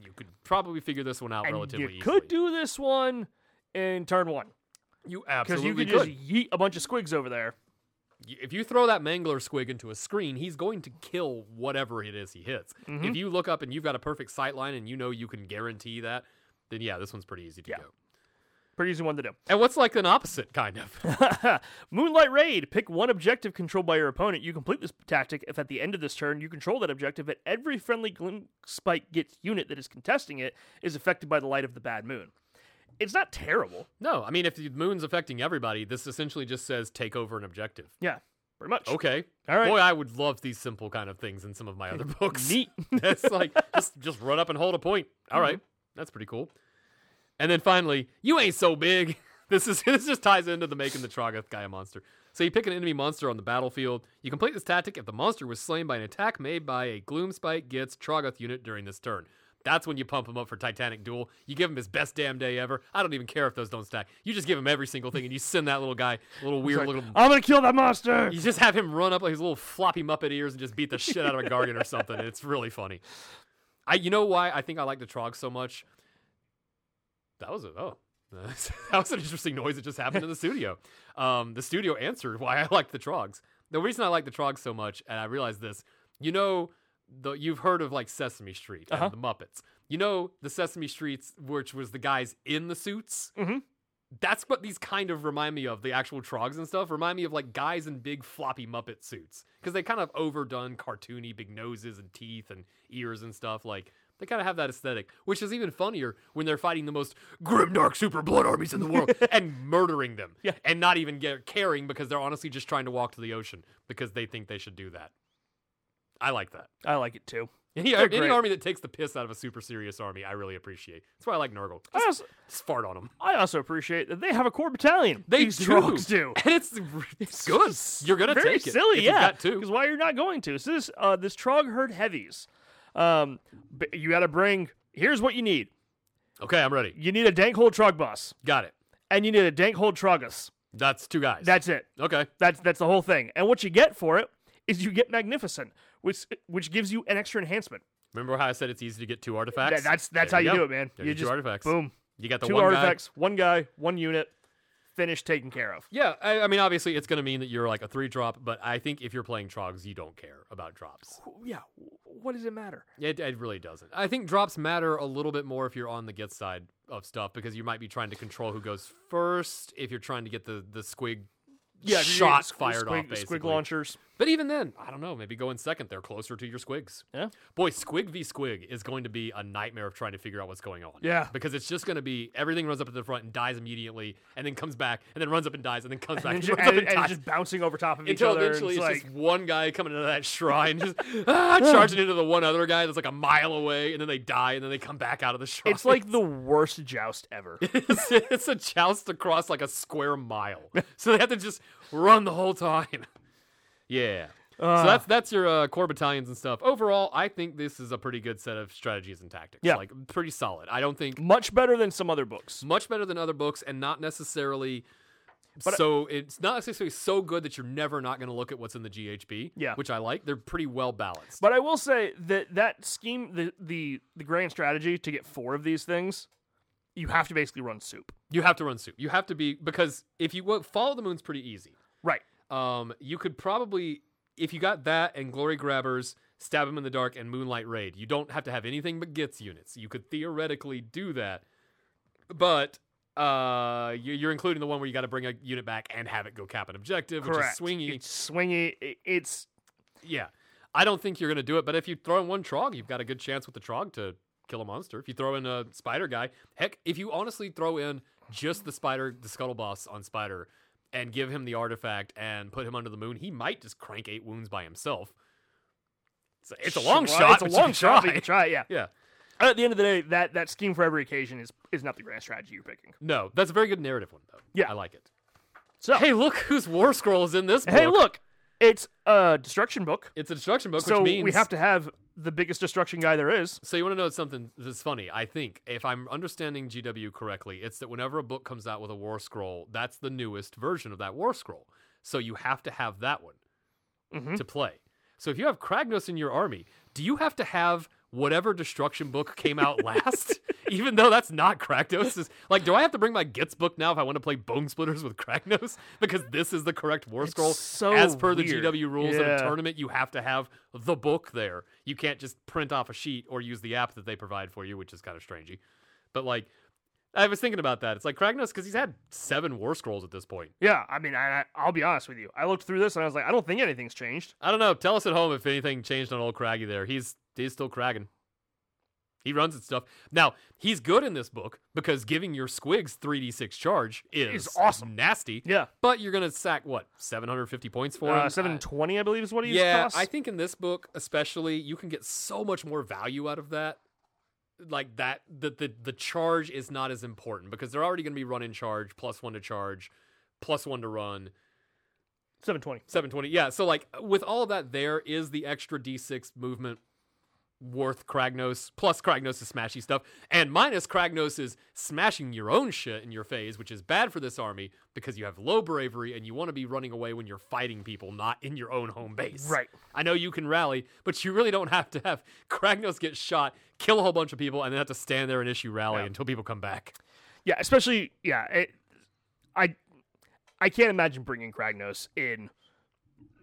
you could probably figure this one out
and
relatively
you
easily.
could do this one in turn one
you
because you
absolutely
could,
could.
just yeet a bunch of squigs over there.
y- if you throw that mangler squig into a screen, he's going to kill whatever it is he hits. If you look up and you've got a perfect sight line and you know you can guarantee that, then yeah, this one's pretty easy to
Yeah.
go.
Pretty easy one to do.
And what's like an opposite kind of?
Moonlight Raid. Pick one objective controlled by your opponent. You complete this tactic if at the end of this turn you control that objective, at every friendly Gloom Spike gets unit that is contesting it is affected by the light of the bad moon. It's not terrible.
no, I mean if the moon's affecting everybody, this essentially just says take over an objective.
Yeah, pretty much.
Okay.
All right.
Boy, I would love these simple kind of things in some of my other books.
Neat.
That's like just just run up and hold a point. All right,
Mm-hmm.
That's pretty cool. And then finally, you ain't so big. This is this just ties into the making the Trogoth guy a monster. So you pick an enemy monster on the battlefield. You complete this tactic if the monster was slain by an attack made by a Gloomspike gets Trogoth unit during this turn. That's when you pump him up for Titanic Duel. You give him his best damn day ever. I don't even care if those don't stack. You just give him every single thing, and you send that little guy, little weird little
I'm gonna kill that monster.
you just have him run up like his little floppy Muppet ears and just beat the shit out of a Gargan or something. and It's really funny. I, you know why I think I like the Trog so much? That was a oh, that was an interesting noise that just happened in the studio. Um, the studio answered why I like the Trogs. The reason I like the Trogs so much, and I realized this, you know, the you've heard of like Sesame Street and the Muppets. You know, the Sesame Streets, which was the guys in the suits that's what these kind of remind me of the actual trogs and stuff remind me of like guys in big floppy muppet suits because they kind of overdone cartoony big noses and teeth and ears and stuff like they kind of have that aesthetic which is even funnier when they're fighting the most grimdark super blood armies in the world and murdering them yeah. and not even get, caring because they're honestly just trying to walk to the ocean because they think they should do that i like that
I like it too.
any,
They're
any
great.
army that takes the piss out of a super serious army i really appreciate that's why i like nurgle
I
just,
also,
just fart on them
I also appreciate that they have a core battalion.
they
These
do.
Trogs do.
and it's, it's good. You're gonna
Very
take it.
silly,
if
yeah.
you got two.
Because why you're not going to? So this uh, this Trog herd heavies. Um, b- you got to bring. Here's what you need.
Okay, I'm ready.
You need a dank hold Trog bus,
Got it.
and you need a dank hold Trogus.
That's two guys.
That's it.
okay.
That's that's the whole thing. And what you get for it is you get magnificent, which which gives you an extra enhancement.
Remember how I said it's easy to get two
That-
artifacts?
that's that's
There
how you
go.
do it, man.
There
you
you
just
two artifacts.
boom,
You got the
two
one
artifacts, one guy, one unit, finished, taken care of.
Guy. Yeah, I, I mean, obviously, it's going to mean that you're like a three drop, but I think if you're playing Trogs, you don't care about drops.
Yeah, what does it matter?
It, it really doesn't. I think drops matter a little bit more if you're on the get side of stuff because you might be trying to control who goes first if you're trying to get the the squig
Yeah, if you're
shot
using squ-
fired
squig,
off basically.
Squig launchers.
But even then, I don't know. Maybe go in second. They're closer to your squigs.
Yeah.
Boy, squig v squig is going to be a nightmare of trying to figure out what's going on.
Yeah.
Because it's just going to be everything runs up to the front and dies immediately, and then comes back, and then runs up and dies, and then comes back
And,
and,
just,
runs up
and,
and,
and
dies.
just bouncing over top of each
until
other. and
eventually,
it's
it's
like,
just one guy coming into that shrine, just ah, charging into the one other guy that's like a mile away, and then they die, and then they come back out of the shrine.
it's like the worst joust ever.
it's, it's a joust across like a square mile. So they have to just run the whole time. Yeah.
Ah.
so that's that's your uh, core battalions and stuff. Overall, I think this is a pretty good set of strategies and tactics.
Yeah.
Like pretty solid. I don't think
Much better than some other books.
much better than other books and not necessarily
But I-
so it's not necessarily so good that you're never not going to look at what's in the GHB,
Yeah.
which I like. They're pretty well balanced.
But I will say that that scheme, the the the grand strategy to get four of these things, you have to basically run soup.
you have to run soup. You have to be because if you well, follow the moon's pretty easy.
Right.
um, you could probably if you got that and glory grabbers stab him in the dark and moonlight raid you don't have to have anything but gets units you could theoretically do that but uh, you- you're including the one where you got to bring a unit back and have it go cap an objective
Correct.
which is swingy
It's swingy. i- It's
yeah i don't think you're going to do it but if you throw in one trog you've got a good chance with the trog to kill a monster if you throw in a spider guy heck if you honestly throw in just the spider the scuttle boss on spider and give him the artifact and put him under the moon he might just crank eight wounds by himself it's a, it's a long
try-
shot
It's
but
a
you
long
can
shot. but
try.
you can try it, yeah.
yeah
At the end of the day, that that scheme for every occasion is is not the grand strategy you're picking.
no that's a very good narrative one though
Yeah.
i like it
So
hey look whose war scroll is in this book
hey, look, it's a destruction book.
it's a destruction book
So
which means
we have to have the biggest destruction guy there is.
So you want to know something that's funny? I think if I'm understanding GW correctly, it's that whenever a book comes out with a war scroll, that's the newest version of that war scroll. So you have to have that one
Mm-hmm.
to play. So if you have Kragnos in your army, do you have to have whatever destruction book came out last? Even though that's not Kragnos, is like, do I have to bring my Gitz book now if I want to play Bone Splitters with Kragnos? Because this is the correct war scroll
so
as per
weird.
the GW rules at
Yeah.
a tournament. You have to have the book there. You can't just print off a sheet or use the app that they provide for you, which is kind of strangey. But like, I was thinking about that. It's like Kragnos because he's had seven war scrolls at this point.
Yeah, I mean, I, I- I'll be honest with you. I looked through this and I was like, I don't think anything's changed.
I don't know. Tell us at home if anything changed on old Craggy there. He's he's still cragging. He runs at stuff. Now, he's good in this book because giving your squigs 3d6 charge is
Is awesome.
Nasty.
Yeah.
But you're going to sack, what, 750 points for him?
Uh,
I-
720, I believe, is what he
yeah,
costs.
I think in this book especially, you can get so much more value out of that. Like that, that the the charge is not as important because they're already going to be running charge plus one to charge, plus one to run.
720.
720. Yeah. So, like, with all of that, there is the extra D6 movement worth Kragnos, plus Kragnos' smashy stuff, and minus Kragnos is smashing your own shit in your phase, which is bad for this army because you have low bravery and you want to be running away when you're fighting people, not in your own home base.
Right.
I know you can rally, but you really don't have to have Kragnos get shot, kill a whole bunch of people, and then have to stand there and issue rally until people come back.
Yeah, especially, yeah, it, I I can't imagine bringing Kragnos in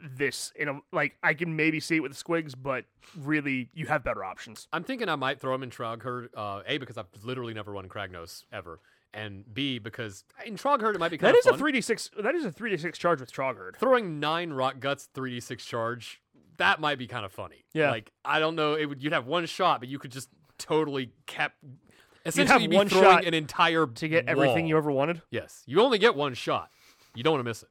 this. In a, like, I can maybe see it with the squigs, but really, you have better options.
I'm thinking I might throw him in Trogherd. Uh, a because I've literally never run Kragnos ever, and B because in Trogherd it might be kind
That
of
is a
fun.
3d6. That is a 3d6 charge with Trogherd.
throwing nine rock guts 3d6 charge. That might be kind of funny.
Yeah.
like I don't know. It would you'd have one shot, but you could just totally cap. Essentially,
have
you'd be
one
throwing
shot
an entire
To get everything you ever wanted.
Yes, you only get one shot. You don't want to miss it.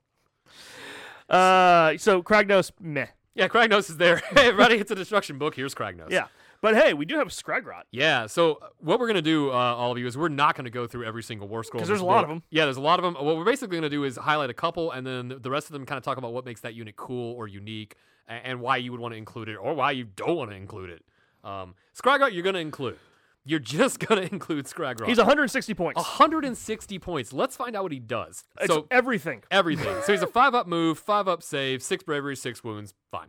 Uh, so Kragnos, meh.
Yeah, Kragnos is there. Hey, everybody, it's a destruction book. Here's Kragnos.
Yeah. But hey, we do have Scragrot.
Yeah. So uh, what we're gonna do, uh, all of you, is we're not gonna go through every single war scroll
'Cause
in
there's
this
a lot
book.
of 'em.
Yeah, there's a lot of them. What we're basically gonna do is highlight a couple, and then the rest of them kind of talk about what makes that unit cool or unique, a- and why you would want to include it or why you don't want to include it. Um, Scragrot, you're gonna include. You're just gonna include Scragrot.
He's 160 points.
160 points. Let's find out what he does.
it's
Oh, so
everything.
everything. so he's a five up move, five up save, six bravery, six wounds. Fine.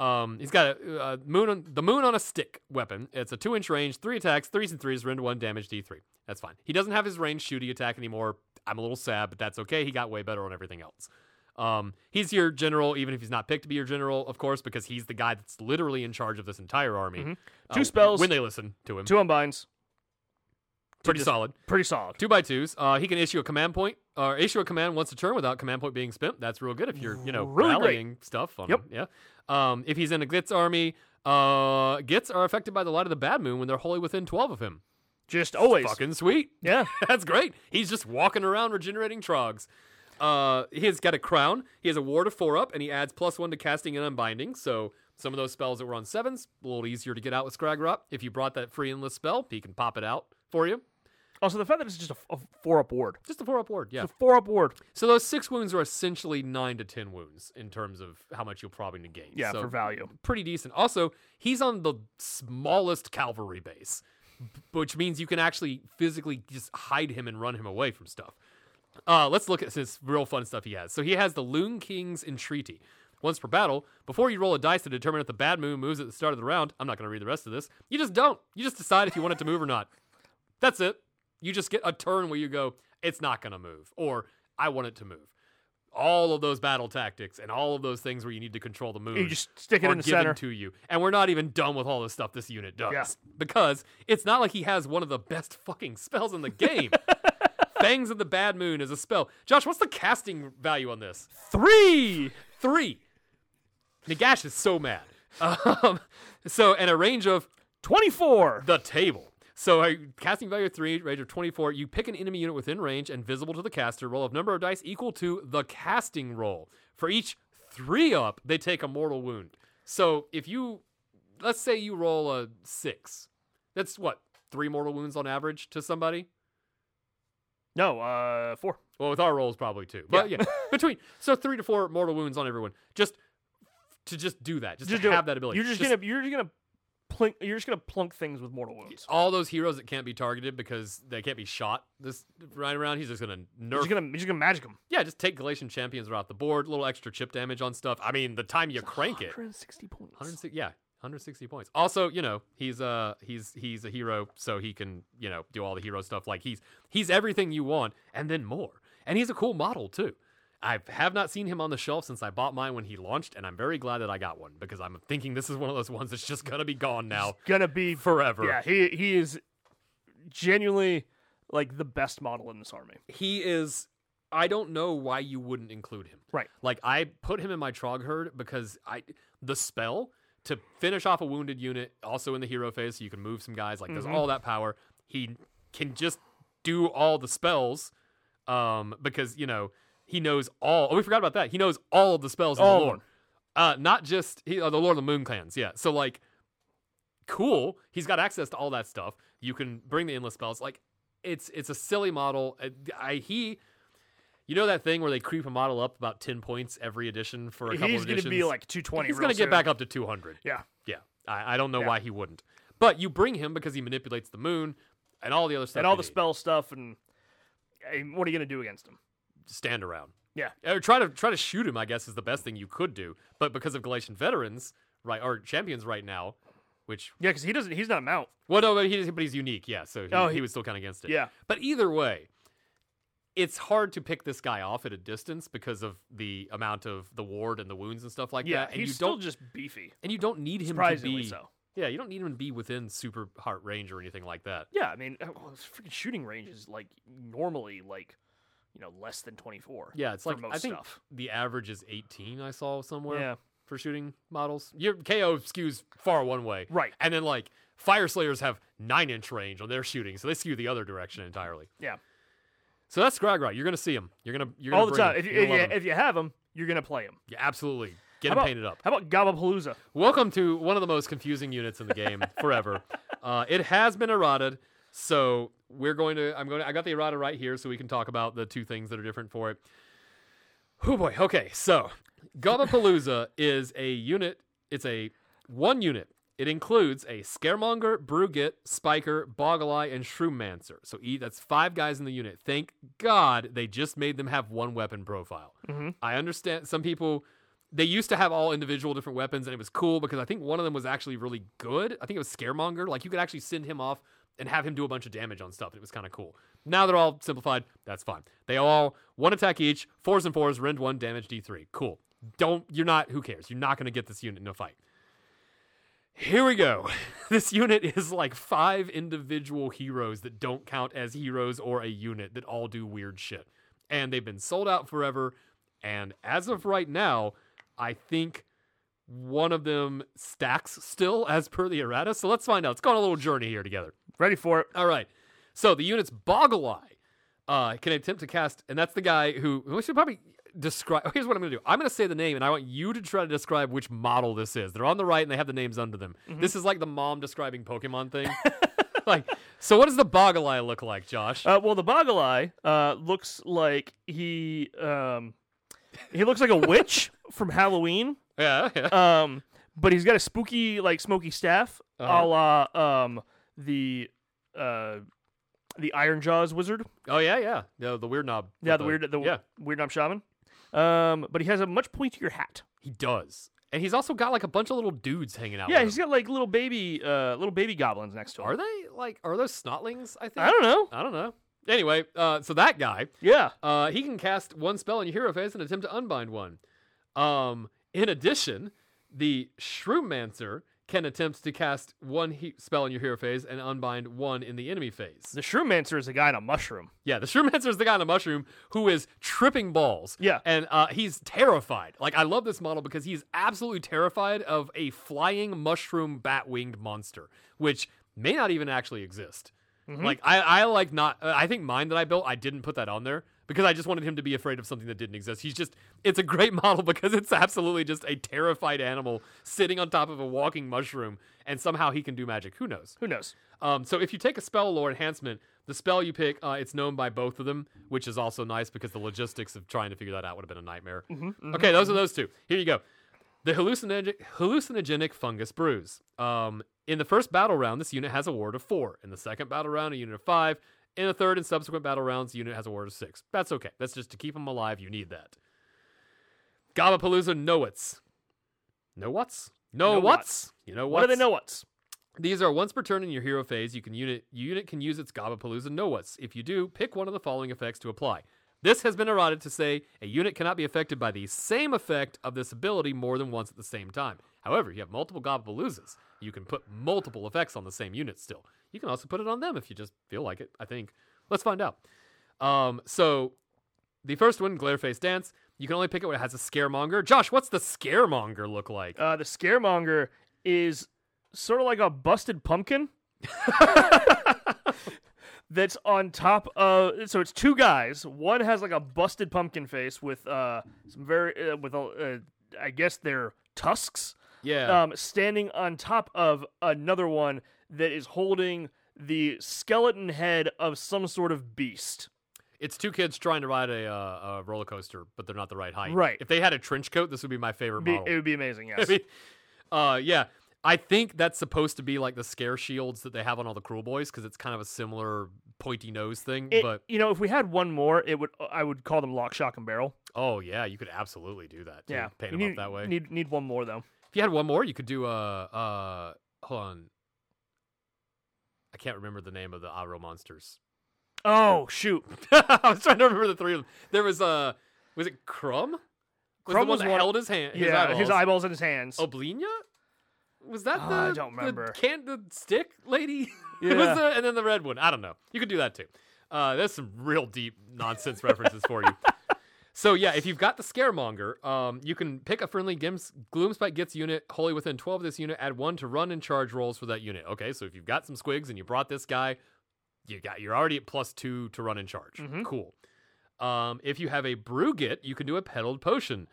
Um, he's got a, uh moon on, the moon on a stick weapon. It's a two inch range, three attacks, threes and threes, rend one damage, D three. That's fine. He doesn't have his range shooty attack anymore. I'm a little sad, but that's okay. He got way better on everything else. Um, he's your general, even if he's not picked to be your general, of course, because he's the guy that's literally in charge of this entire army.
Mm-hmm.
Uh,
Two spells.
when they listen to him.
Two unbinds.
Pretty
just-
solid.
Pretty solid.
Two by twos. Uh, he can issue a command point or issue a command once a turn without command point being spent. That's real good if you're you know
Really great.
rallying stuff. On Him.
Yep.
Yeah. Um, if he's in a Gitz army, uh, Gitz are affected by the light of the bad moon when they're wholly within twelve of him.
Just always.
Fucking sweet.
Yeah.
That's great. He's just walking around regenerating trogs. Uh, he's got a crown. He has a ward of four up, and he adds plus one to casting and unbinding. So some of those spells that were on sevens, a little easier to get out with Scragrop. If you brought that free endless spell, he can pop it out for you.
Also, the fact that it's just a, f- a four up ward.
Just a four up ward, yeah.
It's a four up ward.
So those six wounds are essentially nine to ten wounds in terms of how much you'll probably negate.
Yeah,
So
for value.
pretty decent. Also, he's on the smallest cavalry base, b- which means you can actually physically just hide him and run him away from stuff. Uh, let's look at this real fun stuff he has. So he has the Loon King's Entreaty. Once per battle, before you roll a dice to determine if the bad moon moves at the start of the round, I'm not going to read the rest of this. You just don't. You just decide if you want it to move or not. That's it. You just get a turn where you go, it's not going to move, or I want it to move. All of those battle tactics and all of those things where you need to control the moon
You just stick it
are
in the
given
center.
to you. And we're not even done with all the stuff this unit does.
Yeah.
Because it's not like he has one of the best fucking spells in the game. Fangs of the Bad Moon is a spell. Josh, what's the casting value on this?
Three.
Three. Nagash is so mad. Um, so, and a range of
24.
the table. So uh, casting value of three, range of twenty-four. You pick an enemy unit within range and visible to the caster. Roll of number of dice equal to the casting roll. For each three up, they take a mortal wound. So if you, let's say you roll a six, that's what three mortal wounds on average to somebody.
No, uh, four.
Well, with our rolls, probably two. But yeah, between so three to four mortal wounds on everyone. Just to just do that, just,
Just
to
do it.
have that ability.
You're just, gonna you're just gonna plink, you're just gonna plunk things with mortal wounds.
all those heroes that can't be targeted because they can't be shot this right around. He's just gonna
You're
nerf
just gonna you're just gonna magic them.
Yeah, just take Galatian champions right off the board, little extra chip damage on stuff. I mean, the time you crank it,
160 points.
160, yeah, 160 points. Also, you know, he's uh he's he's a hero, so he can you know do all the hero stuff. Like he's he's everything you want and then more. And he's a cool model too. I have not seen him on the shelf since I bought mine when he launched, and I'm very glad that I got one because I'm thinking this is one of those ones that's just gonna be gone now
Gonna be
forever.
Yeah, he he is genuinely like the best model in this army.
he is I don't know why you wouldn't include him.
Right.
Like I put him in my trog herd because I the spell to finish off a wounded unit also in the hero phase so you can move some guys like
Mm-hmm.
there's all that power. He can just do all the spells um because you know he knows all Oh, we forgot about that. He knows all of the spells in
All of
the lore.
them.
Uh not just he, uh, the Lord of the Moon clans. Yeah. So like cool. He's got access to all that stuff. You can bring the endless spells. Like it's it's a silly model. I, I- he, you know that thing where they creep a model up about ten points every edition for a couple
He's
of
gonna
editions.
be like 220.
he's
real
gonna get
soon.
back up to two hundred.
Yeah.
Yeah, I, I don't know
Yeah.
why he wouldn't. But you bring him because he manipulates the moon and all the other stuff.
and all
you
the
need.
spell stuff and I mean, what are you gonna do against him?
stand around.
Yeah.
Or try to try to shoot him. I guess is the best thing you could do. But because of Galatian veterans, right, or champions right now, which
Yeah, because he doesn't. He's not a mount.
Well, no, but, he, but he's unique, yeah. So he,
Oh,
he,
he-
was still kind of against it.
Yeah.
But either way, it's hard to pick this guy off at a distance because of the amount of the ward and the wounds and stuff like
Yeah,
that. And
he's
you
still
don't
just beefy.
and you don't need him
Surprisingly
to be
so.
yeah. You don't need him to be within super heart range or anything like that.
Yeah, I mean, well, his freaking shooting range is like normally like you know less than 24.
Yeah, it's
for
like
most
I think
stuff.
the average is 18. I saw somewhere.
Yeah.
For shooting models, your KO skews far one way,
Right.
And then like fire slayers have nine inch range on their shooting, so they skew the other direction entirely.
Yeah,
So that's Scragrot. You're gonna see him. You're gonna you're gonna
all the
bring
time.
him.
If you,
You're
if,
gonna love
you,
him.
if you have him, you're gonna play him.
Yeah, absolutely. Get him
How about,
painted up.
How about Gabapalooza?
Welcome to one of the most confusing units in the game forever. Uh, it has been errated, so we're going to. I'm going. To, I got the errata right here, so we can talk about the two things that are different for it. Oh boy. Okay, so Gabapalooza is a unit. It's a one unit. It includes a Scaremonger, Brugit, Spiker, Boggleye, and Shroomancer. So e, that's five guys in the unit. Thank God they just made them have one weapon profile. I understand some people they used to have all individual different weapons, and it was cool because I think one of them was actually really good. I think it was Scaremonger. Like you could actually send him off and have him do a bunch of damage on stuff. It was kind of cool. Now they're all simplified. That's fine. They all one attack each, fours and fours, rend one, damage D three. Cool. Don't you're not. Who cares? You're not going to get this unit in a fight. Here we go. This unit is like five individual heroes that don't count as heroes or a unit that all do weird shit. And they've been sold out forever. And as of right now, I think one of them stacks still as per the errata. So let's find out. Let's go on a little journey here together.
Ready for it?
All right. So the unit's Boggle Eye uh, can attempt to cast, and that's the guy who we should probably describe. Here's what I'm going to do. I'm going to say the name, and I want you to try to describe which model this is. They're on the right, and they have the names under them.
Mm-hmm.
This is like the mom describing Pokemon thing. like, so what does the Boggle Eye look like, Josh?
Uh, well, the Boggle Eye uh, looks like he um, he looks like a witch from Halloween,
yeah, yeah.
um, but he's got a spooky like smoky staff,
Uh-huh.
a la um, the uh, the Iron Jaws wizard.
oh yeah, yeah. The, the weird knob.
Yeah,
with
the, weird the
yeah.
weird knob shaman. Um, but he has a much pointier hat.
He does, and he's also got like a bunch of little dudes hanging out.
Yeah,
with
he's
him.
got like little baby uh, little baby goblins next to him.
Are they like are those snotlings? I think.
I don't know.
I don't know. Anyway, uh, so that guy,
Yeah.
uh, he can cast one spell in your hero phase and attempt to unbind one. Um, in addition, the Shroomancer can attempt to cast one he- spell in your hero phase and unbind one in the enemy phase.
The Shroomancer is a guy on a mushroom.
Yeah, the Shroomancer is the guy on the mushroom who is tripping balls.
Yeah.
And uh, he's terrified. Like, I love this model because he's absolutely terrified of a flying mushroom bat winged monster, which may not even actually exist. Like, I, I like not, uh, I think mine that I built, I didn't put that on there because I just wanted him to be afraid of something that didn't exist. He's just, it's a great model because it's absolutely just a terrified animal sitting on top of a walking mushroom and somehow he can do magic. Who knows?
Who knows?
Um, so if you take a spell lore enhancement, the spell you pick, uh, it's known by both of them, which is also nice because the logistics of trying to figure that out would have been a nightmare.
Mm-hmm,
okay, those are those two. Here you go. The hallucinogenic, hallucinogenic fungus brews. Um, in the first battle round, this unit has a ward of four. In the second battle round, a unit of five. In the third and subsequent battle rounds, the unit has a ward of six. That's okay. That's just to keep them alive. You need that. Gabapalooza Noets. No what's? No what's? You know
What do they know what's?
these are once per turn in your hero phase. You can unit unit can use its Gabapalooza Noas. If you do, pick one of the following effects to apply. This has been eroded to say a unit cannot be affected by the same effect of this ability more than once at the same time. However, you have multiple Gabapaloozas. You can put multiple effects on the same unit still. You can also put it on them if you just feel like it, I think. Let's find out. Um, so the first one, Glareface Dance. You can only pick it when it has a scaremonger. Josh, what's the scaremonger look like?
Uh, the Scaremonger is sort of like a busted pumpkin that's on top of. So it's two guys. One has like a busted pumpkin face with uh, some very uh, with a, uh, I guess their tusks.
yeah.
Um, standing on top of another one that is holding the skeleton head of some sort of beast.
It's two kids trying to ride a, uh, a roller coaster, but they're not the right height.
Right.
If they had a trench coat, this would be my favorite
Be-
model.
it would be amazing. Yes.
I mean, uh, yeah. I think that's supposed to be like the scare shields that they have on all the cruel boys because it's kind of a similar pointy nose thing.
It-
but
you know, if we had one more, it would I would call them lock, shock, and barrel.
oh yeah, you could absolutely do that. Too.
Yeah,
paint
you
them
need,
up that way.
Need need one more though.
if you had one more, you could do a. Uh, uh, hold on. I can't remember the name of the Aro monsters.
Oh shoot,
I was trying to remember the three of them. There was Uh, was it Crumb? Was the one
Crumb was
that
one-
held his hand. his
yeah,
eyeballs.
his
Oh,
eyeballs in his hands.
Oblina? Was that
Ah,
the
I don't
the
remember.
can the stick lady? it was
Yeah.
the, and then the red one. I don't know. You could do that too. Uh, there's some real deep nonsense references for you. So yeah, if you've got the scaremonger, um, you can pick a friendly Gims, Gloomspite gets unit wholly within 12 of this unit, add one to run and charge rolls for that unit. Okay, so if you've got some squigs and you brought this guy, you got you're already at plus two to run and charge.
Mm-hmm.
Cool. Um, if you have a Brugit, you can do a peddled potion.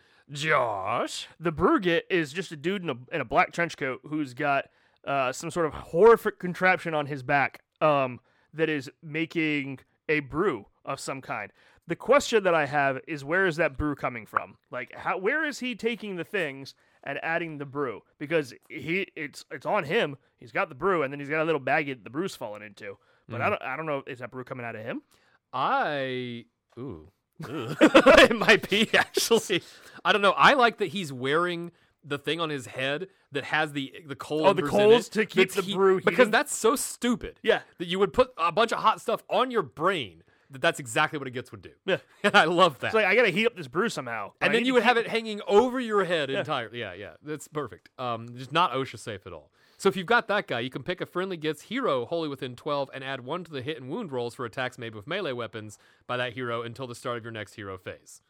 Josh.
The Brugit is just a dude in a in a black trench coat who's got uh, some sort of horrific contraption on his back um, that is making a brew of some kind. The question that I have is where is that brew coming from? Like, how, where is he taking the things and adding the brew? Because he it's it's on him. He's got the brew, and then he's got a little baggie that the
Mm.
brew's fallen into. But I don't I don't know is that brew coming out of him?
I ooh. it might be actually. I don't know. I like that he's wearing the thing on his head that has the the coal.
Oh,
embers
the
in it
coals to keep
that's
the brew
because
heating?
that's so stupid.
Yeah.
that you would put a bunch of hot stuff on your brain. That that's exactly what it gets would do.
Yeah.
and I love that.
It's like I gotta heat up this brew somehow.
and
I
then
need
you
to
would
keep-
have it hanging over your head entirely. Yeah, yeah, that's perfect. Um, just not OSHA safe at all. So if you've got that guy, you can pick a friendly gets hero wholly within 12 and add one to the hit and wound rolls for attacks made with melee weapons by that hero until the start of your next hero phase.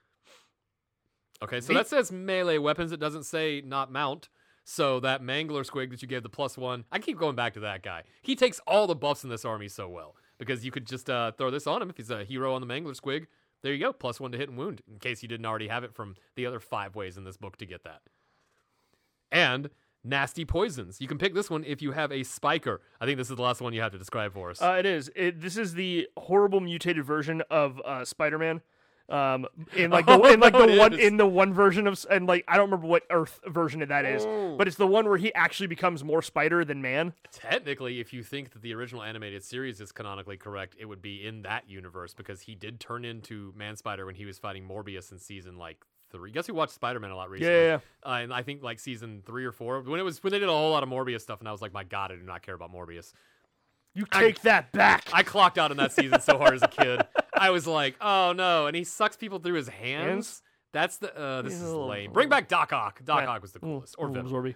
Okay, so that says melee weapons. It doesn't say not mount. So that Mangler Squig that you gave the plus one, I keep going back to that guy. He takes all the buffs in this army so well because you could just uh, throw this on him if he's a hero on the Mangler Squig. There you go, plus one to hit and wound in case you didn't already have it from the other five ways in this book to get that. And nasty poisons. You can pick this one if you have a spiker. I think this is the last one you have to describe for us.
Uh, it is. It, this is the horrible mutated version of uh, Spider-Man. Um, in like the in like
Oh,
the
it
one
is.
in the one version of s- and like I don't remember what Earth version of that is,
Oh.
but it's the one where he actually becomes more spider than man.
Technically, if you think that the original animated series is canonically correct, it would be in that universe because he did turn into Man Spider when he was fighting Morbius in season like three. Guess who watched Spider Man a lot recently?
yeah,
Uh, and I think like season three or four when it was when they did a whole lot of Morbius stuff, and I was like, my God, I do not care about Morbius.
You take that back.
I clocked out on that season so hard as a kid. I was like, oh no, and he sucks people through his hands.
Hands?
That's the uh, this is
Ew.
lame. Bring back Doc Ock. Doc Ock was the
Mm,
coolest, or
mm,
Venom.
Zorby.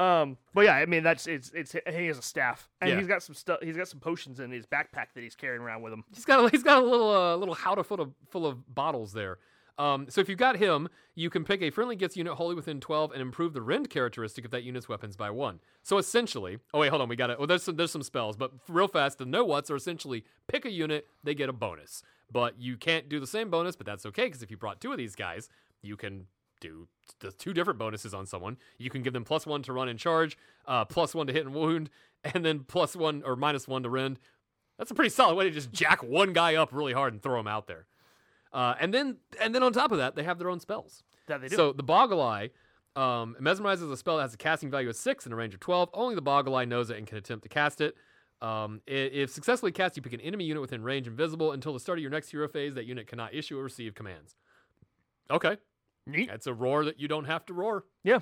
Um, but yeah, I mean that's it's it's he has a staff and
Yeah.
he's got some stuff. He's got some potions in his backpack that he's carrying around with him.
He's got a, he's got a little uh, little howdah full of full of bottles there. Um, so if you've got him, you can pick a friendly gets unit wholly within twelve and improve the rend characteristic of that unit's weapons by one. So essentially, oh wait, hold on, we got it. Well, there's some there's some spells, but real fast, the no whats are essentially pick a unit, they get a bonus, but you can't do the same bonus, but that's okay because if you brought two of these guys, you can do the two different bonuses on someone. You can give them plus one to run and charge, uh, plus one to hit and wound, and then plus one or minus one to rend. That's a pretty solid way to just jack one guy up really hard and throw him out there. Uh, and then and then on top of that, they have their own spells.
That they do.
So the Boggle Eye um, mesmerizes a spell that has a casting value of six and a range of twelve. Only the Boggle Eye knows it and can attempt to cast it. Um, i- if successfully cast, you pick an enemy unit within range invisible until the start of your next hero phase. That unit cannot issue or receive commands. Okay,
Neat.
that's a roar that you don't have to roar.
Yeah.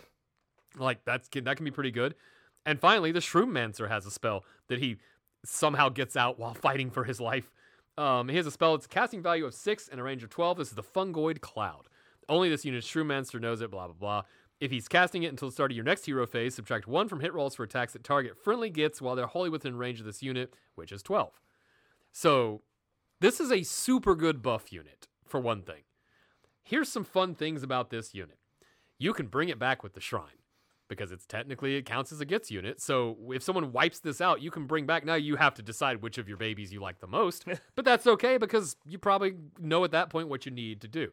Like that's can, that can be pretty good. And finally, the Shroommancer has a spell that he somehow gets out while fighting for his life. Um, he has a spell that's a casting value of six and a range of twelve. This is the Fungoid Cloud. Only this unit's Shroommancer knows it. Blah blah blah. If he's casting it until the start of your next hero phase, subtract one from hit rolls for attacks that target friendly gets while they're wholly within range of this unit, which is twelve. So this is a super good buff unit for one thing. Here's some fun things about this unit. You can bring it back with the shrine because it's technically it counts as a gets unit. So if someone wipes this out, you can bring back. Now you have to decide which of your babies you like the most, but that's okay because you probably know at that point what you need to do.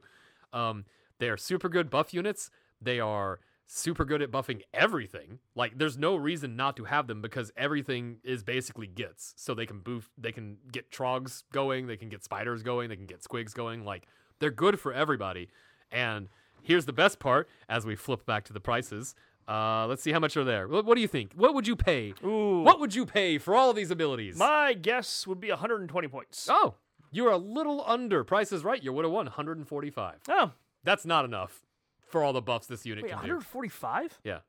Um, they are super good buff units. They are super good at buffing everything. Like there's no reason not to have them because everything is basically gets. So they can boof, they can get trogs going, they can get spiders going, they can get squigs going. Like they're good for everybody. And here's the best part as we flip back to the prices. Uh, let's see how much are there. What, what do you think? What would you pay?
Ooh.
What would you pay for all of these abilities?
My guess would be 120 points.
oh, you're a little under. Price is right. You would have won 145.
Oh,
That's not enough for all the buffs this unit
wait,
can do.
145?
Yeah,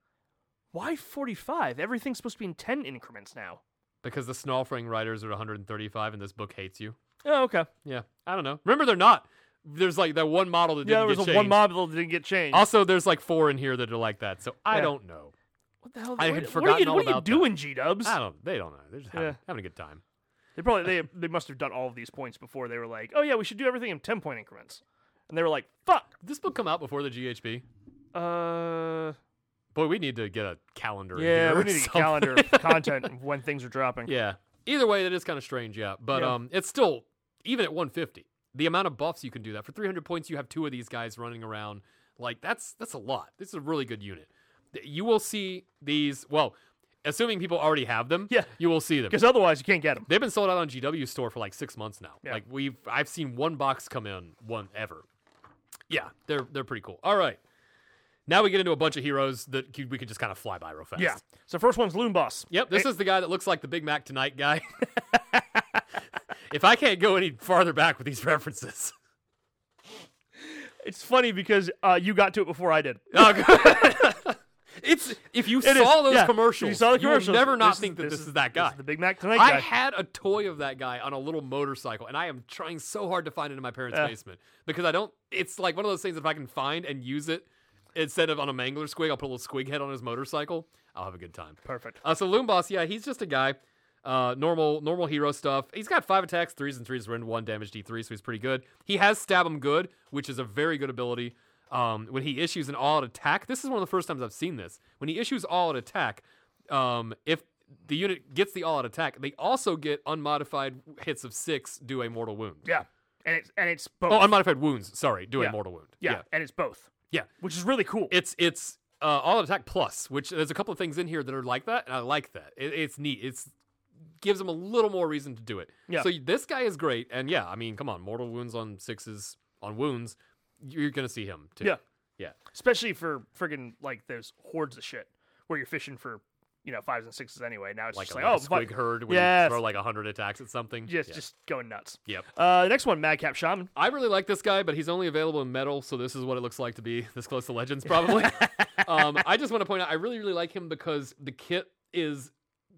Why 45? Everything's supposed to be in 10 increments now.
because the Snarlfring riders are 135, and this book hates you.
Oh, okay.
Yeah, I don't know. Remember, they're not. There's like that one model that
yeah, there
didn't
was a
get
one
changed.
model that didn't get changed.
Also, there's like four in here that are like that. So I
Yeah.
don't know.
what the hell?
I had
what, what are
forgotten
you,
all
what are you
about that.
doing, G Dubs?
I don't. They don't know. They're just having,
Yeah.
having a good time.
They probably they they must have done all of these points before they were like, oh yeah, we should do everything in 10 point increments, and they were like, fuck.
Did this book come out before the GHB?
Uh,
Boy, we need to get a calendar. in
yeah,
here
we
or
need a
something.
calendar of content of when things are dropping.
Yeah. Either way, that is kind of strange, yeah. But
Yeah.
um, it's still even at 150. The amount of buffs you can do that for 300 points, you have two of these guys running around. Like that's that's a lot. This is a really good unit. Th- You will see these. Well, assuming people already have them,
Yeah.
you will see them.
Because otherwise, you can't get them.
They've been sold out on GW store for like six months now.
Yeah.
Like we've I've seen one box come in one ever. Yeah, they're they're pretty cool. All right. Now we get into a bunch of heroes that c- we can just kind of fly by real fast.
Yeah. So first one's Loon Boss.
Yep, this is the guy that looks like the Big Mac Tonight guy. if I can't go any farther back with these references,
It's funny because uh, you got to it before I did.
Oh, God. it's if you
It is-
saw those
yeah,
commercials,
You saw the commercials.
will never not
is-
think that this, is,
this
that guy.
the Big Mac tonight
I
guy.
had a toy of that guy on a little motorcycle, and I am trying so hard to find it in my parents'
Yeah.
basement because I don't. It's like one of those things. If I can find and use it instead of on a mangler squig, I'll put a little squig head on his motorcycle. I'll have a good time.
Perfect.
Uh, so Loom Boss, yeah, he's just a guy. Uh, normal, normal hero stuff. He's got five attacks, threes and threes, rend one damage D3, so he's pretty good. He has stab him good, which is a very good ability. Um, when he issues an all-out attack, this is one of the first times I've seen this. When he issues all-out attack, um, if the unit gets the all-out attack, they also get unmodified hits of six, do a mortal wound.
Yeah, and it's and it's both.
Oh, unmodified wounds. Sorry, do
Yeah.
a mortal wound.
yeah, and it's both,
yeah,
which is really cool.
it's it's uh, all attack plus, which there's a couple of things in here that are like that, and I like that. It, it's neat. It's gives them a little more reason to do it.
Yeah.
So this guy is great, and yeah, I mean, come on, mortal wounds on sixes on wounds, you're gonna see him too.
Yeah.
yeah,
especially for friggin' like there's hordes of shit where you're fishing for you know fives and sixes anyway. Now it's
like,
just
a,
like,
like
oh,
a
fuck,
squig herd when
Yes.
you throw like hundred attacks at something.
just
Yeah.
just going nuts.
Yep.
Uh, the next one, Madcap Shaman.
I really like this guy, but he's only available in metal, so this is what it looks like to be this close to legends, probably. um, I just want to point out, I really, really like him because the kit is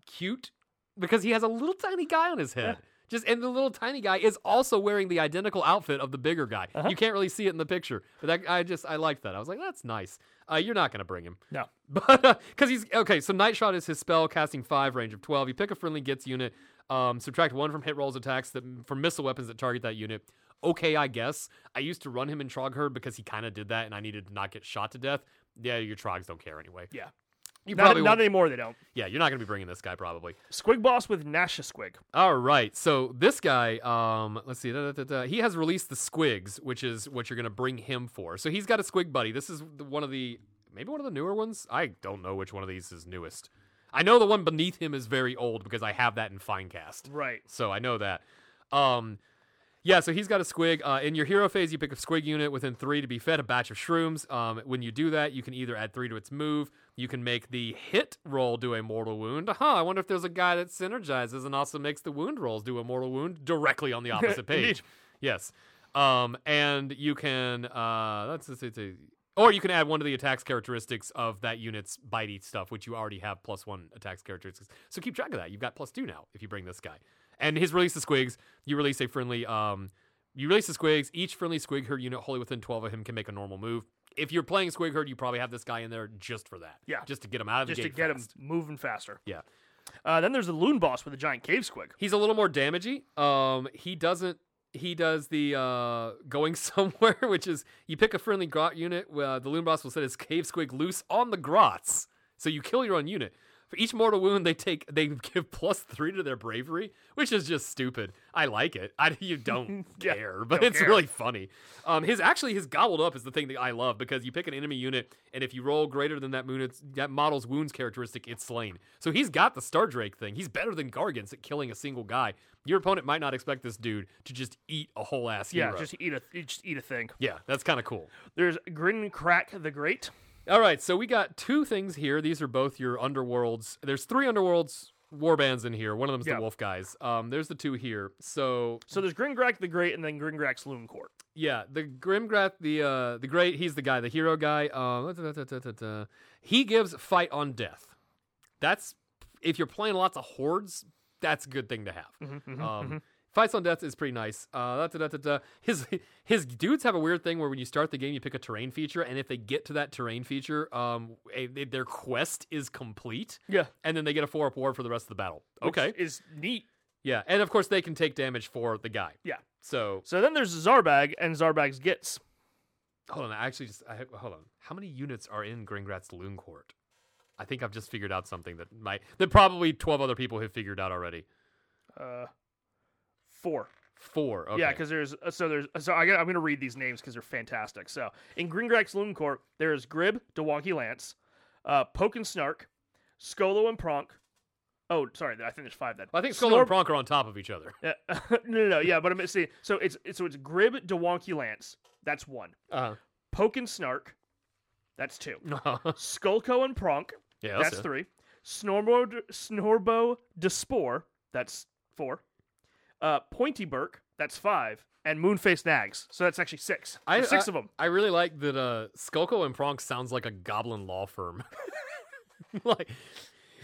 cute because he has a little tiny guy on his head. Just and the little tiny guy is also wearing the identical outfit of the bigger guy. You can't really see it in the picture, but that, I just I liked that. I was like, that's nice. Uh, you're not gonna bring him.
No,
But because he's okay, so Night Shot is his spell, casting five, range of twelve. You pick a friendly gets unit, um, subtract one from hit rolls, attacks that from missile weapons that target that unit. Okay, I guess I used to run him in Trog Herd because he kind of did that, and I needed to not get shot to death. Yeah, your Trogs don't care anyway.
yeah,
You
not,
probably
not
won't-
anymore. They don't.
yeah, you're not gonna be bringing this guy probably.
Squig Boss with Nasha Squig.
All right, so this guy, um, let's see, da, da, da, da, he has released the squigs, which is what you're gonna bring him for. So he's got a squig buddy. This is the- one of the maybe one of the newer ones. I don't know which one of these is newest. I know the one beneath him is very old because I have that in Finecast,
Right.
so I know that. Um, yeah, so he's got a squig. Uh, in your hero phase, you pick a squig unit within three to be fed a batch of shrooms. Um, when you do that, you can either add three to its move. You can make the hit roll do a mortal wound. Huh, I wonder if there's a guy that synergizes and also makes the wound rolls do a mortal wound directly on the opposite
Indeed.
page. Yes. Um, and you can, uh, that's, it's, it's a, or you can add one to the attacks characteristics of that unit's bitey stuff, which you already have plus one attacks characteristics. So keep track of that. You've got plus two now if you bring this guy. And his release of squigs, you release a friendly, um, you release the squigs. Each friendly squig herd unit wholly within 12 of him can make a normal move. If you're playing squig herd, you probably have this guy in there just for that.
Yeah.
Just to get him out of the
Just to
gate
get
fast.
him moving faster.
Yeah.
Uh, then there's the Loon Boss with a giant cave squig.
He's a little more damagey. Um, he doesn't. He does the uh, going somewhere, which is you pick a friendly grot unit. Uh, the loon boss will set his cave squig loose on the grots, so you kill your own unit. For each mortal wound, they take they give plus three to their bravery, which is just stupid. I like it. I you don't
Yeah,
care, but
don't
it's
care.
really really funny. Um, his actually his gobbled up is the thing that I love because you pick an enemy unit and if you roll greater than that moon, it's, that model's wounds characteristic, it's slain. So he's got the Star Drake thing. He's better than Gargants at killing a single guy. Your opponent might not expect this dude to just eat a whole ass
Yeah,
hero.
just eat a just eat a thing.
yeah, that's kind of cool.
There's Grin Crack the Great.
All right, so we got two things here. These are both your underworlds. There's three underworlds warbands in here. One of them's
Yeah.
the wolf guys. Um, there's the two here. So
So there's Grin Crack the Great, and then Grin Crack's Loon Court.
Yeah, the Grimgrath, the uh, the great, he's the guy, the hero guy. Um, da- da- da- da- da. he gives fight on death. That's if you're playing lots of hordes, that's a good thing to have. um, Fights on death is pretty nice. Uh, da- da- da- da- da. His his dudes have a weird thing where when you start the game, you pick a terrain feature, and if they get to that terrain feature, um, a, they- their quest is complete.
Yeah.
and then they get a four up ward for the rest of the battle. Okay,
Is neat.
yeah, and of course they can take damage for the guy.
Yeah.
So
So then there's Zarbag and Zarbag's Gits.
Hold on, I actually just I, hold on. How many units are in Gringrat's Loon Court? I think I've just figured out something that might that probably twelve other people have figured out already.
Uh, four.
Four. Okay.
Yeah, because there's uh, so there's so I, gotta- I'm gonna read these names because they're fantastic. So in Gringrex Loon Court, there is Grib, Dewonky Lance, uh, Poke and Snark, Skolo and Pronk. Oh, sorry, I think there's five then.
Well, I think Skull and Pronk are on top of each other.
Yeah, no, no, no, yeah, but I'm see. So it's it's- so it's Grib, Dewonky Lance. That's one.
Uh
Poke and Snark. That's two.
huh.
Skulko and Pronk.
yeah.
That's three. Snorbo, Snorbo Despore. That's four. uh, Pointy Burke, that's five, and Moonface Nags. So that's actually six.
I,
There's six
I-
of them.
I really like that uh, Skulko and Pronk sounds like a goblin law firm. like,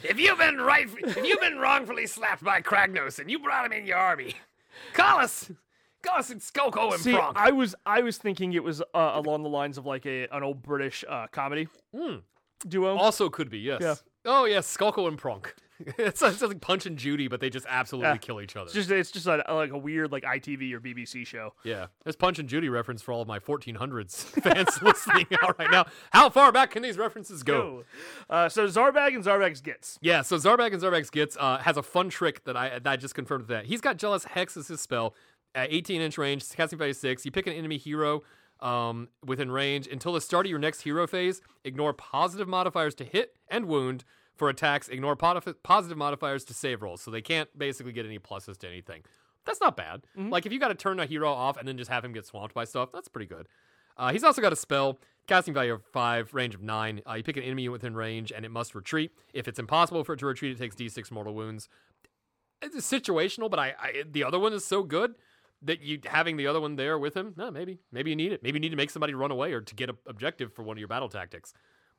if you've been right, if you've been wrongfully slapped by Kragnos and you brought him in your army, call us, call us Skulko and
See,
Pronk.
I was I was thinking it was uh, along the lines of like a an old British uh, comedy duo.
also could be yes.
Yeah.
Oh yes, Skulko and Pronk. it's, it's like Punch and Judy, but they just absolutely
Yeah.
kill each other.
It's just it's just a, like a weird like ITV or BBC show.
yeah, there's Punch and Judy reference for all of my 1400s fans listening out right now. How far back can these references go?
Uh, so Zarbag and Zarbag's gets.
Yeah, so Zarbag and Zarbag's gets uh, has a fun trick that I that I just confirmed with that. He's got jealous hex as his spell at 18 inch range, casting phase six. You pick an enemy hero um, within range until the start of your next hero phase. Ignore positive modifiers to hit and wound for attacks. Ignore podif- positive modifiers to save rolls, so they can't basically get any pluses to anything. That's not bad. Like if you got to turn a hero off and then just have him get swamped by stuff, that's pretty good. Uh, he's also got a spell, casting value of five, range of nine. Uh, you pick an enemy within range, and it must retreat. If it's impossible for it to retreat, it takes D6 mortal wounds. It's situational, but I, I the other one is so good that you having the other one there with him. No, maybe maybe you need it. Maybe you need to make somebody run away or to get an objective for one of your battle tactics.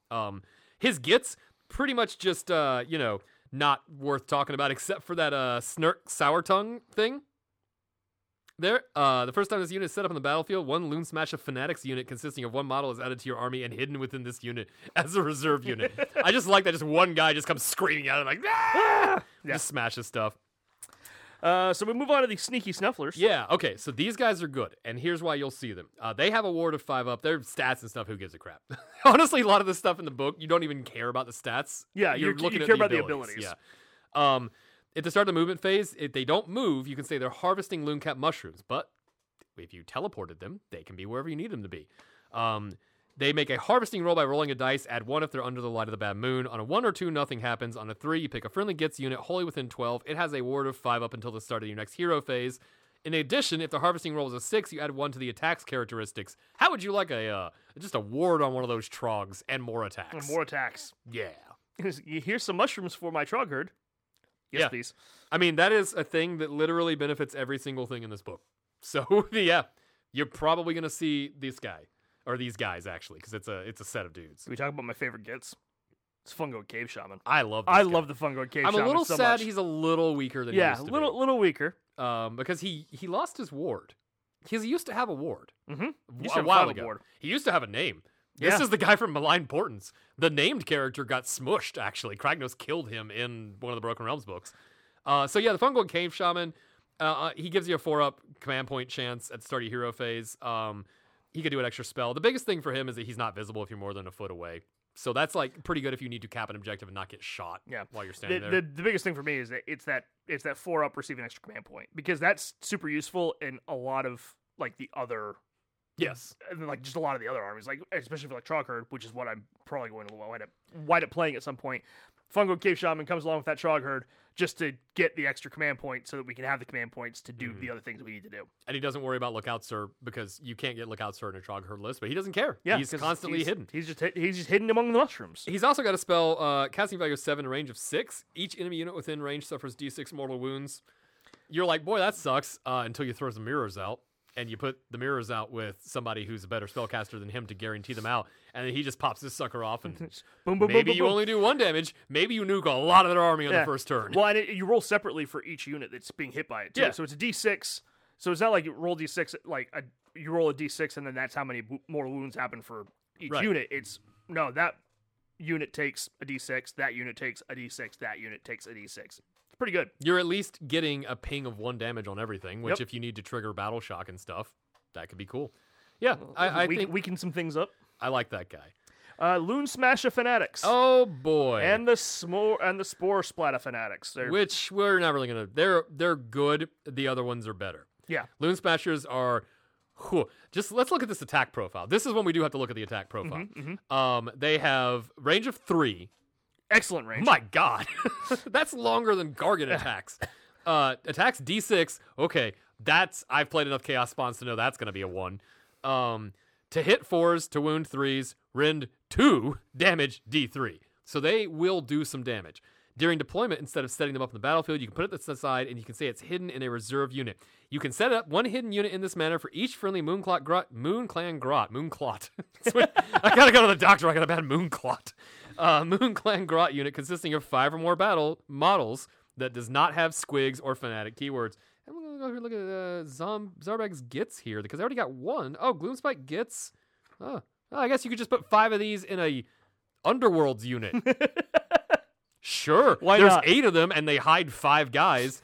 Um, his gets pretty much just uh, you know not worth talking about except for that uh snirk sour tongue thing. There, uh, the first time this unit is set up on the battlefield, one Loon Smash of Fanatics unit consisting of one model is added to your army and hidden within this unit as a reserve unit. I just like that just one guy just comes screaming out like, ah! just smashes stuff.
Uh, so we move on to the sneaky snufflers.
Yeah, okay, so these guys are good, and here's why you'll see them. Uh, they have a ward of five up. Their stats and stuff, who gives a crap? Honestly, a lot of the stuff in the book, you don't even care about the stats.
Yeah,
you're
you- you
looking at
care
the
about the
abilities.
abilities.
Yeah. Um, at the start of the movement phase, if they don't move, you can say they're harvesting loon cap mushrooms, but if you teleported them, they can be wherever you need them to be. Um, they make a harvesting roll by rolling a dice. Add one if they're under the light of the bad moon. On a one or two, nothing happens. On a three, you pick a friendly gets unit wholly within 12. It has a ward of five up until the start of your next hero phase. In addition, if the harvesting roll is a six, you add one to the attacks characteristics. How would you like a uh, just a ward on one of those trogs and more attacks?
And more attacks.
yeah.
Here's some mushrooms for my trog herd. Yes,
Yeah.
please.
I mean, that is a thing that literally benefits every single thing in this book. So yeah, you're probably gonna see this guy or these guys actually, because it's a it's a set of dudes.
Can we talk about my favorite gets? It's Fungo Cave Shaman.
I love. This
I
guy.
love the Fungo Cave
I'm
Shaman
a little
so
sad
much.
he's a little weaker than he
yeah,
used to
little
be.
little weaker.
um, because he he lost his ward. 'Cause He used to have a ward
Mm-hmm.
w- a while ago. He used to have a name. This
Yeah.
is the guy from Malign Portents. The named character got smushed. Actually, Kragnos killed him in one of the Broken Realms books. Uh, so yeah, the Fungal Cave Shaman. Uh, uh, he gives you a four up command point chance at the start of your hero phase. Um, he could do an extra spell. The biggest thing for him is that he's not visible if you're more than a foot away. So that's like pretty good if you need to cap an objective and not get shot.
Yeah.
while you're standing
The,
there.
the, the biggest thing for me is that it's that it's that four up receiving extra command point because that's super useful in a lot of like the other uh,
yes,
and then, like just a lot of the other armies, like especially for like Chalk Herd, which is what I'm probably going to wind up wind up playing at some point. Fungo Cave Shaman comes along with that Chalk Herd just to get the extra command point so that we can have the command points to
Hmm.
do the other things we need to do.
and he doesn't worry about lookout sir because you can't get lookout sir in a trog herd list, but he doesn't care.
Yeah,
he's
'cause
constantly
he's-
hidden.
He's just hid- he's just hidden among the mushrooms.
He's also got a spell uh, casting value of seven, range of six. Each enemy unit within range suffers d6 mortal wounds. You're like, boy, that sucks. Uh, until you throw some mirrors out, and you put the mirrors out with somebody who's a better spellcaster than him to guarantee them out, and then he just pops this sucker off. And
Boom, boom, boom,
maybe
boom,
you
boom.
only do one damage. Maybe you nuke a lot of their army on
Yeah.
the first turn.
Well, and it, you roll separately for each unit that's being hit by it. Too.
Yeah.
So it's a D6. So it's not like you roll D6 like a, you roll a D6 and then that's how many wo- more wounds happen for each
Right.
unit. It's no that unit takes a D6. That unit takes a D6. That unit takes a D6. It's pretty good.
You're at least getting a ping of one damage on everything. Which,
Yep.
if you need to trigger battle shock and stuff, that could be cool. Yeah, I, I
we,
think
weaken some things up.
I like that guy.
Uh, Loon Smasher fanatics.
Oh boy!
And the smore and the spore splatter fanatics. They're,
which we're not really gonna. They're they're good. The other ones are better.
yeah.
Loon Smashers are. whew. Just let's look at this attack profile. This is when we do have to look at the attack profile.
Mm-hmm,
Um, they have range of three.
Excellent range.
My God, that's longer than Gargan attacks. Uh, attacks D6. Okay, that's I've played enough Chaos Spawns to know that's going to be a one. Um, to hit fours, to wound threes, rend two, damage D3. So they will do some damage. During deployment, instead of setting them up on the battlefield, you can put it aside and you can say it's hidden in a reserve unit. You can set up one hidden unit in this manner for each friendly Moonclot grot, Moon Clan grot, Moonclot. That's what- I gotta go to the doctor. I got a bad Moonclot. Uh, Moon Clan grot unit consisting of five or more battle models that does not have squigs or fanatic keywords. I'm gonna go here and look at uh, Zom Zarbag's gits here because I already got one. Oh, Gloomspike gits. Oh, well, I guess you could just put five of these in a Underworld's unit. sure.
Why
There's
not?
eight of them and they hide five guys.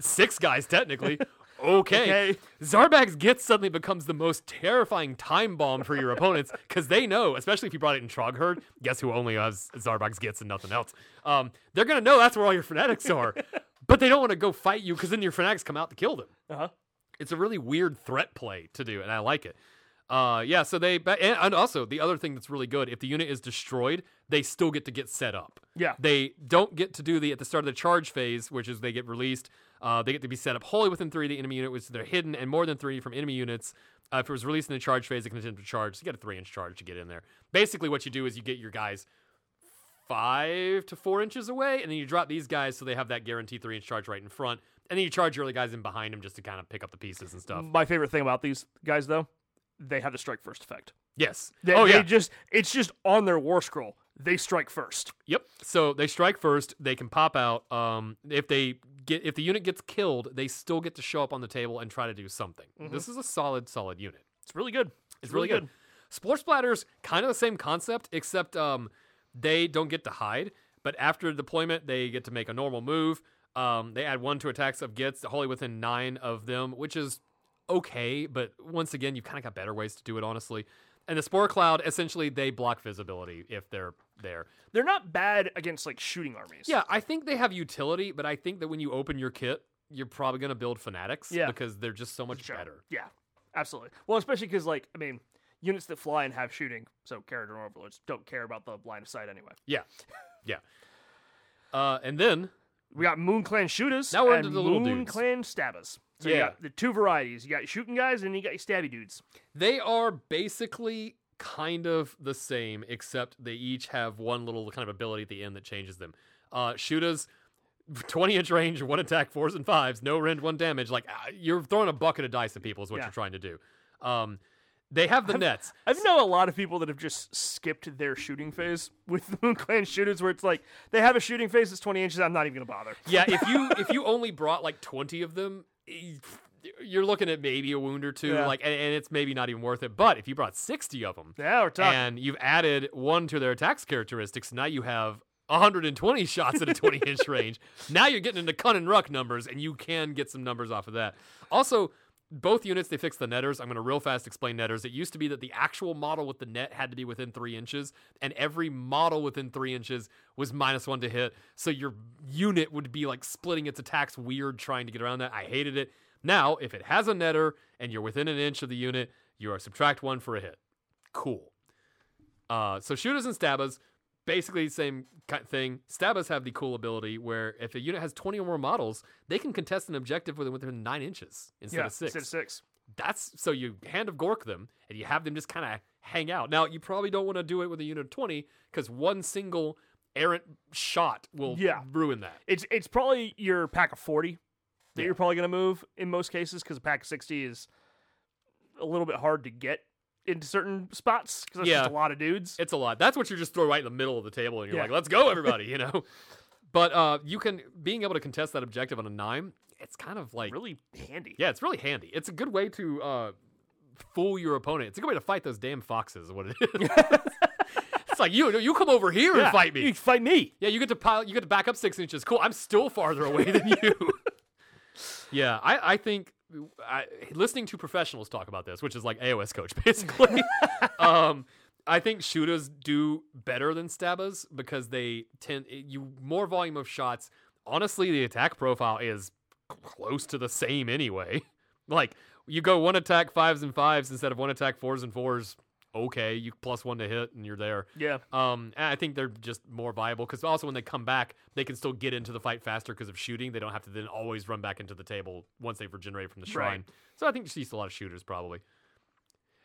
Six guys, technically. Okay.
Okay.
Zarbag's gits suddenly becomes the most terrifying time bomb for your opponents because they know, especially if you brought it in Trog Herd, guess who only has Zarbag's gits and nothing else? Um, they're going to know that's where all your fanatics are, but they don't want to go fight you because then your fanatics come out to kill them
Uh-huh.
it's a really weird threat play to do, and I like it. Uh, yeah, so they ba- and, and also the other thing that's really good, if the unit is destroyed, they still get to get set up.
Yeah.
they don't get to do the at the start of the charge phase, which is they get released. Uh, they get to be set up wholly within three of the enemy unit, which they're hidden and more than three from enemy units. Uh, if it was released in the charge phase, it can attempt to charge. So you get a three inch charge to get in there. Basically, what you do is you get your guys five to four inches away, and then you drop these guys so they have that guarantee three inch charge right in front, and then you charge your other guys in behind them just to kind of pick up the pieces and stuff.
My favorite thing about these guys, though, they have the strike first effect.
Yes.
They,
oh
they
yeah.
just it's just on their war scroll. They strike first.
Yep. So they strike first. They can pop out. Um, if they get if the unit gets killed, they still get to show up on the table and try to do something. This is a solid, solid unit.
It's really good.
Mm-hmm. It's, really, good. Splore splatters, kind of the same concept, except um, they don't get to hide. But after deployment, they get to make a normal move. Um, they add one to attacks of gets, wholly within nine of them, which is okay. But once again, you've kind of got better ways to do it, honestly. And the spore cloud, essentially, they block visibility if they're there.
They're not bad against like shooting armies.
Yeah, I think they have utility, but I think that when you open your kit, you're probably going to build fanatics
Yeah.
because they're just so much
Sure.
better.
Yeah, absolutely. Well, especially because like I mean, units that fly and have shooting, so character and overlords don't care about the line of sight anyway.
Yeah. Yeah. Uh, and then
We got Moon Clan shooters.
Now we're
and
into the little
Moon
dudes.
Clan stabbers. So you
Yeah.
got the two varieties. You got shooting guys and you got your stabby dudes.
They are basically kind of the same, except they each have one little kind of ability at the end that changes them. Uh, shooters, 20 inch range, one attack, fours and fives, no rend, one damage. Like ah, you're throwing a bucket of dice at people, is what
Yeah.
you're trying to do. Um, they have the nets.
I've known a lot of people that have just skipped their shooting phase with the Moon Clan shooters, where it's like they have a shooting phase that's twenty inches. I'm not even gonna bother.
Yeah, if you if you only brought like twenty of them, y- you're looking at maybe a wound or two,
Yeah.
like, and, and it's maybe not even worth it. But if you brought sixty of them,
Yeah, we're talking.
and you've added one to their attacks characteristics, now you have. 120 shots at a 20 inch range. Now you're getting into cun and ruck numbers, and you can get some numbers off of that. Also, both units they fixed the netters. I'm going to real fast explain netters. It used to be that the actual model with the net had to be within three inches, and every model within three inches was minus one to hit. So your unit would be like splitting its attacks weird, trying to get around that. I hated it. Now, if it has a netter and you're within an inch of the unit, you are subtract one for a hit. Cool. Uh, so shooters and stabbas, basically the same kind of thing. Stabbas have the cool ability where if a unit has 20 or more models, they can contest an objective within, within nine inches instead
yeah,
of six.
Instead of six.
That's so you hand of gork them and you have them just kind of hang out. Now you probably don't want to do it with a unit of 20 because one single errant shot will
Yeah.
ruin that.
It's it's probably your pack of forty that
Yeah.
you're probably gonna move in most cases because a pack of sixty is a little bit hard to get into certain spots because that's just
Yeah.
a lot of dudes.
It's a lot. That's what you just throw right in the middle of the table, and you're
Yeah.
like, "Let's go, everybody!" You know. But uh, you can being able to contest that objective on a nine. It's kind of like
really handy.
yeah, it's really handy. It's a good way to uh, fool your opponent. It's a good way to fight those damn foxes. Is what it is. it's like you you come over here and fight me.
You fight me.
Yeah, you get to pile. You get to back up six inches. Cool. I'm still farther away than you. yeah, I, I think I, listening to professionals talk about this, which is like AOS coach basically. um, I think shooters do better than stabbas because they tend you more volume of shots. Honestly, the attack profile is c- close to the same anyway. like you go one attack fives and fives instead of one attack fours and fours. Okay, you plus one to hit and you're there.
Yeah.
Um, and I think they're just more viable because also when they come back, they can still get into the fight faster because of shooting. They don't have to then always run back into the table once they've regenerated from the shrine.
Right.
So I think she's a lot of shooters probably.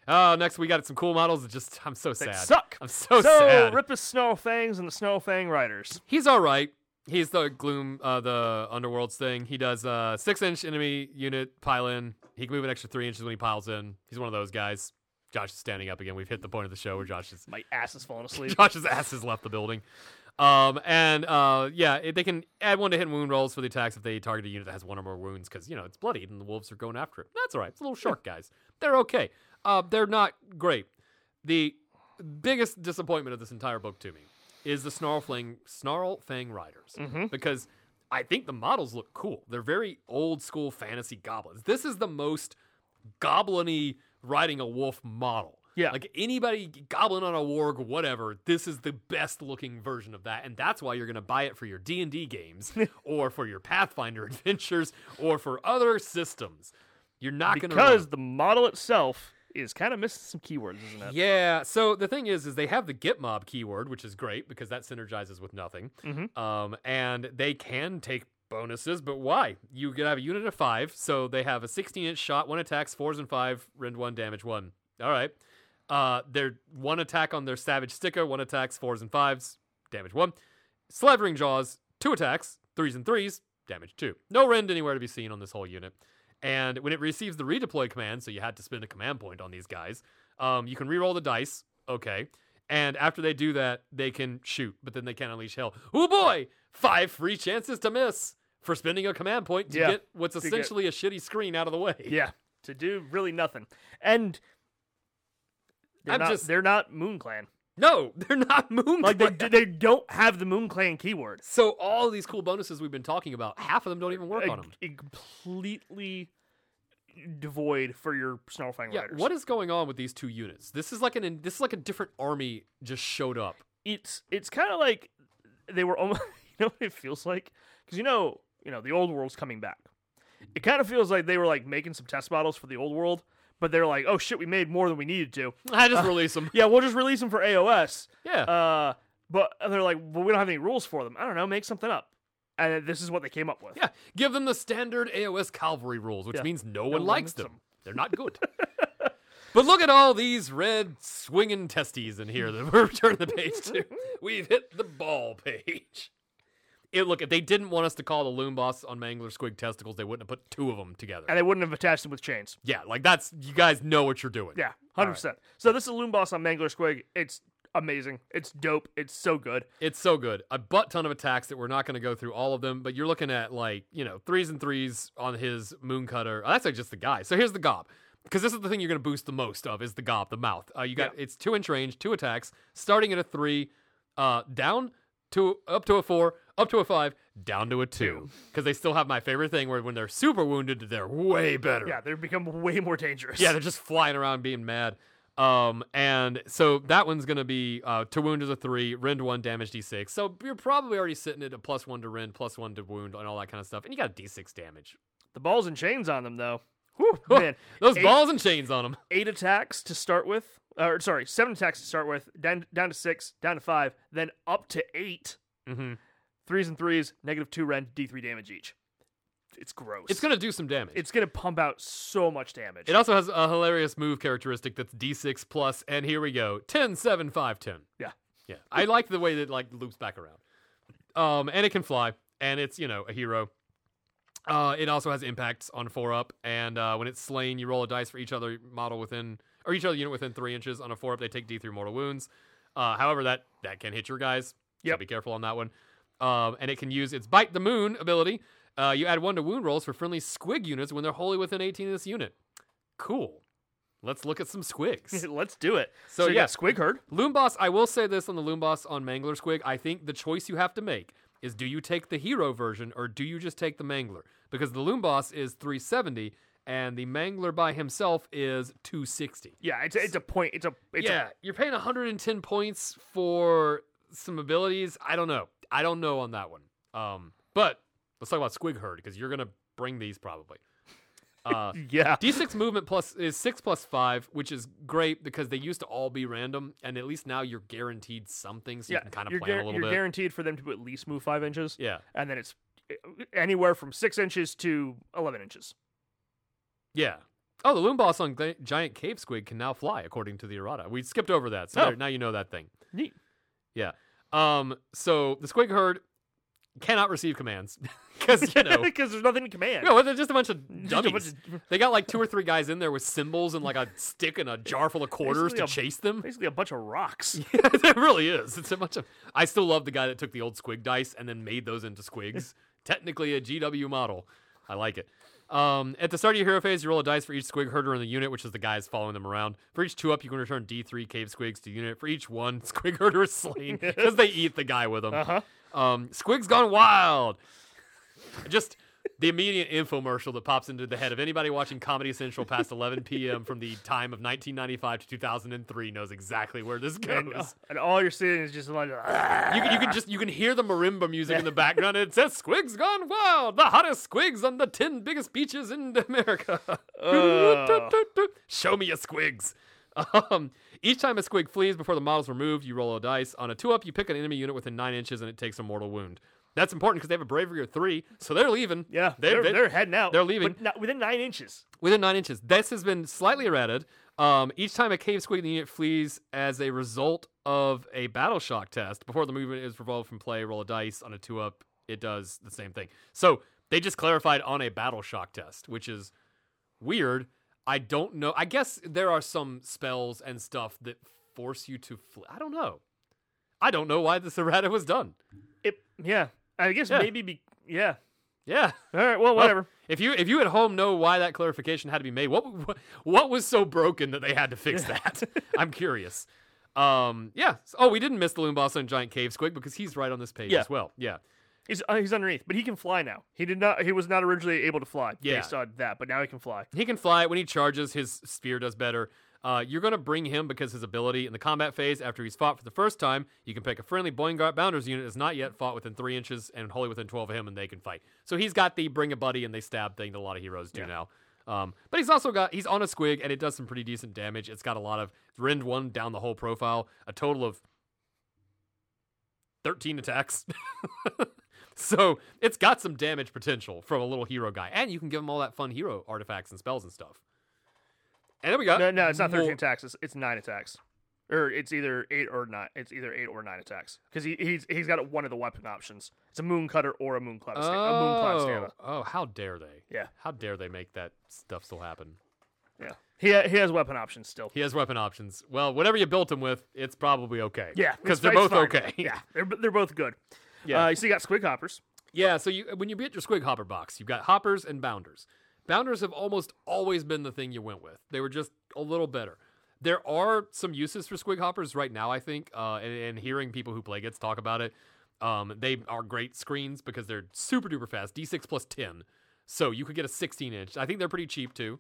Oh, next we got some cool models. It's just I'm so
They
sad.
suck.
I'm so,
so
sad.
Rip a Snow Fangs and the Snow Fang Riders.
He's all right. He's the gloom, uh, the underworld's thing. He does uh, six inch enemy unit pile in. He can move an extra three inches when he piles in. He's one of those guys. Josh is standing up again. We've hit the point of the show where Josh is
My ass is falling asleep.
Josh's ass has left the building. Um, and uh, yeah, it, they can add one to hit and wound rolls for the attacks if they target a unit that has one or more wounds because you know it's bloodied and the wolves are going after it. That's all right. It's little shark guys. They're okay. Uh, they're not great. The biggest disappointment of this entire book to me is the snarl fang, snarl fang riders
Mm-hmm.
because I think the models look cool. They're very old school fantasy goblins. This is the most goblin-y riding a wolf model.
Yeah.
Like anybody goblin on a warg, whatever, this is the best looking version of that. And that's why you're gonna buy it for your D and D games or for your Pathfinder adventures or for other systems. You're not gonna run-
because the model itself is kind of missing some keywords, isn't it?
yeah. So the thing is, is they have the Git mob keyword, which is great because that synergizes with nothing.
Mm-hmm.
Um, and they can take bonuses, but why? You could have a unit of five, so they have a 16 inch shot, one attacks, fours and five, rend one, damage one. All right. Uh, their one attack on their savage sticker, one attacks, fours and fives, damage one. Slavering jaws, two attacks, threes and threes, damage two. No rend anywhere to be seen on this whole unit. And when it receives the redeploy command, so you had to spend a command point on these guys, um, you can reroll the dice. Okay. And after they do that, they can shoot, but then they can't unleash hell. Oh boy! Five free chances to miss for spending a command point to
Yeah.
get what's
To get-
essentially a shitty screen out of the way.
Yeah. To do really nothing. And they're
I'm
not
just-
they're not Moon Clan.
No, they're not moon.
Like they
Clan.
d- they don't have the Moon Clan keyword.
So all these cool bonuses we've been talking about, half of them don't even work
Uh,
on them.
g- completely devoid for your Snarlfang
Yeah,
riders.
what is going on with these two units? This is like an this is like a different army just showed up.
it's it's kind of like they were almost you know what it feels like because you know you know the old world's coming back it kind of feels like they were like making some test models for the old world but they're like oh shit we made more than we needed to
I just release them.
Uh, yeah we'll just release them for aos
Yeah.
uh but and they're like well we don't have any rules for them i don't know make something up and this is what they came up with
Yeah, give them the standard AOS cavalry rules, which
Yeah.
means no,
one
one likes
likes
them.
them.
They're not good. but look at all these red swinging testes in here that we're turning the page to. We've hit the ball page. It, look, if they didn't want us to call the loom boss on Mangler Squig testicles, they wouldn't have put two of them together.
and they wouldn't have attached them with chains
yeah, like that's you guys know what you're doing.
yeah 100% so this is loom boss on mangler squig it's amazing it's dope it's so good
It's so good. A butt ton of attacks that we're not going to go through all of them, but you're looking at like, you know, threes and threes on his mooncutter. Oh, that's like just the guy. So here's the gob. Because this is the thing you're going to boost the most of is the gob, the mouth. Uh, you got it's two inch range, two attacks, starting at a three, uh, down to up to a four, up to a five, down to a two. Because they still have my favorite thing where when they're super wounded, they're way better.
yeah they've become way more dangerous
Yeah, they're just flying around being mad. Um, and so that one's gonna be uh, to wound is a three, rend one, damage d6. So you're probably already sitting at a plus one to rend, plus one to wound, and all that kind of stuff. And you got a d6 damage.
The balls and chains on them, though. Whew, man,
Those
eight,
balls and chains on them.
Eight attacks to start with, or sorry, seven attacks to start with. Down, down to six, down to five, then up to eight.
Mm-hmm.
Threes and threes, negative two rend, d three damage each. It's gross.
It's gonna do some damage.
it's gonna pump out so much damage.
it also has a hilarious move characteristic that's d6 plus, and here we go 10, 7, 5, 10.
yeah,
Yeah, I like the way that like loops back around. Um, and it can fly, and it's you know a hero. Uh, it also has impacts on four up, and uh, when it's slain, you roll a dice for each other model within or each other unit within three inches. On a four up, they take D three mortal wounds. Uh, however, that that can hit your guys. so
Yep.
be careful on that one. Um, and it can use its bite the moon ability. Uh, you add one to wound rolls for friendly squig units when they're wholly within eighteen of this unit. Cool. Let's look at some squigs.
let's do it.
So,
you
yeah.
got Squig Herd.
Loom Boss, I will say this on the Loom Boss on Mangler Squig. I think the choice you have to make is do you take the hero version or do you just take the Mangler? Because the Loom Boss is 370 and the Mangler by himself is 260.
Yeah, it's a, it's a point. It's a it's
yeah, you're paying 110 points for some abilities. I don't know. I don't know on that one. Um, but let's talk about Squig Herd because you're going to bring these probably. Uh,
A, yeah.
D6 movement plus is six plus five, which is great because they used to all be random, and at least now you're guaranteed something, so
yeah,
you can kind of
you're,
plan
guar-
a little
you're
bit.
guaranteed for them to at least move five inches.
yeah,
and then it's eh, anywhere from six inches to eleven inches.
yeah. Oh, the loom boss on gla- giant cave squid can now fly, according to the errata. We skipped over that, so
Oh.
there- now you know that thing.
Neat.
Yeah. Um. So the squig herd cannot receive commands because you know.
because there's nothing in command.
No, they're just a bunch of
Just a
dummies.
bunch
They got like two or three guys in there with cymbals and like a stick and a jar full of quarters
Basically
to
a-
chase them.
Basically, a bunch of rocks.
it really is. It's a bunch of. I still love the guy that took the old squig dice and then made those into squigs. Technically a GW model. I like it. Um, at the start of your hero phase, you roll a dice for each squig herder in the unit, which is the guys following them around. For each two up, you can return D3 cave squigs to unit. For each one, squig herder is slain because they eat the guy with them. Uh-huh. Um, squig's gone wild. Just the immediate infomercial that pops into the head of anybody watching Comedy Central past 11 p.m. from the time of 1995 to 2003 knows exactly where this goes.
and, and all you're seeing is just a lot of.
You, can- you can just you can hear the marimba music in the background. And it says "Squigs Gone Wild," the hottest squigs on the ten biggest beaches in America. Show me your squigs. Um, each time a squig flees before the model's removed, you roll a dice. On a two-up, you pick an enemy unit within nine inches, and it takes a mortal wound. That's important because they have a bravery of three, so they're leaving.
yeah, they're,
they-
they're, heading out.
They're leaving
But not, within nine inches.
within nine inches. This has been slightly errated. Um, each time a cave squid in the unit flees as a result of a battle shock test, before the movement is revolved from play, roll a dice on a two up. It does the same thing. So they just clarified on a battle shock test, which is weird. I don't know. I guess there are some spells and stuff that force you to. Fl- I don't know. I don't know why this errata was done.
It, yeah, I guess
Yeah.
maybe. Be, yeah.
Yeah.
All right. Well, whatever.
If you if you at home know why that clarification had to be made, what what, what was so broken that they had to fix that? I'm curious. Um, yeah. So- Oh, we didn't miss the Lumbasa and Giant Cave Squig because he's right on this page
Yeah.
as well. Yeah.
He's uh, he's underneath, but he can fly now. He did not. He was not originally able to fly
Yeah.
based on that, but now he can fly.
He can fly. When he charges, his spear does better. Uh, you're going to bring him because his ability in the combat phase after he's fought for the first time. You can pick a friendly Boingart Bounders unit that's not yet fought within three inches and wholly within 12 of him, and they can fight. So he's got the bring a buddy and they stab thing that a lot of heroes do now. Um, but he's also got, he's on a squig and it does some pretty decent damage. It's got a lot of rend one down the whole profile, a total of 13 attacks. so it's got some damage potential from a little hero guy. And you can give him all that fun hero artifacts and spells and stuff. And then we got.
No, no, it's not thirteen
more-
attacks. It's, it's nine attacks, or it's either eight or nine. It's either eight or nine attacks because he, he's he's got one of the weapon options. It's a moon cutter or a moon cloud. sta- a moon cloud
Oh,
stanna.
oh, how dare they?
Yeah.
How dare they make that stuff still happen?
Yeah, he ha- he has weapon options still.
He has weapon options. Well, whatever you built him with, it's probably okay.
Yeah,
Because
it's-
they're both
it's fine.
okay.
Yeah, they're they're both good.
Yeah.
Uh, so you got squig hoppers.
Yeah, so you when you get your squig hopper box, you've got hoppers and bounders. Bounders have almost always been the thing you went with. They were just a little better. There are some uses for squig hoppers right now, I think, uh, and, and hearing people who play gets talk about it, um, they are great screens because they're super duper fast. D6 plus 10. So you could get a 16 inch. I think they're pretty cheap too.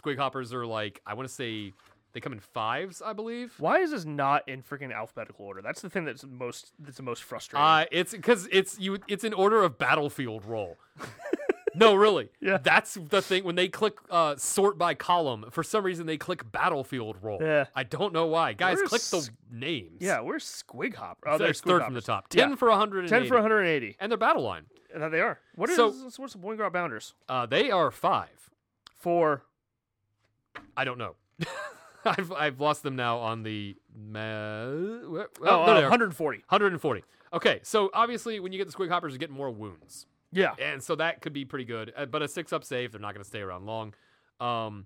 Squig hoppers are like, I want to say they come in fives, I believe.
Why is this not in freaking alphabetical order? That's the thing that's most that's the most frustrating.
Uh, it's because it's you. It's in order of battlefield roll. no, really.
Yeah.
That's the thing. When they click uh, sort by column, for some reason they click battlefield roll.
Yeah.
I don't know why. Guys,
Where's
click the
s-
names.
yeah, where's squig hopper? Oh,
So
there's
it's third
squig
from the
hoppers.
top.
Yeah.
Ten for hundred.
Ten for 180.
And their battle line.
And there Uh, they are. What is
So-
what's the Boing Grot Bounders?
Uh, they are five.
For
I don't know. I've I've lost them now on the. Ma- well,
oh,
there
uh,
they are.
140.
140. Okay, so obviously when you get the squig hoppers, you get more wounds.
Yeah.
and so that could be pretty good. Uh, but a six up save, they're not going to stay around long. Um,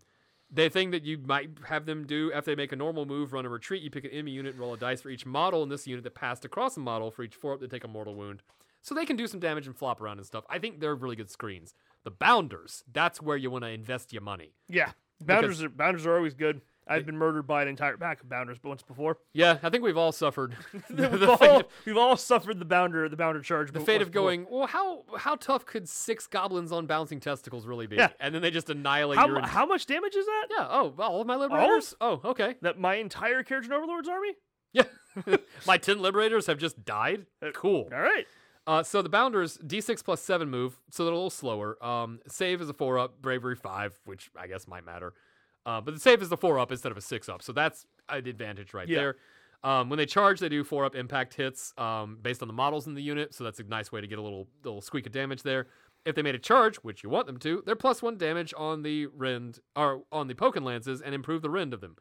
the thing that you might have them do after they make a normal move, run a retreat, you pick an enemy unit and roll a dice for each model in this unit that passed across a model. For each four up, they take a mortal wound. So they can do some damage and flop around and stuff. I think they're really good screens. The bounders, that's where you want to invest your money.
Yeah. Bounders are bounders are always good. I've been murdered by an entire pack of bounders once before.
Yeah, I think we've all suffered the,
we've,
the
all,
fate,
we've all suffered the bounder the bounder charge.
the fate of going, well, how how tough could six goblins on bouncing testicles really be?
Yeah.
And then they just annihilate
How,
your.
mu- how much damage is that?
yeah, oh, all of my liberators? Oh, okay.
That my entire Carriage and Overlord's army?
Yeah. My 10 liberators have just died. Cool.
All right.
Uh, so the bounders, D6 plus 7 move, so they're a little slower. Um, save is a 4 up, bravery 5, which I guess might matter. Uh, but the save is the 4 up instead of a 6 up, so that's an advantage right
Yeah.
there. Um, when they charge, they do 4 up impact hits um, based on the models in the unit, so that's a nice way to get a little, little squeak of damage there. If they made a charge, which you want them to, they're plus 1 damage on the rend, or on the poken lances and improve the rend of them,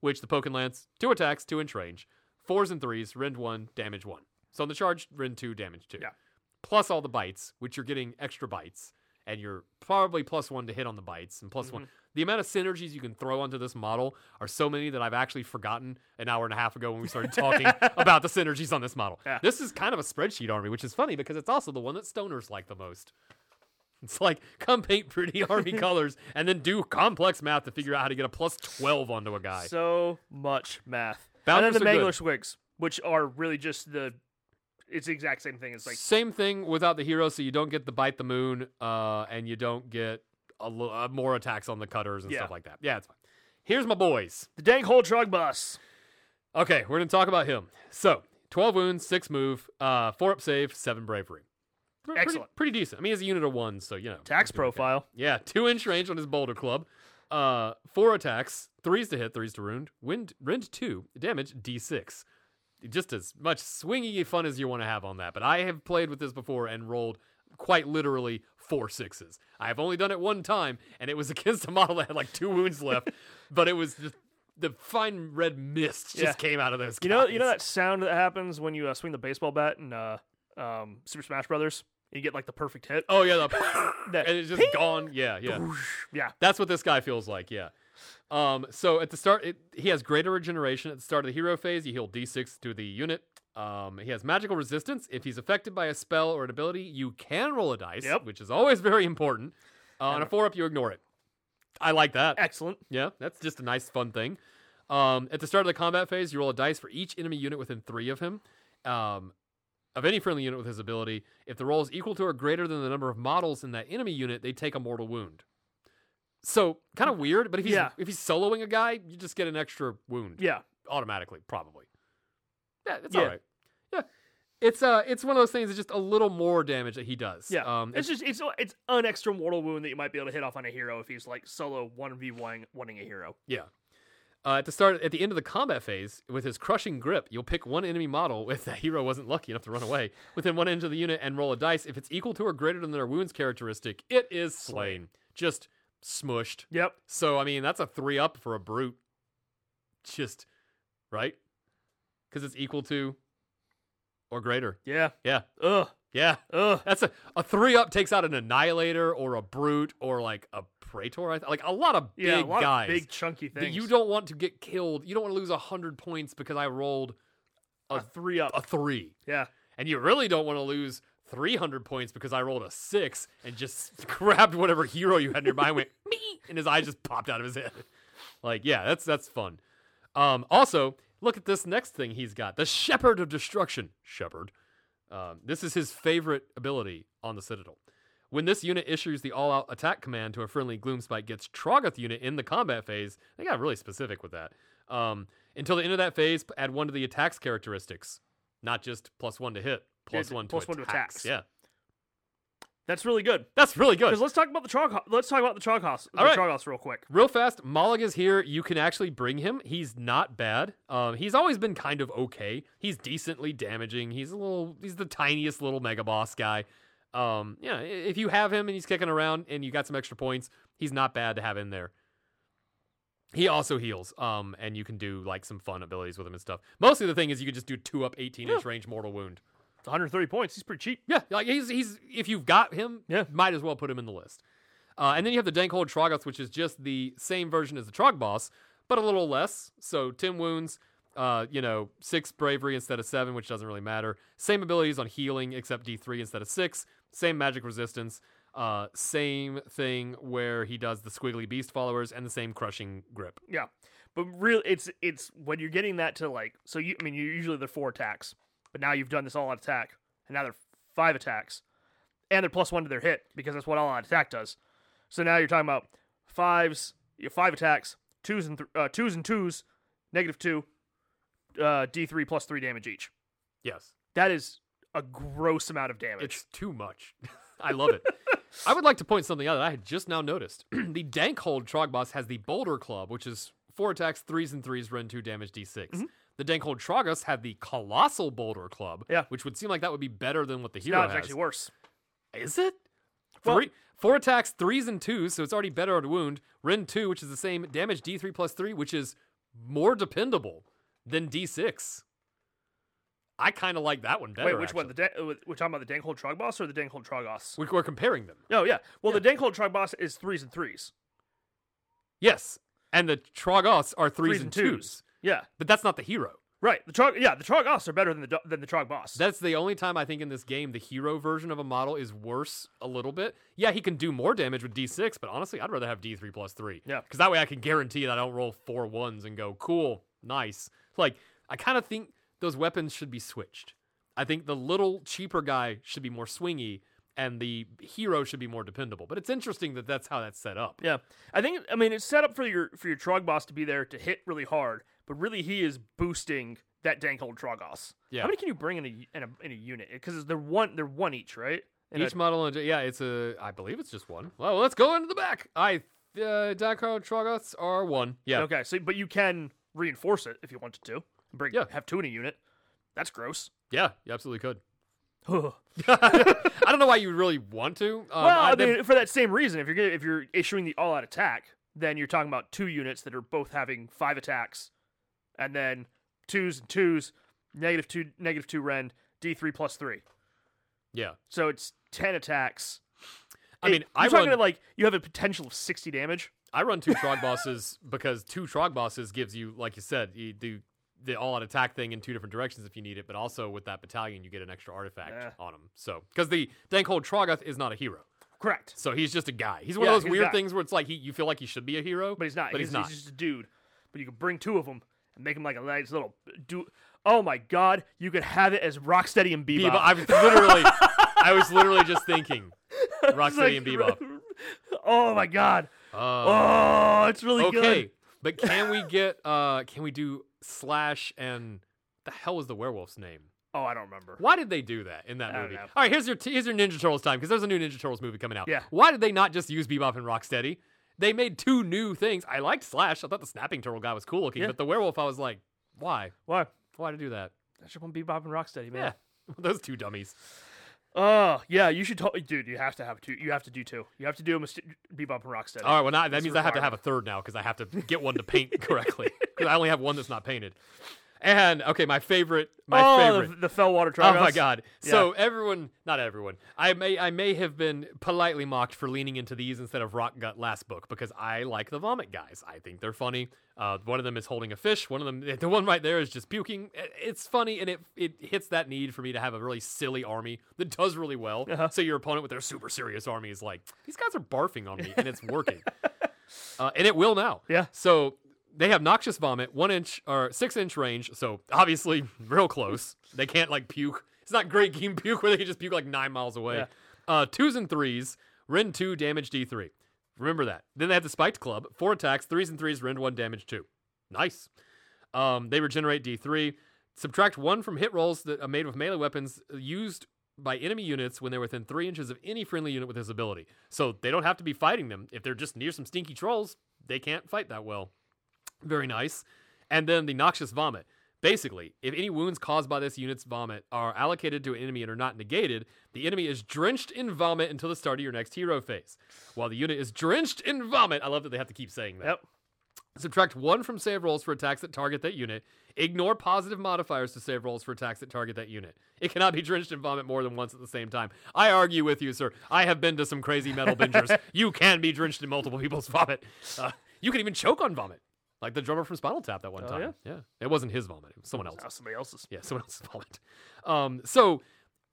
which the poken lance, 2 attacks, 2 inch range, 4s and 3s, rend 1, damage 1. So on the charge, rend 2, damage 2.
Yeah.
plus all the bites, which you're getting extra bites, and you're probably plus one to hit on the bites and plus one. The amount of synergies you can throw onto this model are so many that I've actually forgotten an hour and a half ago when we started talking about the synergies on this model.
Yeah.
This is kind of a spreadsheet army, which is funny because it's also the one that stoners like the most. It's like come paint pretty army colors and then do complex math to figure out how to get a plus twelve onto a guy.
So much math. and
Bounters
then the
are good.
mangler swigs, which are really just the. It's the exact same thing. It's like
same thing without the hero, so you don't get the bite the moon, uh, and you don't get a lo- uh, more attacks on the cutters and
Yeah.
stuff like that. Yeah, it's fine. Here's my boys.
the dang hole drug bus.
Okay, we're gonna talk about him. So, twelve wounds, six move, uh, four up save, seven bravery. Pre- pretty-
Excellent.
pretty decent. I mean, he's a unit of one, so you know.
Tax
he's doing okay.
profile.
Yeah, two inch range on his boulder club. Uh, four attacks, threes to hit, threes to wound, wind, rend two, damage d six. Just as much swingy fun as you want to have on that. But I have played with this before and rolled quite literally four sixes. I have only done it one time, and it was against a model that had like two wounds left. but it was just the fine red mist just
Yeah.
came out of those. Guys.
You know, you know that sound that happens when you uh, swing the baseball bat in uh, um, Super Smash Brothers. You get like the perfect hit.
Oh yeah, the
That-
and it's just gone. Yeah, yeah.
yeah.
That's what this guy feels like, yeah. Um, so at the start, it, he has greater regeneration at the start of the hero phase. You heal D6 to the unit. Um, he has magical resistance. If he's affected by a spell or an ability, you can roll a dice,
Yep.
which is always very important. Uh, on a four up, you ignore it. I like that.
Excellent.
Yeah, that's just a nice, fun thing. Um, at the start of the combat phase, you roll a dice for each enemy unit within three of him, um, of any friendly unit with his ability. If the roll is equal to or greater than the number of models in that enemy unit, they take a mortal wound. So kind of weird, but if he's
Yeah.
if he's soloing a guy, you just get an extra wound
Yeah.
automatically, probably. Yeah, it's
Yeah.
all right. Yeah, it's uh, it's one of those things. It's just a little more damage that he does.
Yeah.
um,
it's just it's it's an extra mortal wound that you might be able to hit off on a hero if he's like solo one v one wanting a hero.
Yeah. Uh, at the start, at the end of the combat phase, with his crushing grip, you'll pick one enemy model if the hero wasn't lucky enough to run away within one inch of the unit and roll a dice. If it's equal to or greater than their wounds characteristic, it is slain, just smushed.
Yep.
So I mean, that's a three up for a brute, just right, because it's equal to or greater.
Yeah.
Yeah,
Ugh.
yeah.
Ugh.
That's a, a three up takes out an annihilator or a brute or like a praetor. I th- like a lot of big
Yeah. a lot
guys
of big chunky
that
things.
you don't want to get killed. You don't want to lose 100 points because I rolled
a three up.
a 3.
yeah.
And you really don't want to lose 300 points because I rolled a 6 and just grabbed whatever hero you had nearby and went me and his eye just popped out of his head. Like, yeah, that's that's fun. Um also, look at this next thing he's got. The Shepherd of Destruction. Shepherd. Um, this is his favorite ability on the Citadel. When this unit issues the all out attack command to a friendly Gloomspike gets Trogoth unit in the combat phase, they got really specific with that. Um, until the end of that phase, p- add one to the attacks characteristics, not just plus one to hit, plus
it's
one,
plus
to,
one to
attacks.
attacks.
Yeah,
That's really good.
that's really good.
Because let's talk about the Trog. Let's talk about the Troghoss. The
All right.
Troghoss real quick.
Real fast, Malaga's here. You can actually bring him. He's not bad. Um, he's always been kind of okay. He's decently damaging. He's a little. He's the tiniest little mega boss guy. Um, yeah, i- if you have him and he's kicking around and you got some extra points, he's not bad to have in there. He also heals. Um, and you can do like some fun abilities with him and stuff. Mostly the thing is you can just do two up, eighteen inch range mortal wound.
130 points. He's pretty cheap.
Yeah, like he's he's if you've got him,
Yeah.
might as well put him in the list. Uh, and then you have the Dankhold Trogoth, which is just the same version as the Trog boss, but a little less. So ten wounds, uh, you know, six bravery instead of seven, which doesn't really matter. Same abilities on healing, except D three instead of six. Same magic resistance. Uh, same thing where he does the squiggly beast followers and the same crushing grip.
Yeah, but real, it's it's when you're getting that to like so you. I mean, you usually they're four attacks, but now you've done this all out attack, and now they're five attacks, and they're plus one to their hit because that's what all out attack does. So now you're talking about fives, you have five attacks, twos and th- uh, twos and twos, negative two, uh, d three plus three damage each.
Yes.
That is a gross amount of damage.
It's too much. I love it. I would like to point something out that I had just now noticed. the Dankhold Trogboss has the Boulder Club, which is four attacks, threes and threes, run two damage, d6.
Mm-hmm.
The Dankhold Trogos had the Colossal Boulder Club,
Yeah.
which would seem like that would be better than what the hero
no, it's
has.
actually worse.
Is it?
Well-
Three, four attacks, threes and twos, so it's already better on wound. Ren two, which is the same damage d3 plus three, which is more dependable than d6. I kind of like that one better.
Wait, which one? The
actually.
Dan- uh, we're talking about the Dankhold Trog boss or the Dankhold Trogoss?
We- We're comparing them.
No, yeah. Well, the Dankhold Trog boss is threes and threes,
Yes, and the Trogoss are threes, and twos.
Yeah,
but that's not the hero.
right. The Trog, yeah, the Trogoss are better than the Do- than the Trog boss.
That's the only time I think in this game the hero version of a model is worse a little bit. Yeah, he can do more damage with D6, but honestly, I'd rather have D3 plus three.
Yeah.
Because that way I can guarantee that I don't roll four ones and go, cool, nice. Like, I kind of think those weapons should be switched. I think the little cheaper guy should be more swingy and the hero should be more dependable. But it's interesting that that's how that's set up.
yeah, I think. I mean, it's set up for your for your Trog boss to be there to hit really hard, but really he is boosting that Dankhold Trogoss.
Yeah.
How many can you bring in a in a, in a unit? Because they're one they're one each, right? And
Each model, and yeah, it's a. I believe it's just one. Well, let's go into the back. I, uh, Dakar Trogoths are one. Yeah,
Okay, so but you can reinforce it if you wanted to. Bring
Yeah.
have two in a unit. That's gross.
yeah, you absolutely could.
well,
I don't know why you would really want to. Um,
I,
they-
mean, for that same reason, if you're gonna, if you're issuing the all out attack, then you're talking about two units that are both having five attacks, and then twos and twos, negative two, negative two rend, D three plus three.
yeah.
So it's ten attacks.
I mean,
you're
I
talking
run,
to, like you have a potential of sixty damage.
I run two trog bosses because two trog bosses gives you, like you said, you do the all-out attack thing in two different directions if you need it, but also with that battalion you get an extra artifact
Yeah.
on him. So because the Dankhold Trogoth is not a hero,
Correct,
so he's just a guy. He's one
Yeah,
of those
he's a
weird
guy.
things where it's like he, you feel like he should be a hero,
but he's not.
But he's, not.
just a dude. But you can bring two of them and make him like a nice little do. Oh my god, you could have it as Rocksteady and Bebop.
Bebop. I was literally, I was literally just thinking, Rocksteady
like-
and Bebop.
oh my god.
Uh,
Oh, it's really
okay,
good.
but can we get? uh Can we do Slash and the hell was the werewolf's name?
Oh, I don't remember.
Why did they do that in that
I don't
movie?
know.
All right, here's your here's your Ninja Turtles time because there's a new Ninja Turtles movie coming out.
Yeah.
Why did they not just use Bebop and Rocksteady? They made two new things. I liked Slash. I thought the snapping turtle guy was cool looking,
Yeah.
but the werewolf, I was like, why?
Why?
Why to do that?
I should want Bebop and Rocksteady,
Yeah.
man.
Those two dummies.
Oh, yeah. You should, to- dude. You have to have two. You have to do two. You have to do a mist- Bebop and Rocksteady.
All right, well, now, that
That's
means
a
I have to have a third now because I have to get one to paint correctly because I only have one that's not painted. And okay, my favorite, my
oh,
favorite.
the, the Fellwater
Oh
Trogos.
my god. So everyone, not everyone. I may I may have been politely mocked for leaning into these instead of Rock Gut last book because I like the vomit guys. I think they're funny. Uh, one of them is holding a fish. One of them, the one right there is just puking. I- It's funny and it it hits that need for me to have a really silly army that does really well. So your opponent with their super serious army is like, these guys are barfing on me and it's working. uh, and it will now.
Yeah.
So they have noxious vomit, one inch or six inch range. So obviously, real close. They can't like puke. It's not great game puke where they can just puke like nine miles away.
Yeah.
Uh, twos and threes, rend two, damage D three. Remember that. Then they have the spiked club, four attacks, threes and threes, rend one, damage two. Nice. Um, they regenerate D3. Subtract one from hit rolls that are made with melee weapons used by enemy units when they're within three inches of any friendly unit with this ability. So they don't have to be fighting them. If they're just near some stinky trolls, they can't fight that well. Very nice. And then the noxious vomit. Basically, if any wounds caused by this unit's vomit are allocated to an enemy and are not negated, the enemy is drenched in vomit until the start of your next hero phase. While the unit is drenched in vomit, I love that they have to keep saying that.
Yep.
Subtract one from save rolls for attacks that target that unit. Ignore positive modifiers to save rolls for attacks that target that unit. It cannot be drenched in vomit more than once at the same time. I argue with you, sir. I have been to some crazy metal bingers. you can be drenched in multiple people's vomit. Uh, you can even choke on vomit, like the drummer from Spinal Tap that one
Oh,
time. Yeah. it wasn't his vomit; it was someone else's.
Now somebody else's.
Yeah, someone else's vomit. Um, so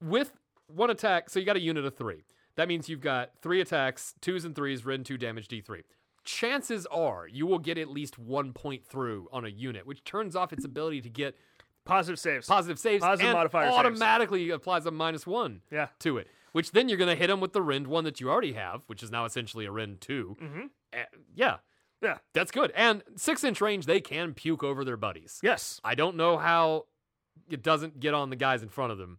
with one attack, so you got a unit of three. That means you've got three attacks, twos and threes, Ren two damage D three. Chances are you will get at least one point through on a unit, which turns off its ability to get
Positive saves.
positive saves
Positive
and
modifier saves.
automatically applies a minus one
Yeah.
to it. Which then you're going to hit them with the Rend one that you already have, which is now essentially a Rend 2
Mm-hmm.
Eh, yeah,
Yeah.
that's good. And six inch range, they can puke over their buddies.
Yes.
I don't know how it doesn't get on the guys in front of them.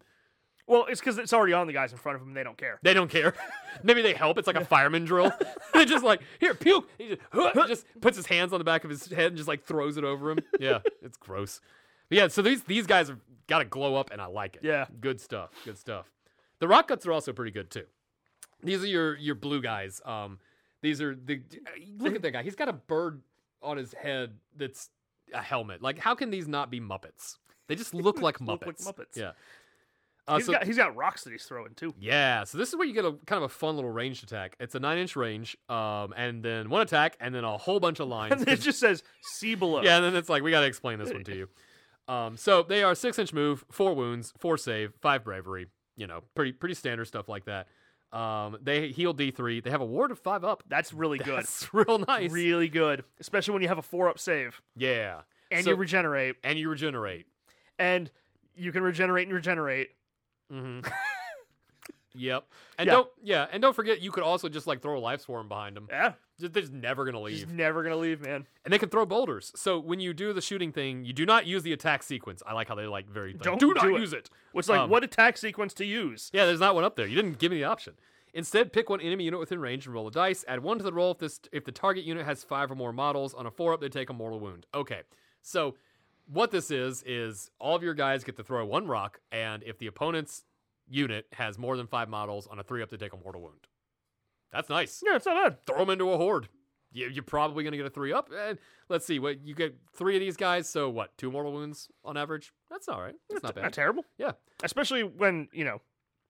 Well, it's because it's already on the guys in front of them. They don't care.
They don't care. Maybe they help. It's like a fireman drill. they just like here puke. He just, he just puts his hands on the back of his head and just like throws it over him. Yeah, it's gross. But yeah, so these these guys have got to glow up, and I like it.
Yeah.
good stuff. Good stuff. The rock cuts are also pretty good too. These are your your blue guys. Um, these are the look at that guy. He's got a bird on his head that's a helmet. Like, how can these not be Muppets? They just look like Muppets.
Look like Muppets.
Yeah. Uh,
He's
so-
got he's got rocks that he's throwing too.
yeah, so this is where you get a kind of a fun little ranged attack. It's a nine inch range, um, and then one attack, and then a whole bunch of lines.
And it just says see below.
yeah, and then it's like we got to explain this one to you. Um, so they are six inch move, four wounds, four save, five bravery. You know, pretty pretty standard stuff like that. Um, they heal D three. They have a ward of five up.
That's really good.
That's real nice.
Really good. Especially when you have a four up save
yeah,
and
So-
you regenerate.
and you regenerate.
And you can regenerate and regenerate.
Yep, and
Yeah.
don't yeah, and don't forget you could also just like throw a life swarm behind them.
Yeah.
They're just never gonna leave.
He's never gonna leave, man.
and they can throw boulders. So when you do the shooting thing, you do not use the attack sequence. I like how they like very like,
Don't
do not
do it.
use it.
It's like
Um,
what attack sequence to use.
Yeah, there's not one up there. You didn't give me the option. Instead, pick one enemy unit within range and roll a dice. Add one to the roll if this if the target unit has five or more models. On a four up, they take a mortal wound. Okay, so what this is is all of your guys get to throw one rock, and if the opponent's unit has more than five models on a three up, they take a mortal wound. That's nice.
Yeah, it's not bad.
Throw them into a horde. You- You're probably going to get a three up. And let's see, what you get three of these guys. So what? Two mortal wounds on average. That's all right. That's not
Not
bad.
terrible.
Yeah.
especially when you know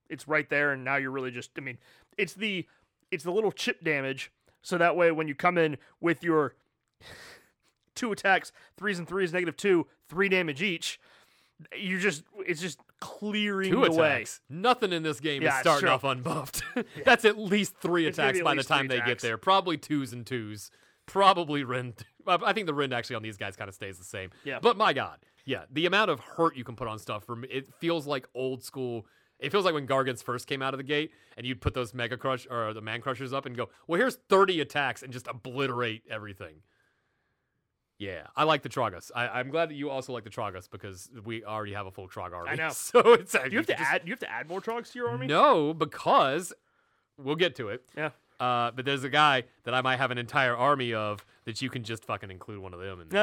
it's right there and now you're really just i mean it's the it's the little chip damage so that way when you come in with your two attacks threes and threes negative two three damage each you just it's just clearing
two
the way
attacks. Nothing in this game
Yeah,
is
it's
starting
true.
off unbuffed. That's at least three
It's gonna
attacks
be at
by the
least three
time they get
attacks.
there. Probably twos and twos. Probably rend. well, I think the rend actually on these guys kind of stays the same.
Yeah.
But my god, yeah, the amount of hurt you can put on stuff from it feels like old school. It feels like when Gargants first came out of the gate, and you'd put those Mega Crush or the Man Crushers up and go, "Well, here's 30 attacks and just obliterate everything." Yeah, I like the Tragus. I, I'm glad that you also like the Tragus because we already have a full Trog army.
know.
So it's
do you have to
just-
add do you have to add more trogs to your army
no, because we'll get to it.
yeah
Uh, but there's a guy that I might have an entire army of that you can just fucking include one of them. In there.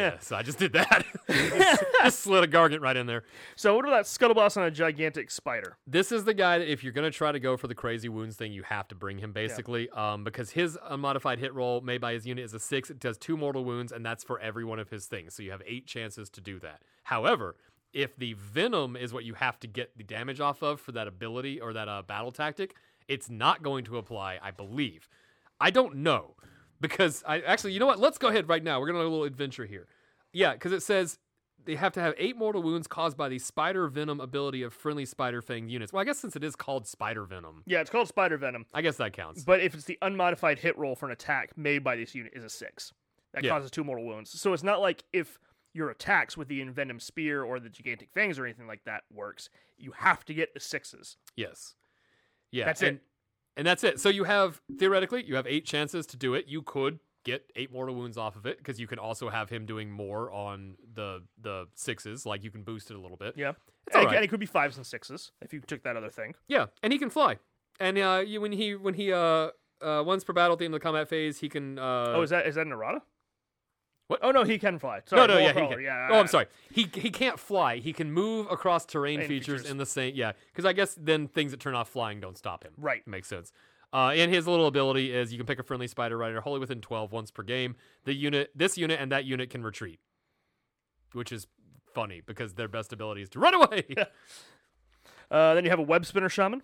yeah, yeah.
So I just did that. just, just slid a gargant right in there.
so what about scuttleblast on a gigantic spider
This is the guy that if you're gonna try to go for the crazy wounds thing, you have to bring him basically, um, because his unmodified hit roll made by his unit is a six. It does two mortal wounds, and that's for every one of his things. So you have eight chances to do that. However, if the venom is what you have to get the damage off of for that ability or that uh, battle tactic, it's not going to apply, I believe. I don't know because I actually, you know what? Let's go ahead right now. We're gonna do a little adventure here. Yeah, because it says they have to have eight mortal wounds caused by the spider venom ability of friendly spider fang units. Well, I guess since it is called spider venom,
yeah it's called spider venom
I guess that counts.
But if it's the unmodified hit roll for an attack made by this unit is a six, that
Yeah.
causes two mortal wounds. So it's not like if your attacks with the envenom spear or the gigantic fangs or anything like that works, you have to get the sixes.
yes, yeah,
That's
and,
it.
and that's it. So you have theoretically you have eight chances to do it. You could get eight mortal wounds off of it because you can also have him doing more on the the sixes. Like you can boost it a little bit.
Yeah,
all
and, it,
right.
and it could be fives and sixes if you took that other thing.
Yeah, and he can fly. And uh, you, when he when he uh, uh, once per battle at the end of the combat phase, he can. Uh,
oh, is that is that an errata?
What?
Oh no, he can fly.
no,
Sorry,
no,
roll
yeah, he
crawler.
can.
yeah.
oh, I'm sorry. He he can't fly. He can move across terrain
Terrain
features,
features.
in the same. Yeah, because I guess then things that turn off flying don't stop him.
Right.
makes sense. Uh, and his little ability is you can pick a friendly spider rider wholly within 12 once per game. The unit, this unit, and that unit can retreat, which is funny because their best ability is to run away.
Uh, then you have a web spinner shaman.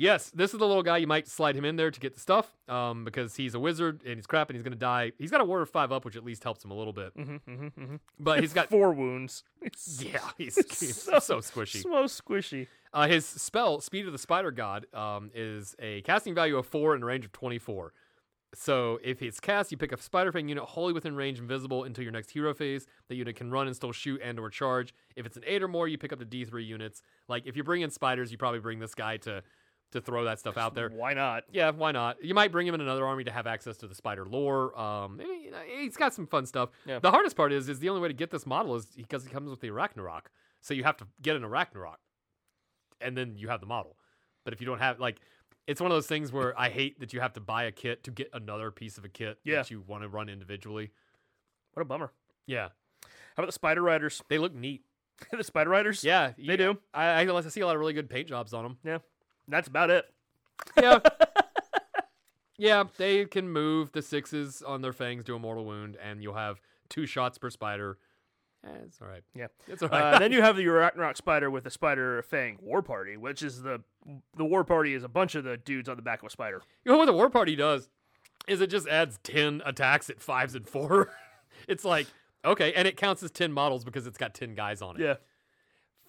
Yes, this is the little guy. You might slide him in there to get the stuff um, because he's a wizard and he's crap and he's going to die. He's got a ward of five up, which at least helps him a little bit. Mm-hmm, But he's got.
Four wounds. It's
yeah, he's, he's so,
so-
squishy.
so squishy.
Uh, his spell, Speed of the Spider God, um, is a casting value of 4 and a range of 24. So if it's cast, you pick a Spider Fang unit wholly within range, invisible until your next hero phase. The unit can run and still shoot and or charge. If it's an 8 or more, you pick up to D3 units. Like, if you bring in spiders, you probably bring this guy to, to throw that stuff out there.
Why not?
Yeah, why not? You might bring him in another army to have access to the spider lore. Um, eh, you know, he's got some fun stuff.
Yeah.
The hardest part is is the only way to get this model is because he comes with the Arachnarok. So you have to get an Arachnarok, and then you have the model. But if you don't have like, it's one of those things where I hate that you have to buy a kit to get another piece of a kit
Yeah.
that you want to run individually.
What a bummer.
Yeah,
How about the spider riders?
they look neat.
the spider riders.
Yeah,
they do.
I, I see a lot of really good paint jobs on them.
Yeah, that's about it.
yeah. Yeah, they can move the sixes on their fangs to a mortal wound, and you'll have two shots per spider, Eh, it's all right.
Yeah.
It's all right.
Uh, then you have the Arachnorock spider with the spider fang war party, which is the the war party is a bunch of the dudes on the back of a spider.
You know what the war party does is it just adds 10 attacks at fives and four. it's like, okay, and it counts as 10 models because it's got 10 guys on it.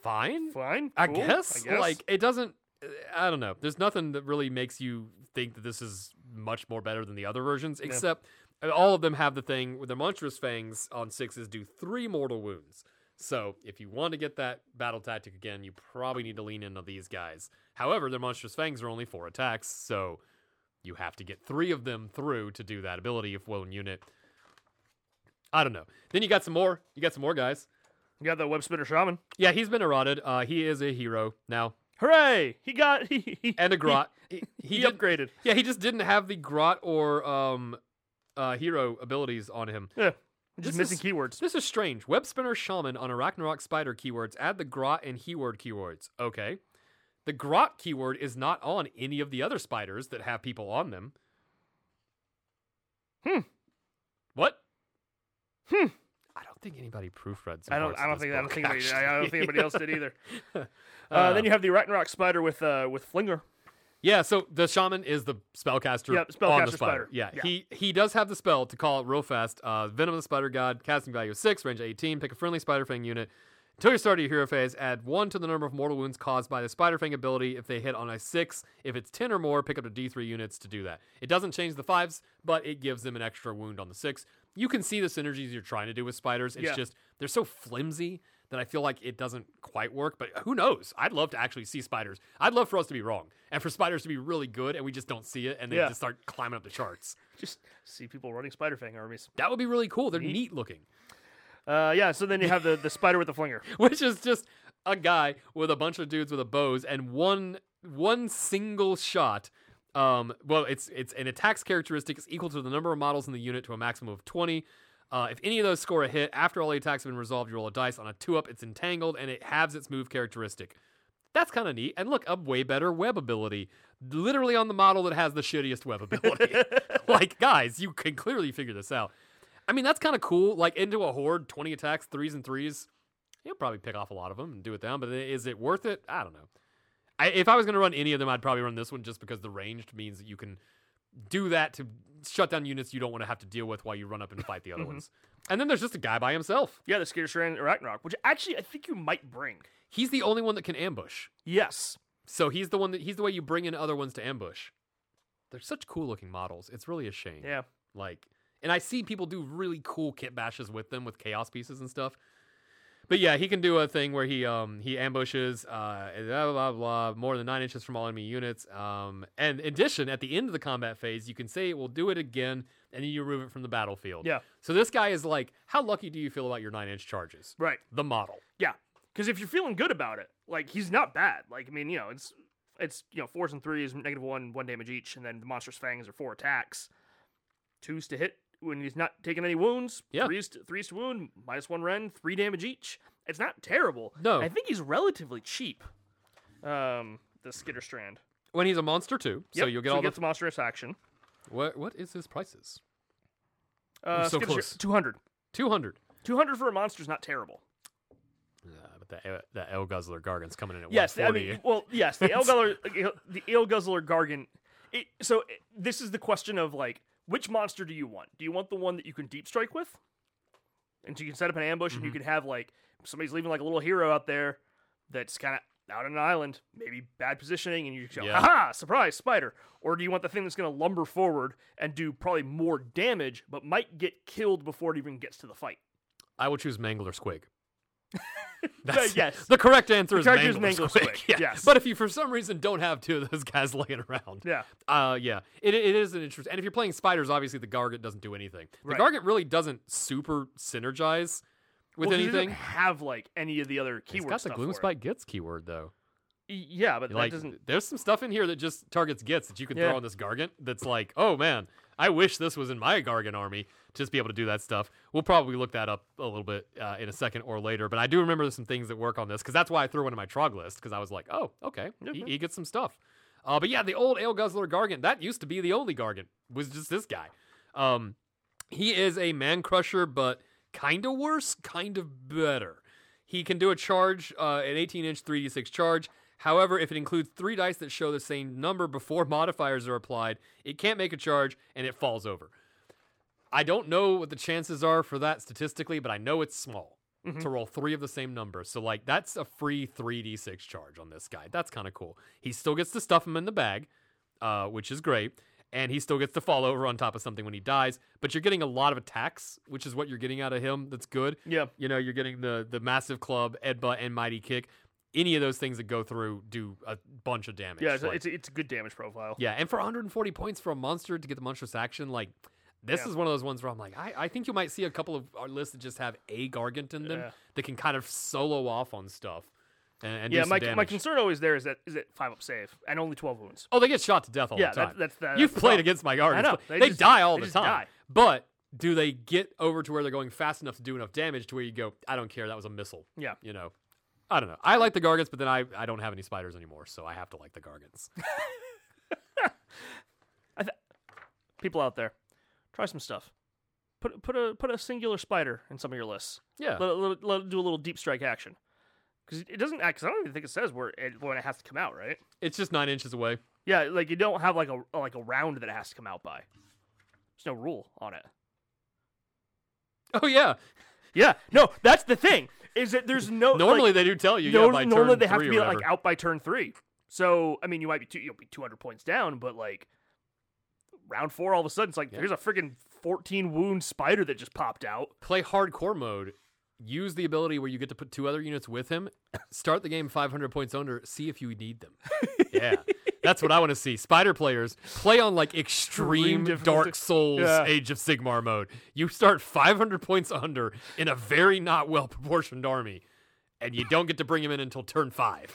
Fine.
fine.
I,
cool,
guess. Like, it doesn't, uh, I don't know. There's nothing that really makes you think that this is much more better than the other versions, except uh, all of them have the thing where the monstrous fangs on sixes do three mortal wounds. So if you want to get that battle tactic again, you probably need to lean into these guys. However, their monstrous fangs are only four attacks, so you have to get three of them through to do that ability if one unit. I don't know. Then you got some more. You got some more guys.
you got the web spinner shaman.
Yeah, he's been eroded. Uh, he is a hero now
Hooray! He got he, he,
and a grot. He,
he,
did-
upgraded.
Yeah, he just didn't have the grot or um, uh, hero abilities on him.
Yeah,
This
just missing
is-
keywords.
This is strange. Web spinner shaman on Arachnorok spider keywords. Add the grot and keyword keywords. Okay, the grot keyword is not on any of the other spiders that have people on them.
Hmm.
What? Hmm. I don't think anybody proofreads.
I don't. I don't think. I don't think. Anybody, I don't think anybody else did either. Uh,
Uh,
then you have the Arachnorock spider with uh with flinger.
Yeah, so the shaman is the spellcaster.
Yep,
on the
spellcaster
spider.
spider.
Yeah.
Yeah.
he he does have the spell to call it real fast. Uh, Venom of the Spider God, casting value of six, range eighteen. Pick a friendly Spider Fang unit. Until you start your hero phase, add one to the number of mortal wounds caused by the Spider Fang ability. If they hit on a six, if it's ten or more, pick up to D three units to do that. It doesn't change the fives, but it gives them an extra wound on the six. You can see the synergies you're trying to do with spiders. It's
Yeah.
just they're so flimsy that I feel like it doesn't quite work. But who knows? I'd love to actually see spiders. I'd love for us to be wrong and for spiders to be really good, and we just don't see it, and they
Yeah.
just start climbing up the charts.
Just see people running spider fang armies.
That would be really cool. They're neat, looking,
Uh, yeah. So then you have the the spider with the flinger.
which is just a guy with a bunch of dudes with a bows and one one single shot. Um, well, it's it's an attacks characteristic is equal to the number of models in the unit to a maximum of twenty. Uh, if any of those score a hit after all the attacks have been resolved, you roll a dice. On a two up, it's entangled and it halves its move characteristic. That's kind of neat. And look, a way better web ability. Literally on the model that has the shittiest web ability. like, guys, you can clearly figure this out. I mean, that's kind of cool. Like, into a horde, 20 attacks, threes and threes. You'll probably pick off a lot of them and do it down, but is it worth it? I don't know. I, if I was going to run any of them, I'd probably run this one just because the ranged means that you can do that to shut down units you don't want to have to deal with while you run up and fight the other ones. And then there's just a guy by himself.
Yeah, the skater strand Arachnorock, which actually I think you might bring.
He's the only one that can ambush.
Yes.
So he's the one that he's the way you bring in other ones to ambush. They're such cool looking models. It's really a shame.
Yeah.
Like, and I see people do really cool kit bashes with them with chaos pieces and stuff. But yeah, he can do a thing where he um he ambushes uh blah blah blah more than nine inches from all enemy units. Um, and in addition, at the end of the combat phase, you can say it will do it again, and then you remove it from the battlefield.
Yeah.
So this guy is like, how lucky do you feel about your nine inch charges?
Right.
The model.
Yeah, because if you're feeling good about it, like he's not bad. Like I mean, you know, it's it's you know fours and threes, negative one, one damage each, and then the monster's fangs are four attacks, twos to hit when he's not taking any wounds.
Yeah.
threes to, threes to wound, minus one ren, three damage each. It's not terrible.
No.
I think he's relatively cheap. Um, the skitter strand.
When he's a monster too, so
Yep,
you'll get all the
gets monstrous action.
What what is his prices?
Uh,
so close.
Two hundred.
Two hundred.
Two hundred for a monster's not terrible.
Uh, but that that El Guzzler Gargan's coming in at
Yes, I
140.
mean, well, yes, the Elguzzler, the Elguzzler Gargan. It, so it, this is the question of like, which monster do you want? Do you want the one that you can deep strike with, and so you can set up an ambush, and you
Mm-hmm.
can have like somebody's leaving like a little hero out there that's kind of out on an island, maybe bad positioning, and you just go,
Yeah.
"Aha! Surprise, spider!" Or do you want the thing that's going to lumber forward and do probably more damage, but might get killed before it even gets to the fight?
I will choose Mangler Squig. That's,
yes.
The correct answer is
correct is
Mangler,
Mangler
Squig.
Squig,
Yeah.
yes.
But if you for some reason don't have two of those guys laying around,
Yeah.
uh, yeah, it, it is an interesting. And if you're playing spiders, obviously the Gargant doesn't do anything. The
Right.
Gargant really doesn't super synergize with
Well, 'cause it doesn't
anything.
have like any of the other
He's
keywords.
got the Gloom Spike Gets keyword though.
Yeah, but
like
that doesn't.
there's some stuff in here that just targets gets that you can
Yeah.
throw on this gargant that's like oh man i wish this was in my gargant army to just be able to do that stuff we'll probably look that up a little bit uh, in a second or later but i do remember there's some things that work on this because that's why i threw one in my trog list because i was like oh okay he, he gets some stuff uh, but yeah the old ale guzzler gargant that used to be the only gargant was just this guy um, he is a man crusher but kind of worse, kind of better. He can do a charge, uh, an 18 inch 3d6 charge. However, if it includes three dice that show the same number before modifiers are applied, it can't make a charge and it falls over. I don't know what the chances are for that statistically, but I know it's small
Mm-hmm.
to roll three of the same number. So, like, that's a free 3d6 charge on this guy. That's kind of cool. He still gets to stuff him in the bag, uh, which is great. And he still gets to fall over on top of something when he dies, but you're getting a lot of attacks, which is what you're getting out of him. That's good.
Yeah.
You know, you're getting the the massive club, Edba, and mighty kick. Any of those things that go through do a bunch of damage.
Yeah, it's,
Like-
it's, it's a good damage profile.
yeah, and for 140 points for a monster to get the monstrous action, like this
Yeah.
is one of those ones where I'm like, I, I think you might see a couple of our lists that just have a Gargant in them
Yeah.
that can kind of solo off on stuff. And, and do
Yeah,
some
my, my
damage.
concern always there is that is it five up save and only twelve wounds.
Oh, they get shot to death all
Yeah,
the time.
that- that's- that-
You've
that's the
played
problem.
against my guardians.
I know.
but They,
They just-
die all
they
the
just
time.
die.
But do they get over to where they're going fast enough to do enough damage to where you go, I don't care, that was a missile.
Yeah.
You know. I don't know. I like the gargants, but then I, I don't have any spiders anymore, so I have to like the gargants.
People out there, try some stuff. Put put a put a singular spider in some of your lists.
Yeah.
Let, it- let, it- let it do a little deep strike action because it doesn't. Because I don't even think it says where it, when it has to come out. Right.
it's just nine inches away.
Yeah, like you don't have like a like a round that it has to come out by. There's no rule on it.
Oh yeah.
Yeah, no, that's the thing. Is that there's no
Normally
like,
they do tell you.
no-
yeah, by
normally
turn
they have
three
to
or
be like
whatever.
out by turn three. So I mean, you might be two, you'll be 200 points down, but like round four, all of a sudden it's like there's a freaking 14 wound spider that just popped out.
play hardcore mode. Use the ability where you get to put two other units with him. Start the game 500 points under. See if you need them. yeah, that's what I want to see. Spider players play on like extreme
difficulty.
Dark Souls
Yeah.
Age of Sigmar mode. You start 500 points under in a very not well proportioned army, and you don't get to bring him in until turn five,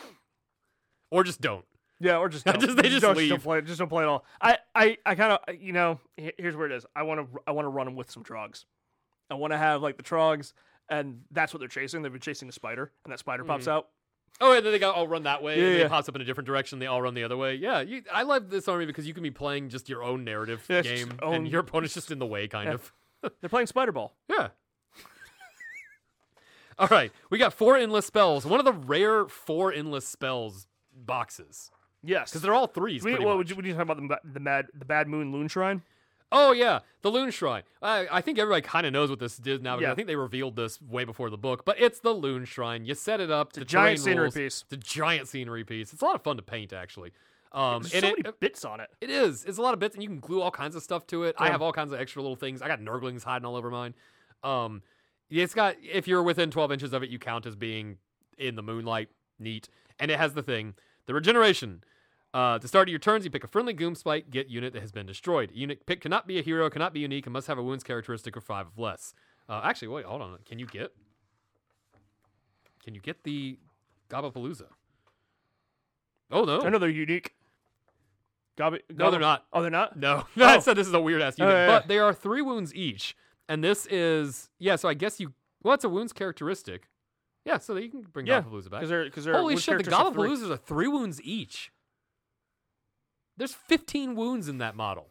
or just don't.
Yeah, or just
don't. Just- they Just just don't- just don't leave.
play just don't play at all. I I I kind of you know he- here's where it is. I want to I want to run them with some trogs. I want to have like the trogs, and that's what they're chasing. They've been chasing a spider, and that spider pops out.
Oh, and then they got all run that way.
Yeah,
and they
yeah.
pops up in a different direction. They all run the other way. Yeah, you, I love this army because you can be playing just your own narrative
Yeah, it's just
game,
own-
and your opponent's just in the way, kind of.
They're playing spider ball.
Yeah. all right, we got four endless spells. One of the rare four endless spells boxes
Yes,
because they're all threes.
We,
pretty
well,
much.
would you, would you talk about the, ma- the mad the bad moon loon shrine?
Oh yeah, the Loon Shrine. I, I think everybody kind of knows what this is now. because
Yeah.
I think they revealed this way before the book, but it's the Loon Shrine. You set it up. It's
a giant scenery piece.
The giant scenery piece. It's a lot of fun to paint, actually. Um,
There's
and
so
it-
many bits on it.
It is. It's a lot of bits, and you can glue all kinds of stuff to it. I
Yeah.
have all kinds of extra little things. I got nurglings hiding all over mine. Um, it's got if you're within 12 inches of it, you count as being in the moonlight. Neat. And it has the thing, the regeneration. Uh, to start your turns, you pick a friendly Goom Spike Git unit that has been destroyed. Unit pick cannot be a hero, cannot be unique, and must have a wounds characteristic of five or less. Uh, actually, wait, hold on. Can you get? Can you get the Gabapalooza? Oh no!
I know they're unique. Gobby,
No, they're not.
Oh, they're not.
No,
Oh.
I said this is a weird ass unit,
yeah,
but
yeah.
they are three wounds each, and this is yeah. So I guess you well, it's a wounds characteristic. Yeah, so you can bring
Yeah,
Goblapalooza back.
'cause they're- 'cause they're
Holy
wounds
shit, the
characteristics of
Goblapaloozas are three wounds each. There's 15 wounds in that model.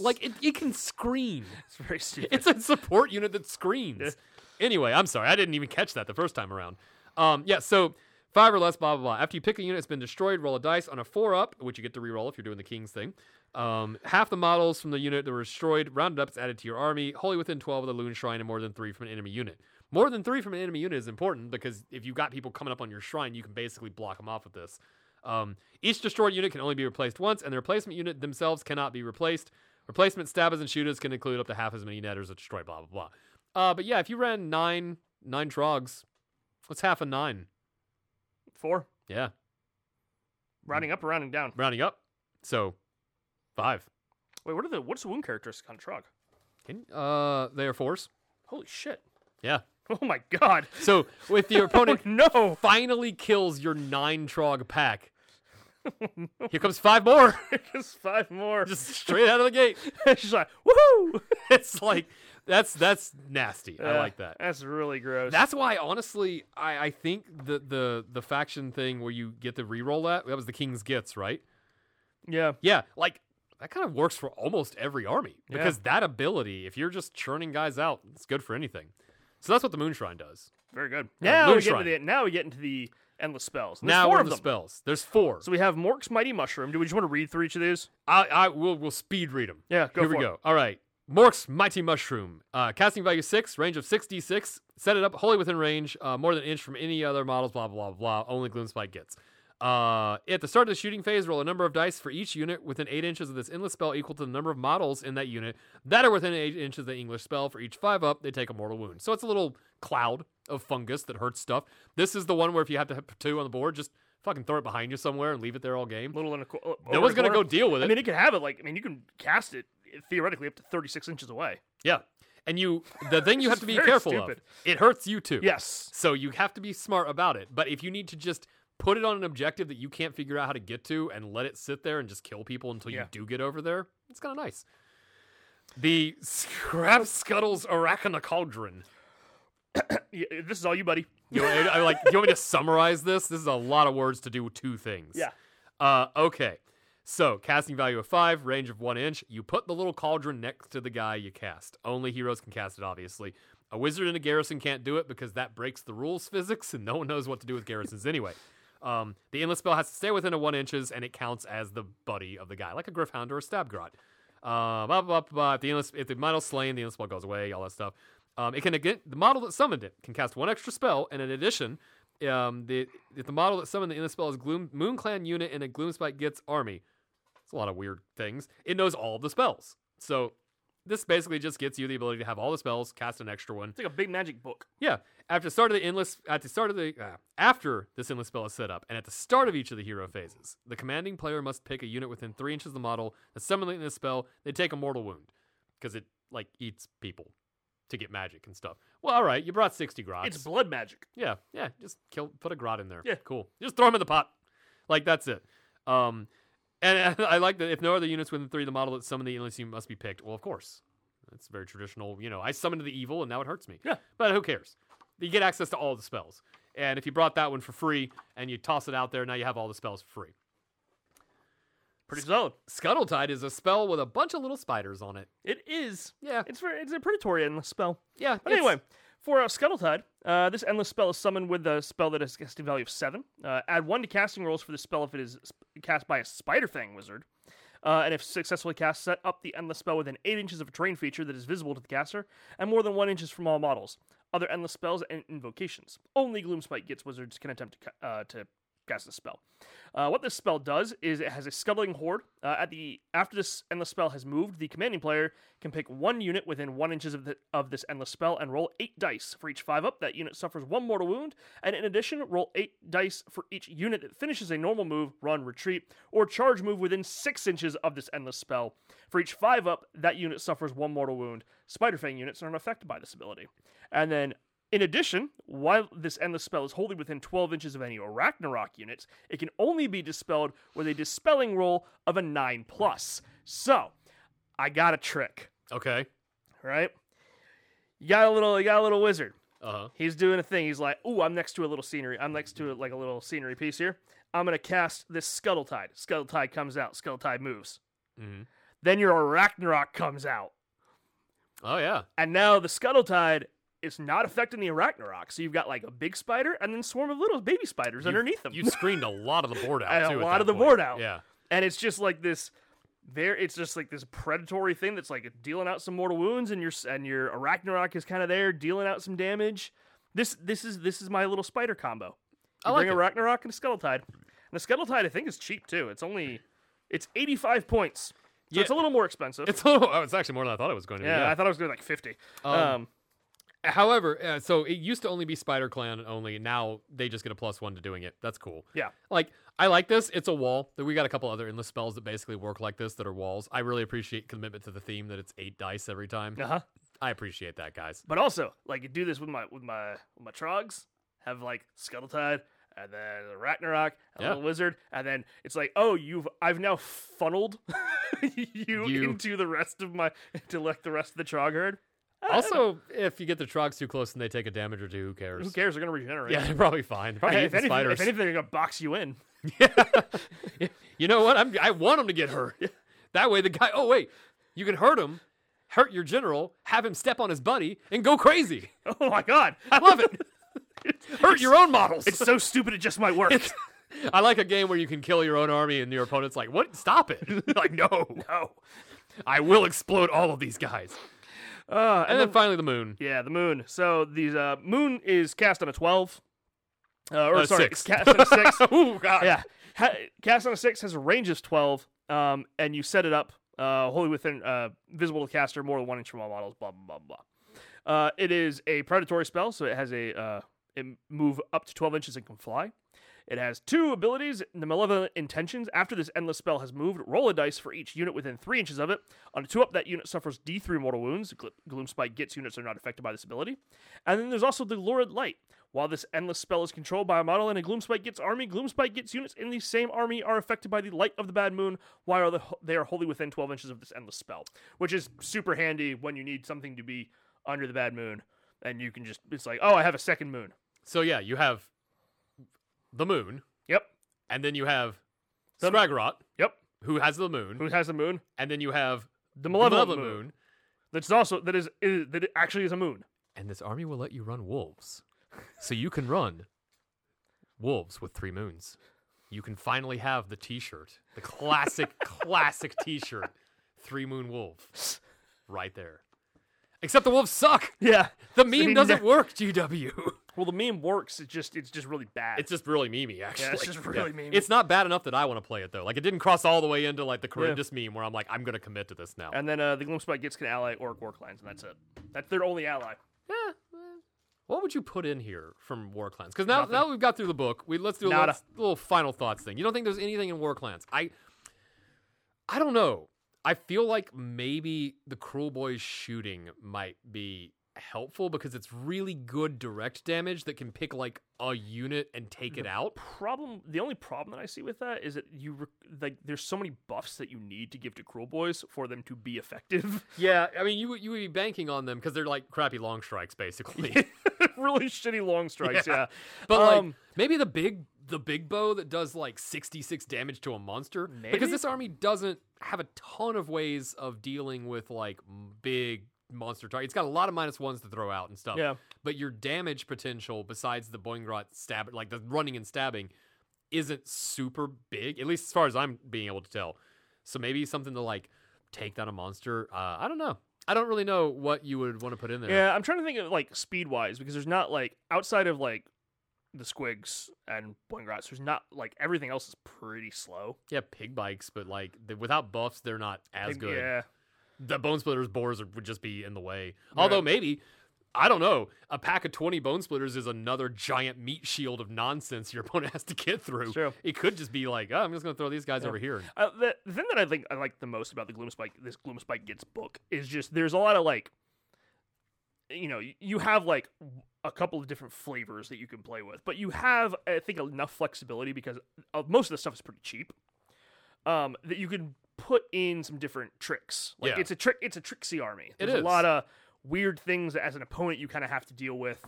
Like it, it can scream.
It's very stupid.
It's a support unit that screams. Anyway, I'm sorry. I didn't even catch that the first time around. Um, yeah, so five or less, blah, blah, blah. After you pick a unit that's been destroyed, roll a dice on a four up, which you get to reroll if you're doing the king's thing. Um, half the models from the unit that were destroyed, rounded up, it's added to your army. Wholly within 12 of the Loon Shrine and more than three from an enemy unit. More than three from an enemy unit is important because if you've got people coming up on your shrine, you can basically block them off with this. Um, each destroyed unit can only be replaced once, and the replacement unit themselves cannot be replaced. Replacement stabbers and shooters can include up to half as many netters that destroy blah blah blah. Uh, but yeah, if you ran nine nine trogs, what's half a nine?
Four
Yeah,
rounding up, or rounding down.
rounding up, so five.
Wait, what are the what's the wound characteristic on Trog?
Can, uh, they are fours.
Holy shit!
Yeah.
Oh my god! Oh,
So with your opponent
no!
finally kills your nine trog pack, here comes five more,
Just five more. Just,
just straight out of the gate.
just like woohoo!
It's like that's that's nasty. I
Yeah,
like that.
That's really gross.
That's why, honestly, I, I think the, the the faction thing where you get to reroll that that was the king's gets right.
yeah.
Yeah, like that kind of works for almost every army because that ability, if you're just churning guys out, it's good for anything. So that's what the Moon Shrine does.
Very good.
Yeah,
now we
Moon
get into
Shrine.
the now we get into the endless spells. And there's
now
four
we're
of
the
them.
spells. There's four.
So we have Mork's Mighty Mushroom. Do we just want to read through each of these?
I, I will will speed read them.
Yeah, go
Here
for
we
it.
go. All right. Mork's Mighty Mushroom. Uh, casting value 6, range of 6d6. Set it up wholly within range, uh, more than an inch from any other models, blah, blah, blah, blah. Only Gloomspite gets. Uh, at the start of the shooting phase, roll a number of dice for each unit within 8 inches of this endless spell equal to the number of models in that unit that are within 8 inches of the English spell. For each 5 up, they take a mortal wound. So it's a little cloud of fungus that hurts stuff. This is the one where if you have to have two on the board, just fucking throw it behind you somewhere and leave it there all game.
Little in a co- over
No one's
the
going to go
corner.
deal with it.
I mean, it can have it like I mean, you can cast it theoretically up to 36 inches away.
Yeah. And you the thing you have
is
to be
very
careful
stupid.
of. It hurts you too.
Yes.
So you have to be smart about it. But if you need to just put it on an objective that you can't figure out how to get to and let it sit there and just kill people until you
Yeah.
do get over there, it's kind of nice. The Scrap Scuttle's Arachna Cauldron.
Y- This is all you, buddy.
You know, I- I like, you want me to summarize this? This is a lot of words to do with two things.
Yeah.
Uh, okay. So, casting value of five, range of one inch. You put the little cauldron next to the guy you cast. Only heroes can cast it, obviously. A wizard and a garrison can't do it because that breaks the rules physics, and no one knows what to do with garrisons anyway. Um, the endless spell has to stay within a one inches, and it counts as the buddy of the guy, like a griffhound or a stabgrot. Uh, blah, blah, blah, blah. If the endless, if the model's slain, the endless spell goes away. All that stuff. Um, it can again, the model that summoned it can cast one extra spell, and in addition, um, the if the model that summoned the endless spell is Gloom Moon Clan unit in a Gloomspite gets army. It's a lot of weird things. It knows all the spells, so this basically just gets you the ability to have all the spells, cast an extra one,
It's like a big magic book.
yeah. After the start of the endless, at the start of the uh, after this endless spell is set up, and at the start of each of the hero phases, the commanding player must pick a unit within three inches of the model that's summoning this spell. They take a mortal wound because it like eats people to get magic and stuff. Well, all right, you brought sixty grots.
It's blood magic.
yeah, yeah. Just kill, put a grot in there.
Yeah.
cool. Just throw him in the pot. Like that's it. Um, and I like that if no other units within three of the model that summoned the endless unit must be picked. Well, of course, that's very traditional. You know, I summoned the evil and now it hurts me.
Yeah.
But who cares? You get access to all the spells. And if you brought that one for free and you toss it out there, now you have all the spells for free.
Pretty solid.
Scuttletide is a spell with a bunch of little spiders on it.
It is.
Yeah.
It's very, it's a predatory endless spell.
Yeah.
But
it's-
anyway, for uh, Scuttletide, uh, this endless spell is summoned with a spell that has a casting value of seven. Uh, add one to casting rolls for the spell if it is sp- cast by a Spider Fang wizard. Uh, and if successfully cast, set up the endless spell within eight inches of a terrain feature that is visible to the caster, and more than one inches from all models. Other endless spells and invocations. Only Gloomspite gets wizards can attempt to, ca- uh, to cast the spell. Uh, what this spell does is it has a scuttling horde. Uh, at the after this endless spell has moved, the commanding player can pick one unit within one inches of the, of this endless spell and roll eight dice for each five up. That unit suffers one mortal wound, and in addition, roll eight dice for each unit that finishes a normal move, run, retreat, or charge move within six inches of this endless spell. For each five up, that unit suffers one mortal wound. Spider Fang units are not affected by this ability. And then in addition, while this endless spell is wholly within 12 inches of any Arachnarok units, it can only be dispelled with a dispelling roll of a 9 plus. So, I got a trick,
Okay.
right? You got a little you got a little wizard.
Uh huh.
He's doing a thing. He's like, "Ooh, I'm next to a little scenery. I'm next to like a little scenery piece here. I'm going to cast this Scuttle Tide. Scuttle Tide comes out. Scuttle Tide moves.
Mhm.
Then your Arachnarok comes out.
Oh, yeah.
And now the Scuttletide is not affecting the Arachnarok. So you've got like a big spider and then swarm of little baby spiders
You-
underneath them.
You screened a lot of the board out.
And a
too, at
lot of
that
the
point.
board out.
Yeah.
And it's just like this there it's just like this predatory thing that's like dealing out some mortal wounds and your and your Arachnarok is kind of there dealing out some damage. This this is this is my little spider combo.
I
You
like
bring
it.
Arachnarok and a Scuttletide. And the Scuttletide I think is cheap too. It's only it's 85 points. So
Yeah.
it's a little more expensive.
It's, oh, it's actually more than I thought it was going to be.
yeah, I thought I was going to like 50. um
However, uh, so it used to only be Spider Clan only. Now they just get a plus one to doing it. That's cool.
yeah.
Like I like this. It's a wall. That we got a couple other endless spells that basically work like this that are walls. I really appreciate commitment to the theme that it's eight dice every time.
Uh-huh.
I appreciate that, guys.
But also, like, do this with my with my with my trogs. Have like Scuttletide, and then the Ragnarok, a
Yeah.
little wizard, and then it's like, oh, you've I've now funneled you,
You.
into the rest of my to like the rest of the trog herd. I- I don't-
Also, if you get the trogs too close and they take a damage or two, who cares?
who cares? They're gonna regenerate.
Yeah, they're probably fine. They're probably
Hey,
eating
if, anything,
spiders.
if anything, they're gonna box you in.
you know what? I'm, I want them to get hurt. That way, the guy. Oh wait, you can hurt him. hurt your general, have him step on his buddy, and go crazy.
Oh my god,
I love it. hurt your own models.
It's so stupid it just might work.
I like a game where you can kill your own army and your opponent's like, "What? Stop it!" like, no,
Oh.
no, I will explode all of these guys.
Uh,
And then finally, the moon.
yeah, the moon. So the uh, moon is cast on a twelve, uh, or
Uh,
sorry,
six.
cast on a six.
Ooh, God.
yeah, ha- cast on a six has a range of twelve, um, and you set it up uh, wholly within uh, visible to caster, more than one inch from all models. Blah blah blah blah. Uh, it is a predatory spell, so it has a uh, it move up to twelve inches and can fly. It has two abilities, the Malevolent Intentions. After this endless spell has moved, roll a dice for each unit within three inches of it. On a two up, that unit suffers D3 mortal wounds. Gl- Gloom Spike gets units that are not affected by this ability. And then there's also the Lurid Light. While this endless spell is controlled by a model in a Gloom Spike gets army, Gloom Spike gets units in the same army are affected by the light of the Bad Moon while the- they are wholly within 12 inches of this endless spell, which is super handy when you need something to be under the Bad Moon. And you can just, it's like, oh, I have a second moon.
So yeah, you have the moon,
Yep,
and then you have
The-
Spraggerot,
yep.
who has the moon,
Who has the moon?
and then you have
The malevolent,
Malevolent
moon. That's also that is, is that it actually is a moon.
And this army will let you run wolves, so you can run wolves with three moons. You can finally have the T-shirt, the classic, classic T-shirt, three moon wolf, right there. Except the wolves suck.
Yeah.
The
So
meme
you
doesn't
ne-
work, GW.
Well, the meme works. It's just it's just really bad.
It's just really memey, actually.
just really memey.
It's not bad enough that I want to play it though. Like it didn't cross all the way into like the Corindus meme where I'm like, I'm gonna commit to this now.
and then uh, the gloom spike gets can ally orc work lines, and that's it. That's their only ally.
what would you put in here from War Clans? Because now, now that we've got through the book, we let's do a
Nada.
little, little final thoughts thing. You don't think there's anything in War Clans? I I don't know. I feel like maybe the Cruel Boys shooting might be helpful because it's really good direct damage that can pick like a unit and take it out.
Problem. The only problem that I see with that is that you re- like there's so many buffs that you need to give to cruel boys for them to be effective.
Yeah, I mean, you would- you would be banking on them because they're like crappy long strikes, basically.
really shitty long strikes. Yeah.
But like
Um,
maybe the big the big bow that does like 66 damage to a monster because this army doesn't have a ton of ways of dealing with like m- big monster target. It's got a lot of minus ones to throw out and stuff.
Yeah.
But your damage potential besides the Boingrot stab like the running and stabbing isn't super big at least as far as I'm being able to tell. So maybe something to like take down a monster. Uh, I don't know. I don't really know what you would want to put in there.
Yeah, I'm trying to think of like speed wise because there's not like outside of like the squigs and boingrats, there's not like everything else is pretty slow.
Yeah, pig bikes, but like the, without buffs, they're not as
Like,
good.
Yeah.
the bone splitters boars are- would just be in the way. Although maybe I don't know, a pack of twenty bone splitters is another giant meat shield of nonsense your opponent has to get through.
true.
It could just be like, oh, I'm just gonna throw these guys over here. and-
Uh, the, the thing that I think I like the most about the Gloom Spike, this Gloom Spike gets book, is just there's a lot of like, you know, y- you have like w- a couple of different flavors that you can play with, but you have I think enough flexibility because uh, most of the stuff is pretty cheap, um, that you can put in some different tricks. Like
Yeah.
it's a trick, it's a tricksy army. There's
is.
a lot of weird things that as an opponent you kind of have to deal with,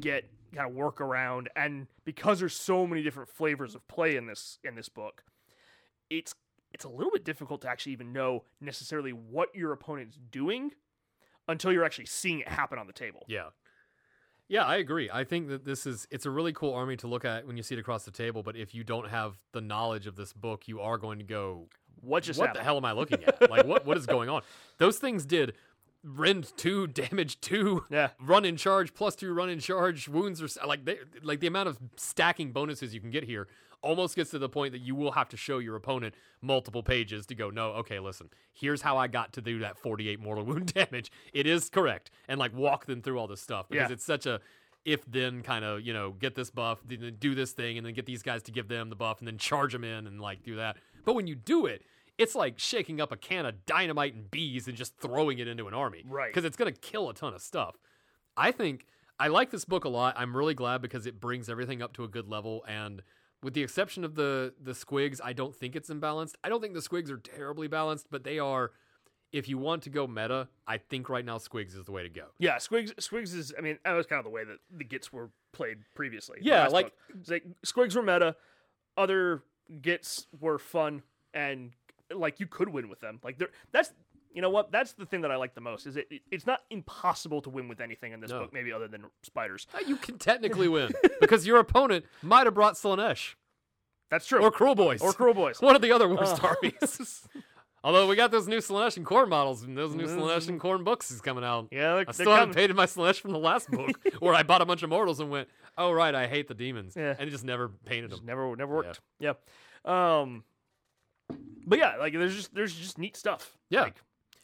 get kind of work around, and because there's so many different flavors of play in this in this book it's it's a little bit difficult to actually even know necessarily what your opponent's doing until you're actually seeing it happen on the table.
Yeah. Yeah, I agree. I think that this is it's a really cool army to look at when you see it across the table, but if you don't have the knowledge of this book, you are going to go
What just
what
happened?
the hell am I looking at? like what what is going on? Those things did rend two, damage two,
Yeah.
run in charge plus two, run in charge, wounds or like they, like the amount of stacking bonuses you can get here almost gets to the point that you will have to show your opponent multiple pages to go no okay listen here's how i got to do that 48 mortal wound damage it is correct and like walk them through all this stuff because
Yeah.
it's such a if then kind of you know get this buff then then do this thing and then get these guys to give them the buff and then charge them in and like do that but when you do it it's like shaking up a can of dynamite and bees and just throwing it into an army
Right.
because it's going to kill a ton of stuff i think i like this book a lot i'm really glad because it brings everything up to a good level and with the exception of the the squigs i don't think it's imbalanced i don't think the squigs are terribly balanced but they are if you want to go meta i think right now squigs is the way to go
Yeah, Squigs. Squigs is. I mean, that was kind of the way that the gits were played previously. the
Yeah,
last
like-
book. It's like Squigs were meta. Other gits were fun, and like you could win with them. Like they're that's you know what? That's the thing that I like the most is it, it- it's not impossible to win with anything in this
No.
book, maybe other than spiders.
Uh, You can technically win because your opponent might have brought Slanesh
That's true.
or Cruel Boys
Or Cruel Boys. Uh.
one of the other worst armies. Although we got those new Slanesh and Corn models and those new Slanesh and Corn books is coming out.
Mm-hmm. Yeah, they're-
I
they're
still haven't
coming.
painted my Slanesh from the last book where I bought a bunch of mortals and went, oh right, I hate the demons,
Yeah.
and just never painted them.
just never never worked. Yeah. Um but yeah, like there's just there's just neat stuff.
Yeah.
Like,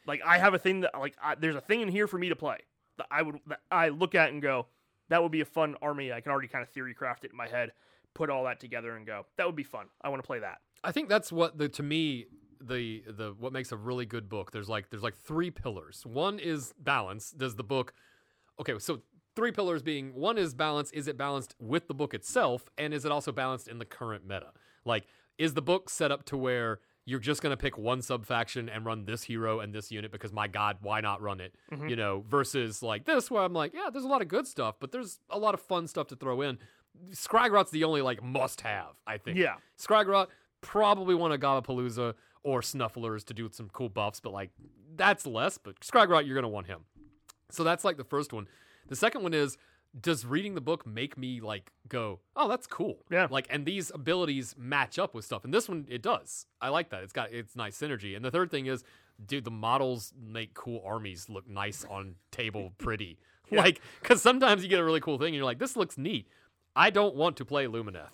like I have a thing that like I, there's a thing in here for me to play that I would that I look at and go that would be a fun army. I can already kind of theory craft it in my head, put all that together and go that would be fun. I want to play that.
I think that's what the to me the the what makes a really good book. There's like there's like three pillars. One is balance. Does the book Okay, so three pillars being one is balance, is it balanced with the book itself and is it also balanced in the current meta? Like is the book set up to where you're just going to pick one sub faction and run this hero and this unit because my god, why not run it? You know, versus like this where I'm like, yeah, there's a lot of good stuff, but there's a lot of fun stuff to throw in. Skragrot's the only like must have, I think.
Yeah.
Skragrot probably want a Gabapalooza or Snufflers to do some cool buffs, but like that's less. But Skragrot, you're gonna want him. So that's like the first one. The second one is does reading the book make me like go, oh, that's cool.
Yeah.
Like, and these abilities match up with stuff. And this one, it does. I like that. It's got it's nice synergy. And the third thing is, dude, the models make cool armies look nice on table, pretty. Like, because sometimes you get a really cool thing, and you're like, this looks neat. I don't want to play Lumineth.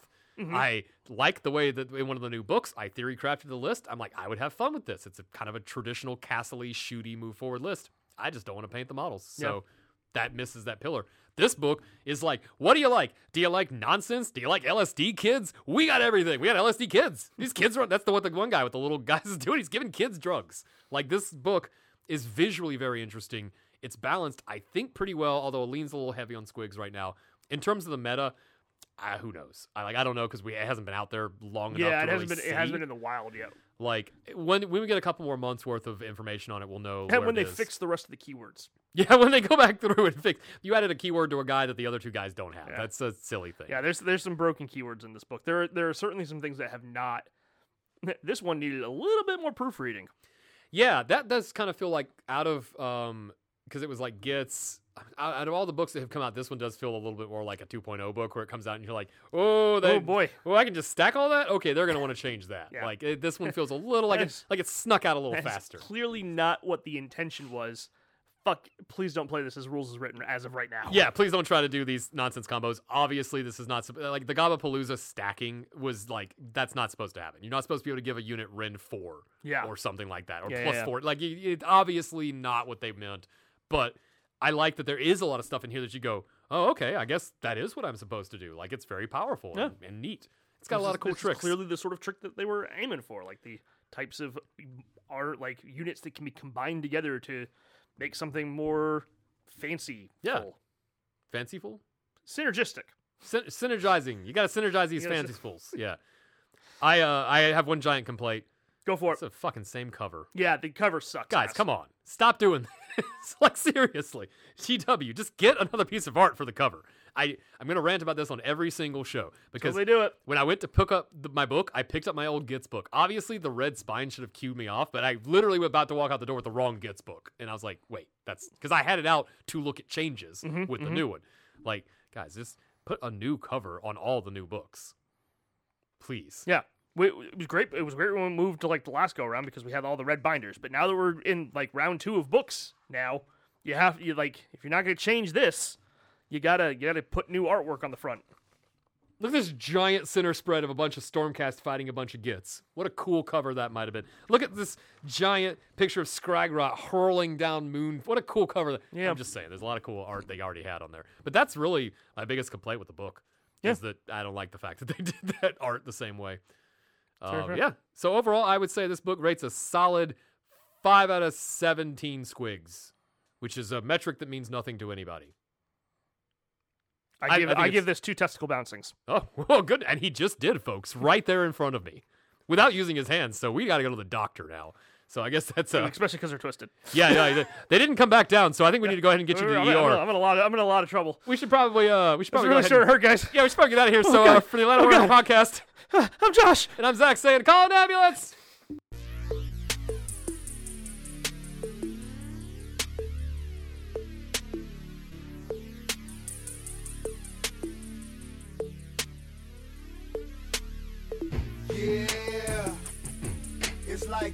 I like the way that in one of the new books, I theory crafted the list. I'm like, I would have fun with this. It's a kind of a traditional castle shooty move forward list. I just don't want to paint the models. So that misses that pillar. This book is like, what do you like? Do you like nonsense? Do you like LSD kids? We got everything. We got LSD kids. These kids are that's the what the one guy with the little guys is doing. He's giving kids drugs. Like this book is visually very interesting. It's balanced, I think, pretty well, although it leans a little heavy on squigs right now. In terms of the meta, uh, who knows? I like I don't know because we it hasn't been out there long enough.
yeah,
to
it hasn't
really
been it hasn't
see.
been in the wild yet.
like when when we get a couple more months worth of information on it, we'll know.
And
where
when
it
they
is.
fix the rest of the keywords.
Yeah, when they go back through and fix, you added a keyword to a guy that the other two guys don't have. That's a silly thing.
Yeah, there's there's some broken keywords in this book. There are, there are certainly some things that have not this one needed a little bit more proofreading.
Yeah, that does kind of feel like out of um because it was like gets out, out of all the books that have come out, this one does feel a little bit more like a 2.0 book where it comes out and you're like, oh, they,
boy.
well I can just stack all that. Okay, they're gonna want to change that.
Yeah.
Like it, this one feels a little like it's
That's-
like it snuck out a little
That's
faster.
Clearly not what the intention was. Fuck, please don't play this as rules is written as of right now.
Yeah, please don't try to do these nonsense combos. Obviously, this is not sup- like the Gabapalooza stacking was like that's not supposed to happen. You're not supposed to be able to give a unit Ren four,
Yeah.
or something like that, or
Yeah, yeah,
plus
yeah.
four. Like it- it's obviously not what they meant. But I like that there is a lot of stuff in here that you go, oh okay, I guess that is what I'm supposed to do. Like it's very powerful and, and neat. It's got a
This
lot
is-
of cool
this is
tricks.
Clearly, the sort of trick that they were aiming for, like the types of are like units that can be combined together to make something more fancy.
Yeah. Fanciful,
synergistic.
Syn- synergizing. You got to synergize these
You gotta syn-
fancifuls. Yeah. I uh, I have one giant complaint.
Go for
It's
it.
the fucking same cover.
yeah, the cover sucks.
Guys, come on. Stop doing this. like seriously. GW, just get another piece of art for the cover. I I'm going to rant about this on every single show because
they do it.
when I went to pick up the, my book, I picked up my old Gitz book. Obviously, the red spine should have cued me off, but I literally was about to walk out the door with the wrong Gitz book. And I was like, "Wait, that's cuz I had it out to look at changes with the new one." Like, guys, just put a new cover on all the new books. Please.
Yeah. We, it was great. It was great when we moved to like the last go around because we had all the red binders. But now that we're in like round two of books, now you have you like if you're not going to change this, you gotta you gotta put new artwork on the front.
Look at this giant center spread of a bunch of Stormcast fighting a bunch of Gits. What a cool cover that might have been. Look at this giant picture of Skragrot hurling down Moon. What a cool cover. that-
Yeah.
I'm just saying, there's a lot of cool art they already had on there. But that's really my biggest complaint with the book is that I don't like the fact that they did that art the same way. Um,
fair.
yeah. So overall, I would say this book rates a solid 5 out of 17 squigs, which is a metric that means nothing to anybody. I-
I give
I
I,
think
give this two testicle bouncings.
Oh, well, good. And he just did, folks, right there in front of me without using his hands. So we got to go to the doctor now. So I guess that's a.
especially because they're twisted.
Yeah, no, they- they didn't come back down. So I think we need to go ahead and get you to
I'm,
the
in- I'm, in-
ER.
I'm in a lot. Of, I'm in a lot of trouble.
We should probably, uh, we should
It's
probably
really
go ahead
sure it
and-
hurt, guys.
Yeah, we should probably get out of here. so uh,
God.
for the Atlanta Warrior podcast,
I'm Josh.
and I'm Zach saying, call an ambulance.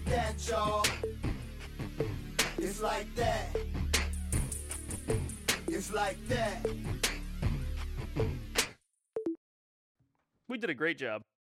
that, y'all. It's like that. It's like that.
We did a great job.